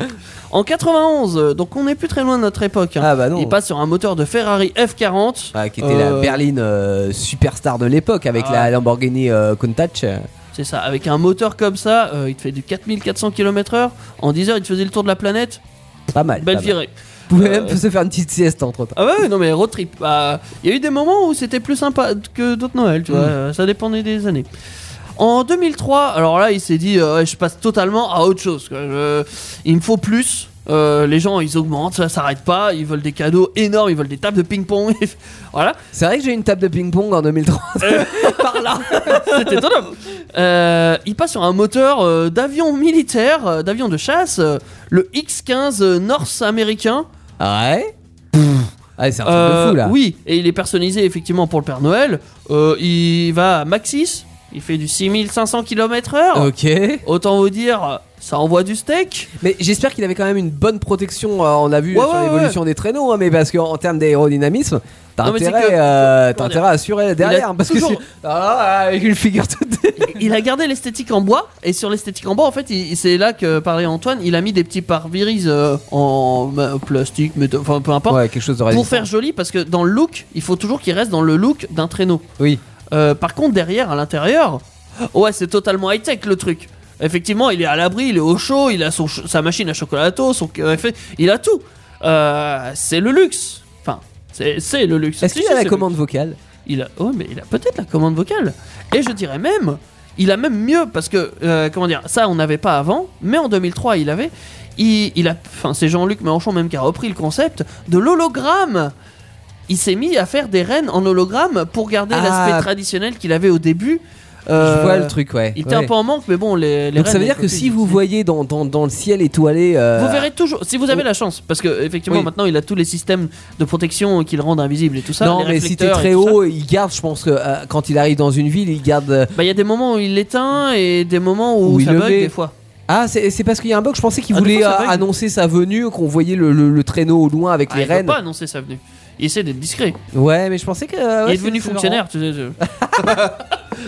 D: En 91, euh, donc on est plus très loin de notre époque. hein.
C: Ah bah non.
D: Il passe sur un moteur de Ferrari F40.
C: Ah, qui était
D: Euh,
C: la berline euh, superstar de l'époque avec
D: Ah.
C: la Lamborghini euh, Countach.
D: C'est ça, avec un moteur comme ça, euh, il te fait du 4400 km/h. En 10 heures, il te faisait le tour de la planète.
C: Pas mal.
D: Belle
C: pas mal.
D: virée.
C: Vous pouvez
D: Euh,
C: même se faire une petite sieste entre temps.
D: Ah ouais, non mais road trip. Bah, Il y a eu des moments où c'était plus sympa que d'autres Noël, tu vois. euh, Ça dépendait des années. En 2003, alors là, il s'est dit, euh, ouais, je passe totalement à autre chose. quoi. Je- il me faut plus. Euh, les gens, ils augmentent, ça s'arrête pas. Ils veulent des cadeaux énormes, ils veulent des tables de ping-pong. voilà.
C: C'est vrai que j'ai eu une table de ping-pong en 2003.
D: Euh. par là. C'était étonnant. Euh, il passe sur un moteur euh, d'avion militaire, euh, d'avion de chasse, euh, le X-15 euh, North américain.
C: ouais. Ah, c'est un truc
D: Euh,
C: de fou là.
D: Oui, et il est personnalisé effectivement pour le Père Noël. Euh, il va à Maxis, il fait du 6500 km/h.
C: Ok.
D: Autant vous dire, ça envoie du steak.
C: Mais j'espère qu'il avait quand même une bonne protection. euh, on a vu
D: Ouais,
C: sur
D: ouais,
C: l'évolution des traîneaux, hein, mais parce qu'en en termes d'aérodynamisme, t'as
D: Non, mais c'est
C: intérêt,
D: que-
C: euh, t'as
D: Comment
C: intérêt à assurer derrière. Parce
D: toujours-
C: que c'est- Ah, avec une figure toute.
D: Il a gardé l'esthétique en bois, et sur l'esthétique en bois, en fait, il- c'est là que parlait Antoine, il a mis des petits pare-brise euh, en euh, plastique, mais enfin peu importe.
C: Ouais, quelque chose de
D: pour
C: résistant.
D: faire joli parce que dans le look il faut toujours qu'il reste dans le look d'un traîneau
C: Oui.
D: Euh, par contre derrière à l'intérieur ouais c'est totalement high tech le truc effectivement il est à l'abri il est au chaud il a son ch- sa machine à chocolato son euh, fait- il a tout Euh, c'est le luxe enfin c'est c'est le luxe
C: Est-ce
D: Si,
C: qu'il
D: si,
C: a la
D: c'est le-
C: commande vocale
D: il a oh mais il a peut-être la commande vocale et je dirais même il a même mieux parce que euh, comment dire ça on n'avait pas avant mais en 2003 il avait il, il a enfin c'est Jean-Luc Mélenchon même qui a repris le concept de l'hologramme il s'est mis à faire des rennes en hologramme pour garder
C: Ah.
D: l'aspect traditionnel qu'il avait au début
C: Je
D: Euh,
C: vois le truc, ouais.
D: il était
C: Ouais.
D: un peu en manque mais bon les, les
C: Donc ça
D: rennes,
C: veut dire
D: les
C: que si
D: copies,
C: vous
D: c'est-
C: voyez dans, dans, dans le ciel étoilé. euh, oh.
D: vous verrez toujours si vous avez la chance parce que effectivement
C: Oui.
D: maintenant il a tous les systèmes de protection qui le rendent invisible et tout ça
C: non,
D: les
C: mais si t'es
D: réflecteurs et
C: très
D: tout ça.
C: haut, il garde, je pense que euh, quand il arrive dans une ville, il garde. euh,
D: Bah, il y a des moments où il l'éteint et des moments où,
C: Où il
D: ça
C: le
D: bug
C: met.
D: des fois.
C: Ah, c'est c'est parce qu'il y a un bug, je pensais qu'il
D: Ah, des
C: voulait
D: fois, ça
C: euh,
D: bug.
C: annoncer sa venue, qu'on voyait le, le- le traîneau au loin avec
D: Ah,
C: les
D: il veut
C: rennes.
D: pas annoncer sa venue. Il essaie d'être discret.
C: Ouais, mais je pensais que. euh,
D: il
C: ouais,
D: est devenu
C: c'est- c'est
D: fonctionnaire, tu sais. je-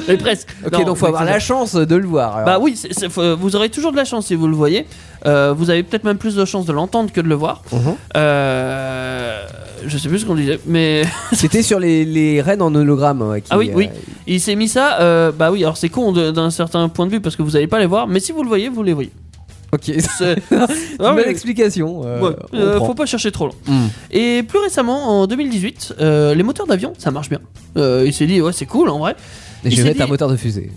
D: Mais presque.
C: marrant. Ok, donc faut avoir la chance de le voir. alors.
D: Bah oui, c'est- c'est- faut- vous aurez toujours de la chance si vous le voyez. Euh, vous avez peut-être même plus de chance de l'entendre que de le voir.
C: Mhm.
D: Euh, je sais plus ce qu'on disait, mais
C: C'était sur les, les rennes en hologramme. ouais, qui,
D: Ah oui,
C: euh,
D: oui. il s'est mis ça. euh, bah oui, alors c'est con de- d'un certain point de vue parce que vous n'allez pas les voir, mais si vous le voyez, vous les voyez.
C: euh, Ok, c'est
D: C'est- Non,
C: une belle
D: mais-
C: explication. euh,
D: Ouais,
C: on
D: euh,
C: prend.
D: faut pas chercher trop long.
C: Mm.
D: Et plus récemment, en 2018, euh, les moteurs d'avion, ça marche bien. Euh, il s'est dit, ouais, c'est cool en vrai.
C: Et
D: il
C: Je
D: s'est
C: vais mettre
D: dit-
C: un moteur de fusée.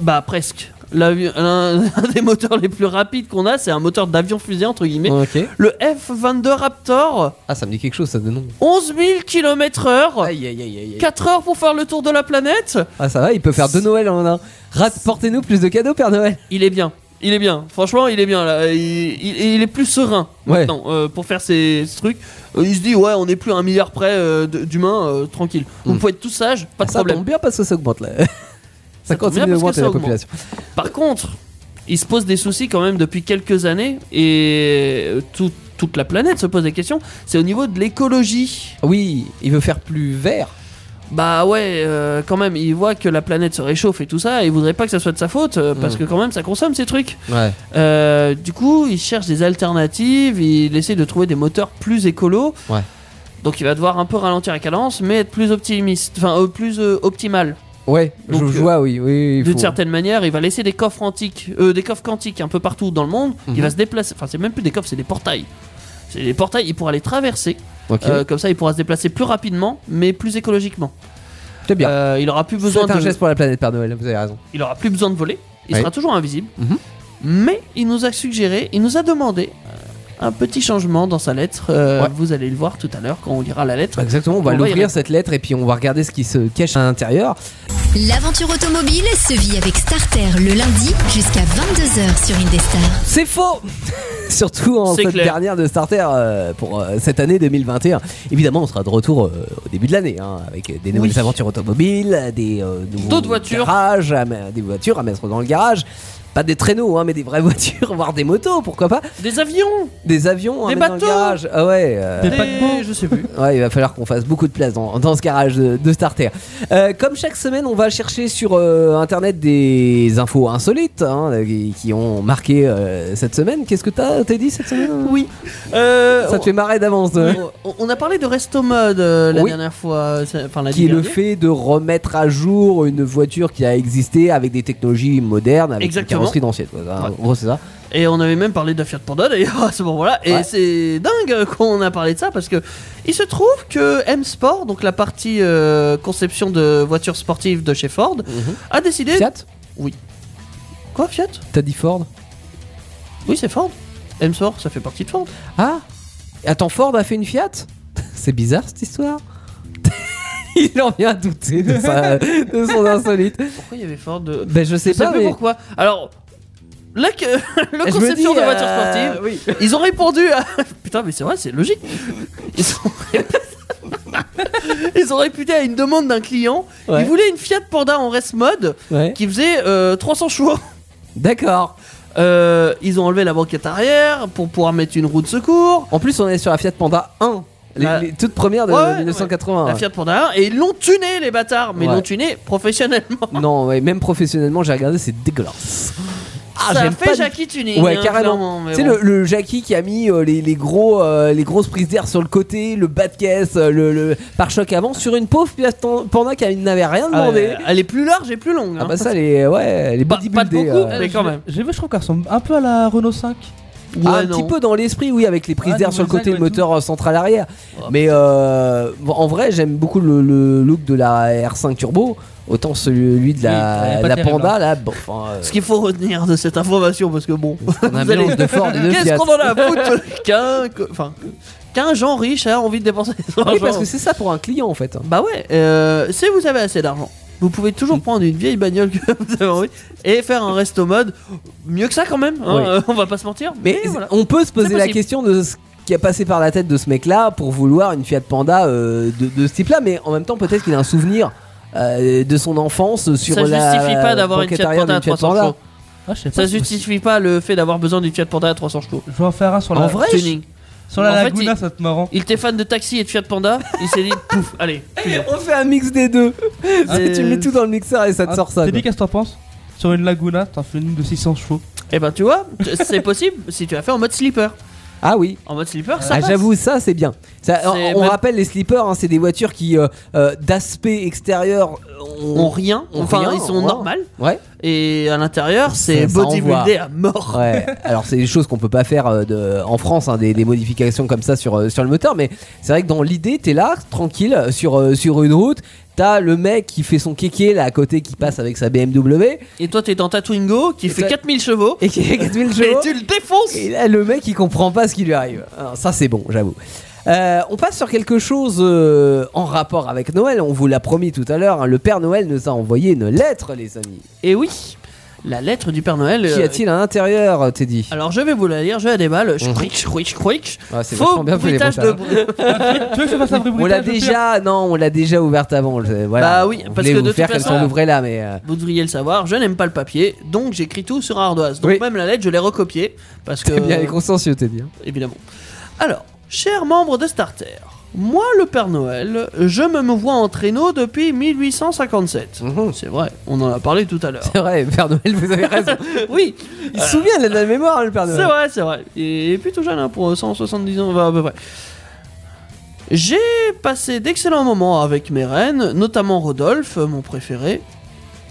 D: Bah, presque. L'avion- L'un l'un des moteurs les plus rapides qu'on a, c'est un moteur d'avion fusée, entre guillemets.
C: Ok.
D: Le F-22 Raptor,
C: Ah, ça me dit quelque chose, ça de nom.
D: 11 000 km/h,
C: aïe, aïe, aïe.
D: 4 heures pour faire le tour de la planète.
C: Ah ça va, il peut faire deux Noël en un. Rat, portez-nous plus de cadeaux, Père Noël.
D: Il est bien. Il est bien, franchement, il est bien là. Il, il- il est plus serein
C: Ouais.
D: maintenant euh, pour faire ces, ces trucs. Euh, il se dit, ouais, on est plus à un milliard près euh, de- d'humains, euh, tranquille. Vous
C: Mm.
D: pouvez être tous sages, pas de
C: ça
D: problème.
C: tombe bien parce que ça augmente là. Ça,
D: Ça tombe bien
C: continue
D: parce
C: d'augmenter
D: que ça
C: la
D: augmente.
C: population.
D: Par contre, il se pose des soucis quand même depuis quelques années et euh, tout- toute la planète se pose des questions. C'est au niveau de l'écologie.
C: Oui, il veut faire plus vert.
D: Bah ouais, euh, quand même, il voit que la planète se réchauffe et tout ça et il voudrait pas que ça soit de sa faute euh, parce
C: Mm.
D: que quand même ça consomme ces trucs.
C: Ouais.
D: Euh, du coup, il cherche des alternatives, il essaie de trouver des moteurs plus écolos.
C: Ouais.
D: Donc il va devoir un peu ralentir la cadence mais être plus optimiste, enfin euh, plus euh, optimal.
C: Ouais,
D: Donc, euh,
C: je, je vois, oui, oui. il
D: D'une
C: faut-
D: certaine manière, il va laisser des coffres antiques, euh, des coffres quantiques un peu partout dans le monde. Il
C: Mhm.
D: va se déplacer. Enfin, c'est même plus des coffres, c'est des portails. C'est des portails. Il pourra les traverser.
C: Ok,
D: Euh, comme ça, il pourra se déplacer plus rapidement, mais plus écologiquement.
C: c'est bien.
D: Euh, il aura plus besoin
C: C'est un
D: de.
C: geste pour la planète, Père Noël, vous avez raison.
D: Il aura plus besoin de voler. Il
C: Oui.
D: sera toujours invisible.
C: Mhm.
D: Mais il nous a suggéré, il nous a demandé euh, un petit changement dans sa lettre. Euh,
C: Ouais.
D: Vous allez le voir tout à l'heure quand on lira la lettre.
C: Bah, exactement, on va
D: On va y
C: l'ouvrir
D: aller.
C: cette lettre et puis on va regarder ce qui se cache à l'intérieur.
B: L'aventure automobile se vit avec Starter le lundi jusqu'à 22h sur Indestar.
C: C'est faux Surtout en
D: C'est
C: cette
D: clair.
C: dernière de Starter euh, pour euh, cette année 2021. Évidemment, on sera de retour euh, au début de l'année hein, avec des nouvelles aventures automobiles, des euh, nouveaux
D: D'autres voitures.
C: garages, à me- des voitures à mettre dans le garage. Pas des traîneaux, hein, mais des vraies voitures, voire des motos, pourquoi pas.
D: Des avions
C: Des avions, à
D: Des
C: mettre dans le
D: bateaux.
C: garage. Ah ouais. euh,
E: Des
D: Des-
E: paquebots.
D: Je sais plus.
C: Ouais, il va falloir qu'on fasse beaucoup de place dans, dans ce garage de, de starter. Euh, comme chaque semaine, on va chercher sur euh, internet des infos insolites hein, qui, qui ont marqué euh, cette semaine. Qu'est-ce que t'as t'as dit cette semaine
D: Oui. Euh,
C: Ça te fait marrer d'avance. euh,
D: on, on a parlé de Resto Mode euh, la
C: Oui.
D: dernière fois, euh, c'est- enfin la
C: Qui est le
D: dernière.
C: fait de remettre à jour une voiture qui a existé avec des technologies modernes, avec
D: Exactement.
C: une carrosserie d'ancienne. quoi. En
D: Ouais.
C: gros, c'est ça.
D: Et on avait même parlé de la Fiat Panda d'ailleurs à ce moment-là. Et
C: Ouais.
D: c'est dingue euh, qu'on a parlé de ça parce que il se trouve que M Sport, donc la partie euh, conception de voitures sportives de chez Ford, a décidé.
C: Fiat
D: Quoi, Fiat
C: T'as dit Ford
D: Oui, c'est Ford. M Sport, ça fait partie de Ford.
C: Ah Attends, Ford a fait une Fiat C'est bizarre cette histoire. Il en vient à douter de, sa- de son insolite.
D: Pourquoi il y avait Ford euh, de...
C: Ben je sais
D: Je sais
C: pas,
D: plus
C: mais
D: pourquoi. Alors. Là que le
C: me
D: conception
C: dis,
D: de voitures
C: euh,
D: sportives, ils ont répondu à. Putain, mais c'est vrai, c'est logique. Ils ont, ils ont répondu à une demande d'un client.
C: Ouais.
D: Il voulait une Fiat Panda en rest mode
C: ouais.
D: qui faisait euh, 300 chevaux.
C: D'accord.
D: Euh, ils ont enlevé la banquette arrière pour pouvoir mettre une roue de secours.
C: En plus, on est sur la Fiat Panda 1, les,
D: La-
C: les toutes premières de
D: Ouais, ouais,
C: 1980.
D: La Fiat Panda arrière, et ils l'ont tuné les bâtards, mais
C: Ah Ouais.
D: ils l'ont tuné professionnellement.
C: Non, ouais, même professionnellement, j'ai regardé, c'est dégueulasse. Ah,
D: ça
C: j'aime pas
D: fait
C: du-
D: Jackie tuning.
C: ouais,
D: hein, clairement,
C: carrément.
D: mais
C: Tu sais,
D: bon.
C: le, le Jackie qui a mis euh, les, les gros, euh, les grosses prises d'air sur le côté, le bas de caisse, euh, le, le pare-choc avant, sur une pauvre Fiat Panda qui n'avait rien
D: Ah,
C: demandé.
D: euh, elle est plus large et plus longue.
C: Ah
D: hein.
C: bah ça les ouais les
D: Pas- pas de
C: bodybuildés,
D: beaucoup,
C: euh,
D: mais quand
E: Je-
D: même.
E: J'ai vu, je trouve qu'elle ressemble un peu à la Renault 5.
D: Ouais,
C: bah, un
D: non.
C: petit peu dans l'esprit oui avec les prises
E: Ouais,
C: d'air sur le
E: nouvelle
C: côté le
E: vague et tout.
C: moteur euh, central arrière
D: Oh,
C: mais euh, bon, en vrai j'aime beaucoup le, le look de la R5 turbo autant celui de
E: Oui,
C: la,
E: elle est pas
C: la
E: terrible,
D: hein.
C: Panda là bon enfin euh,
D: Ce qu'il faut retenir de cette information, parce que bon,
C: on a un
D: vous allez-
C: mélange de Ford et de
D: qu'est-ce
C: Fiat
D: qu'on en a à foutre qu'un, que- enfin, qu'un Jean riche a envie de dépenser son
C: oui parce
D: argent.
C: que c'est ça pour un client en fait hein.
D: Bah ouais, euh, si vous avez assez d'argent, vous pouvez
C: Mm.
D: toujours prendre une vieille bagnole que vous avez envie et faire un resto mode. Mieux que ça quand même, hein,
C: Oui.
D: euh, on va pas se mentir.
C: mais
D: voilà.
C: on peut se poser
D: C'est
C: la
D: possible.
C: question de ce qui a passé par la tête de ce mec là pour vouloir une Fiat Panda euh, de, de ce type là mais en même temps peut-être qu'il a un souvenir euh, de son enfance sur
D: ça
C: la
D: justifie pas d'avoir une
C: banquette
D: Fiat
C: arrière
D: Panda à
C: d'une Fiat
D: 300
C: Panda.
D: chevaux.
E: Ah, je sais pas.
D: Ça justifie pas le fait d'avoir besoin d'une Fiat Panda à 300 chevaux.
E: Je vais en faire un sur
D: En
E: la,
D: vrai, tuning.
E: sur la
D: en fait,
E: Laguna,
D: il-
E: ça te marrant.
D: Il était fan de taxi et de Fiat Panda, il s'est dit pouf, allez.
C: On fait un mix des deux.
D: Ah, C'est-
C: tu mets tout dans le mixeur et ça te
E: Ah,
C: sort ça.
E: T'es
C: quoi.
E: dit, qu'est-ce que t'en penses Sur une Laguna, t'en fais une de 600 chevaux.
D: Et ben tu vois, c'est possible si tu as fait en mode sleeper.
C: Ah oui.
D: En mode sleeper, ça
C: Ah,
D: passe.
C: J'avoue, ça c'est bien. Ça, on
D: C'est
C: on
D: même-
C: rappelle les slippers, hein, c'est des voitures qui, euh, euh, d'aspect extérieur,
D: ont
C: ont.
D: rien,
C: Ont
D: enfin
C: rien,
D: ils sont
C: ouais.
D: normales
C: Ouais.
D: et à l'intérieur c'est
C: Ça, ça
D: bodybuildé à mort.
C: Ouais. Alors c'est des choses qu'on peut pas faire euh, de- en France, hein, des, des modifications comme ça sur euh, sur le moteur. Mais c'est vrai que dans l'idée, t'es là, tranquille, sur euh, sur une route. T'as le mec qui fait son kéké là à côté qui passe avec sa BMW
D: Et toi t'es dans ta Twingo qui fait
C: ça-
D: 4000 chevaux
C: et qui fait 4000
D: et
C: chevaux.
D: tu le défonces.
C: Et là, le mec, il comprend pas ce qui lui arrive. Alors, ça, c'est bon, j'avoue. Euh, on passe sur quelque chose euh, en rapport avec Noël. On vous l'a promis tout à l'heure. hein, le Père Noël nous a envoyé une lettre, les amis.
D: Et oui, la lettre du Père Noël.
C: Qu'y
D: euh,
C: a-t-il à l'intérieur, Teddy
D: Alors je vais vous la lire, je vais à des balles, je
C: Mhm.
D: cric, je cric, je cric.
C: Ah, c'est
D: Faux
C: vachement bien fait, les
D: bruitage de
C: bruitages.
D: bruit.
E: tu veux que je fasse un vrai
C: On l'a
E: bruitage, le pire
C: déjà, non, on l'a déjà ouverte avant. je- voilà.
D: Bah oui,
C: On
D: parce
C: voulait
D: que
C: vous
D: de
C: faire
D: toute
C: qu'elle
D: façon-
C: s'en ouvrait là, mais euh,
D: Vous devriez le savoir, je n'aime pas le papier, donc j'écris tout sur ardoise. Donc
C: Oui.
D: même la lettre, je l'ai recopiée parce que
C: t'es bien les consciencieux, Teddy. hein.
D: évidemment. Alors, chers membres de Starter, moi le Père Noël, je me vois en traîneau depuis 1857.
C: Mhm.
D: C'est vrai, on en a parlé tout à l'heure.
C: C'est vrai, Père Noël, vous avez raison.
D: oui,
C: Il se souvient, il a de la mémoire, hein, le Père Noël.
D: c'est vrai, c'est vrai. Il est plutôt jeune hein, pour 170 ans, enfin, à peu près. J'ai passé d'excellents moments avec mes reines, notamment Rodolphe, mon préféré.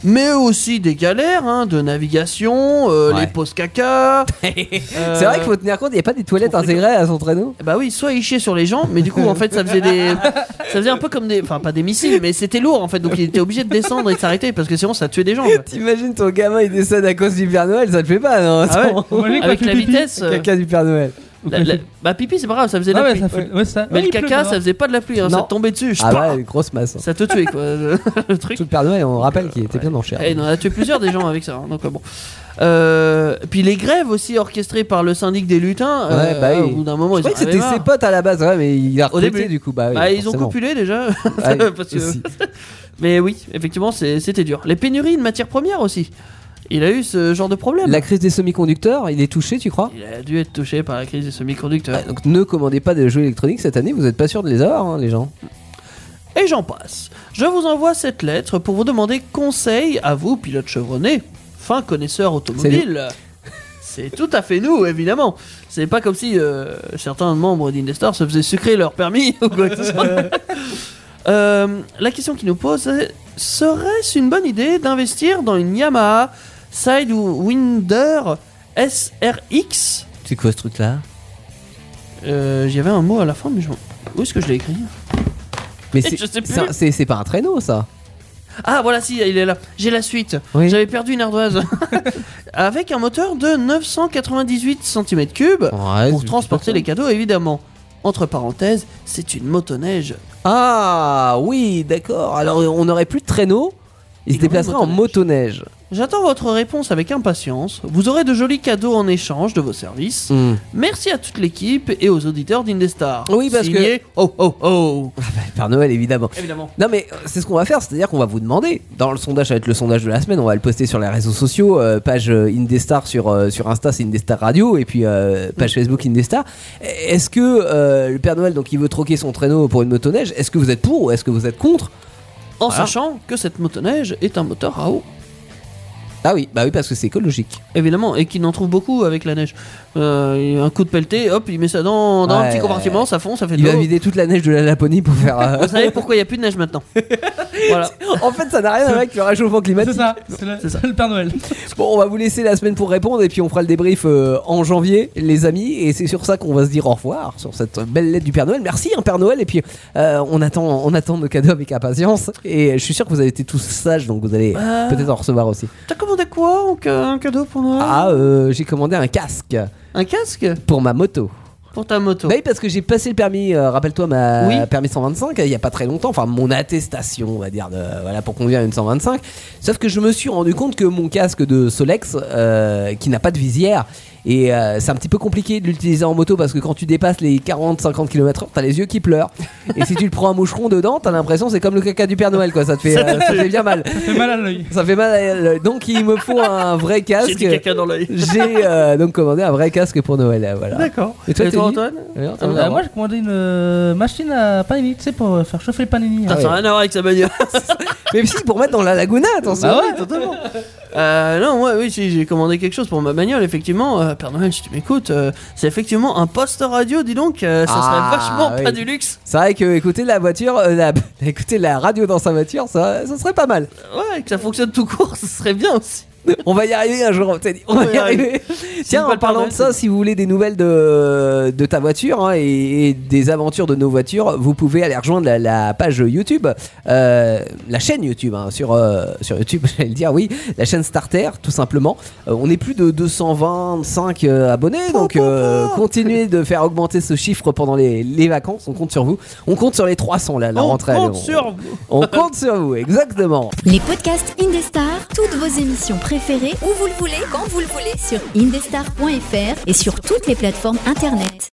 D: Mais aussi des galères hein, de navigation, euh,
C: Ouais.
D: les pauses caca.
C: C'est vrai qu'il faut tenir compte, il n'y a pas des toilettes intégrées à son traîneau.
D: Bah oui, soit il chiait sur les gens, mais du coup en fait ça faisait des, ça faisait un peu comme des, enfin pas des missiles, mais c'était lourd en fait, donc il était obligé de descendre et de s'arrêter parce que sinon ça tuait des gens. en fait.
C: T'imagines ton gamin, il décède à cause du Père Noël, ça te fait pas, non
D: Ah ouais.
E: Vous voyez, quand
D: Avec
E: tu
D: la
E: pipi,
D: vitesse, euh,
C: Caca du Père Noël.
D: La- la- Bah, pipi, c'est pas grave, ça faisait de
E: Ah
D: la
E: ouais,
D: pluie.
E: ça fait- ouais, ça.
D: Mais
E: Ouais,
D: le
E: il pleut,
D: caca,
E: là.
D: ça faisait pas de la pluie, hein, ça
C: Non.
D: te tombait dessus. je-
C: Ah ouais, une grosse masse.
D: Ça te tuait, quoi, le truc.
C: Tout le Père Noël, on rappelle qu'il était bien dans le chair.
D: Eh, il en a tué plusieurs des gens avec ça. hein, donc euh, bon. Euh, puis les grèves aussi orchestrées par le syndic des lutins. euh,
C: Ouais, bah oui.
D: Au bout d'un moment,
C: Je
D: ils en
C: croyais que
D: avaient
C: c'était
D: marre.
C: ses potes à la base, ouais, mais il a
D: Au
C: recruté
D: début.
C: du coup. Bah, oui,
D: Bah, ils ont
C: forcément.
D: copulé déjà.
C: Ouais,
D: Parce que-
C: si.
D: Mais oui, effectivement, c'est- c'était dur. Les pénuries de matières premières aussi. Il a eu ce genre de problème.
C: La crise des semi-conducteurs, il est touché, tu crois
D: Il a dû être touché par la crise des semi-conducteurs.
C: Ouais, Ah, Donc ne commandez pas des jeux électroniques cette année, vous êtes pas sûr de les avoir, hein, les gens.
D: Et j'en passe. Je vous envoie cette lettre pour vous demander conseil à vous, pilote chevronné, fin connaisseur automobile. C'est tout à fait nous, évidemment. C'est pas comme si euh, certains membres d'Indestar se faisaient sucrer leur permis ou quoi que ce soit. Euh, la question qui nous pose, c'est serait-ce une bonne idée d'investir dans une Yamaha Sidewinder SRX
C: C'est quoi ce truc-là
D: euh, J'y avais un mot à la fin, mais je... m'en- où est-ce que je l'ai écrit
C: Mais
D: Je
C: c'est-
D: sais plus.
C: c'est un- c'est c'est pas un traîneau, ça.
D: Ah voilà, si, il est là. J'ai la suite.
C: Oui.
D: J'avais perdu une ardoise. Avec un moteur de 998 cm3
C: Ah, Ouais,
D: pour
C: c'est-
D: transporter les cadeaux, évidemment. Entre parenthèses, c'est une motoneige.
C: Ah oui, d'accord. Alors on n'aurait plus de traîneau, il
D: Il
C: se déplacerait
D: aurait
C: en
D: une
C: motoneige.
D: J'attends votre réponse avec impatience. Vous aurez de jolis cadeaux en échange de vos services.
C: Hmm.
D: Merci à toute l'équipe et aux auditeurs d'Indestar.
C: Oui, parce que-
D: Signé Oh oh oh
C: Ah bah, Père Noël, évidemment.
D: Évidemment.
C: Non mais euh, c'est ce qu'on va faire, c'est-à-dire qu'on va vous demander dans le sondage, ça va être le sondage de la semaine, on va le poster sur les réseaux sociaux, euh, page euh, Indestar sur euh, sur Insta, c'est Indestar Radio et puis euh, page Facebook Indestar. E-, Est-ce que euh, le Père Noël donc il veut troquer son traîneau pour une motoneige Est-ce que vous êtes pour ou est-ce que vous êtes contre
D: En
C: Voilà.
D: sachant que cette motoneige est un moteur à eau.
C: Ah oui, bah oui parce que c'est écologique.
D: Évidemment, et qu'il en trouve beaucoup avec la neige. Euh, un coup de pelleté, hop, il met ça dans, dans un
C: Ouais.
D: petit compartiment, ça fond, ça fait de
C: Il va
D: l'eau.
C: vider toute la neige de la Laponie pour faire euh,
D: Vous savez pourquoi il n'y a plus de neige maintenant Voilà.
C: En fait, ça n'a rien à voir avec le réchauffement
E: C'est
C: climatique.
E: ça, c'est le,
D: C'est ça.
E: c'est le Père Noël.
C: Bon, on va vous laisser la semaine pour répondre et puis on fera le débrief euh, en janvier, les amis. Et c'est sur ça qu'on va se dire au revoir, sur cette belle lettre du Père Noël. Merci, hein, Père Noël. Et puis euh, on attend, on attend nos cadeaux avec impatience. Et je suis sûr que vous avez été tous sages, donc vous allez
D: Euh.
C: peut-être en recevoir aussi.
D: T'as commandé quoi en ca- un cadeau pour Noël
C: Ah, euh, j'ai commandé un casque
D: Un casque
C: pour ma moto.
D: pour ta moto.
C: Bah oui, parce que j'ai passé le permis, euh, rappelle-toi, ma
D: Oui.
C: permis 125, euh, il y a pas très longtemps, enfin mon attestation, on va dire, de, voilà, pour conduire une 125. Sauf que je me suis rendu compte que mon casque de Solex, euh, qui n'a pas de visière, et euh, c'est un petit peu compliqué de l'utiliser en moto parce que quand tu dépasses les 40-50 km/h, t'as les yeux qui pleurent. Et si tu le prends un moucheron dedans, t'as l'impression c'est comme le caca du Père Noël, quoi. Ça te fait, euh, ça te fait bien mal.
E: Ça fait mal à l'œil.
C: Ça fait mal. à l'œil. Donc il me faut un vrai
D: J'ai
C: casque.
D: du caca dans l'œil.
C: J'ai euh, donc commandé un vrai casque pour Noël. euh, Voilà.
D: D'accord.
C: Et toi, Teddy
D: Antoine
C: Et alors, t'as
D: bah,
E: Euh,
C: envie d'avoir-
E: moi j'ai commandé une euh, machine à panini, tu sais, pour euh, faire chauffer le panini.
D: T'as
C: Ah ouais.
D: rien à voir avec sa bagnole.
C: Mais si, pour mettre dans la laguna, attention.
E: Bah ouais.
C: totalement.
D: Euh, non, ouais, oui, si, j'ai commandé quelque chose pour ma bagnole, effectivement. Euh, Père Noël, si tu m'écoutes, euh, c'est effectivement un poste radio, dis donc. euh, ça
C: Ah,
D: serait vachement
C: oui.
D: pas du luxe.
C: C'est vrai que écouter la voiture, euh, la, écouter la radio dans sa voiture, ça, ça serait pas mal.
D: Ouais, que ça fonctionne tout court, ce serait bien aussi.
C: On va y arriver un jour, on t'a dit. On
D: On
C: va
D: va
C: y
D: y
C: arriver. Tiens,
D: pas
C: en
D: le
C: parlant
D: Père
C: de ça,
D: Noël,
C: si vous voulez des nouvelles de, de ta voiture hein, et, et des aventures de nos voitures, vous pouvez aller rejoindre la, la page YouTube, euh, la chaîne YouTube, hein, sur, euh, sur YouTube, j'allais le dire, oui, la chaîne Starter, tout simplement. Euh, on est plus de 225 euh, abonnés, donc euh, continuez de faire augmenter ce chiffre pendant les, les vacances, on compte sur vous. On compte sur les 300, là, la
D: On
C: rentrée.
D: compte
C: on-
D: sur vous.
C: on compte sur vous, exactement.
B: Les podcasts Indestar, toutes vos émissions préférées, où vous le voulez, quand vous le voulez, sur indestar.fr et sur toutes les plateformes internet.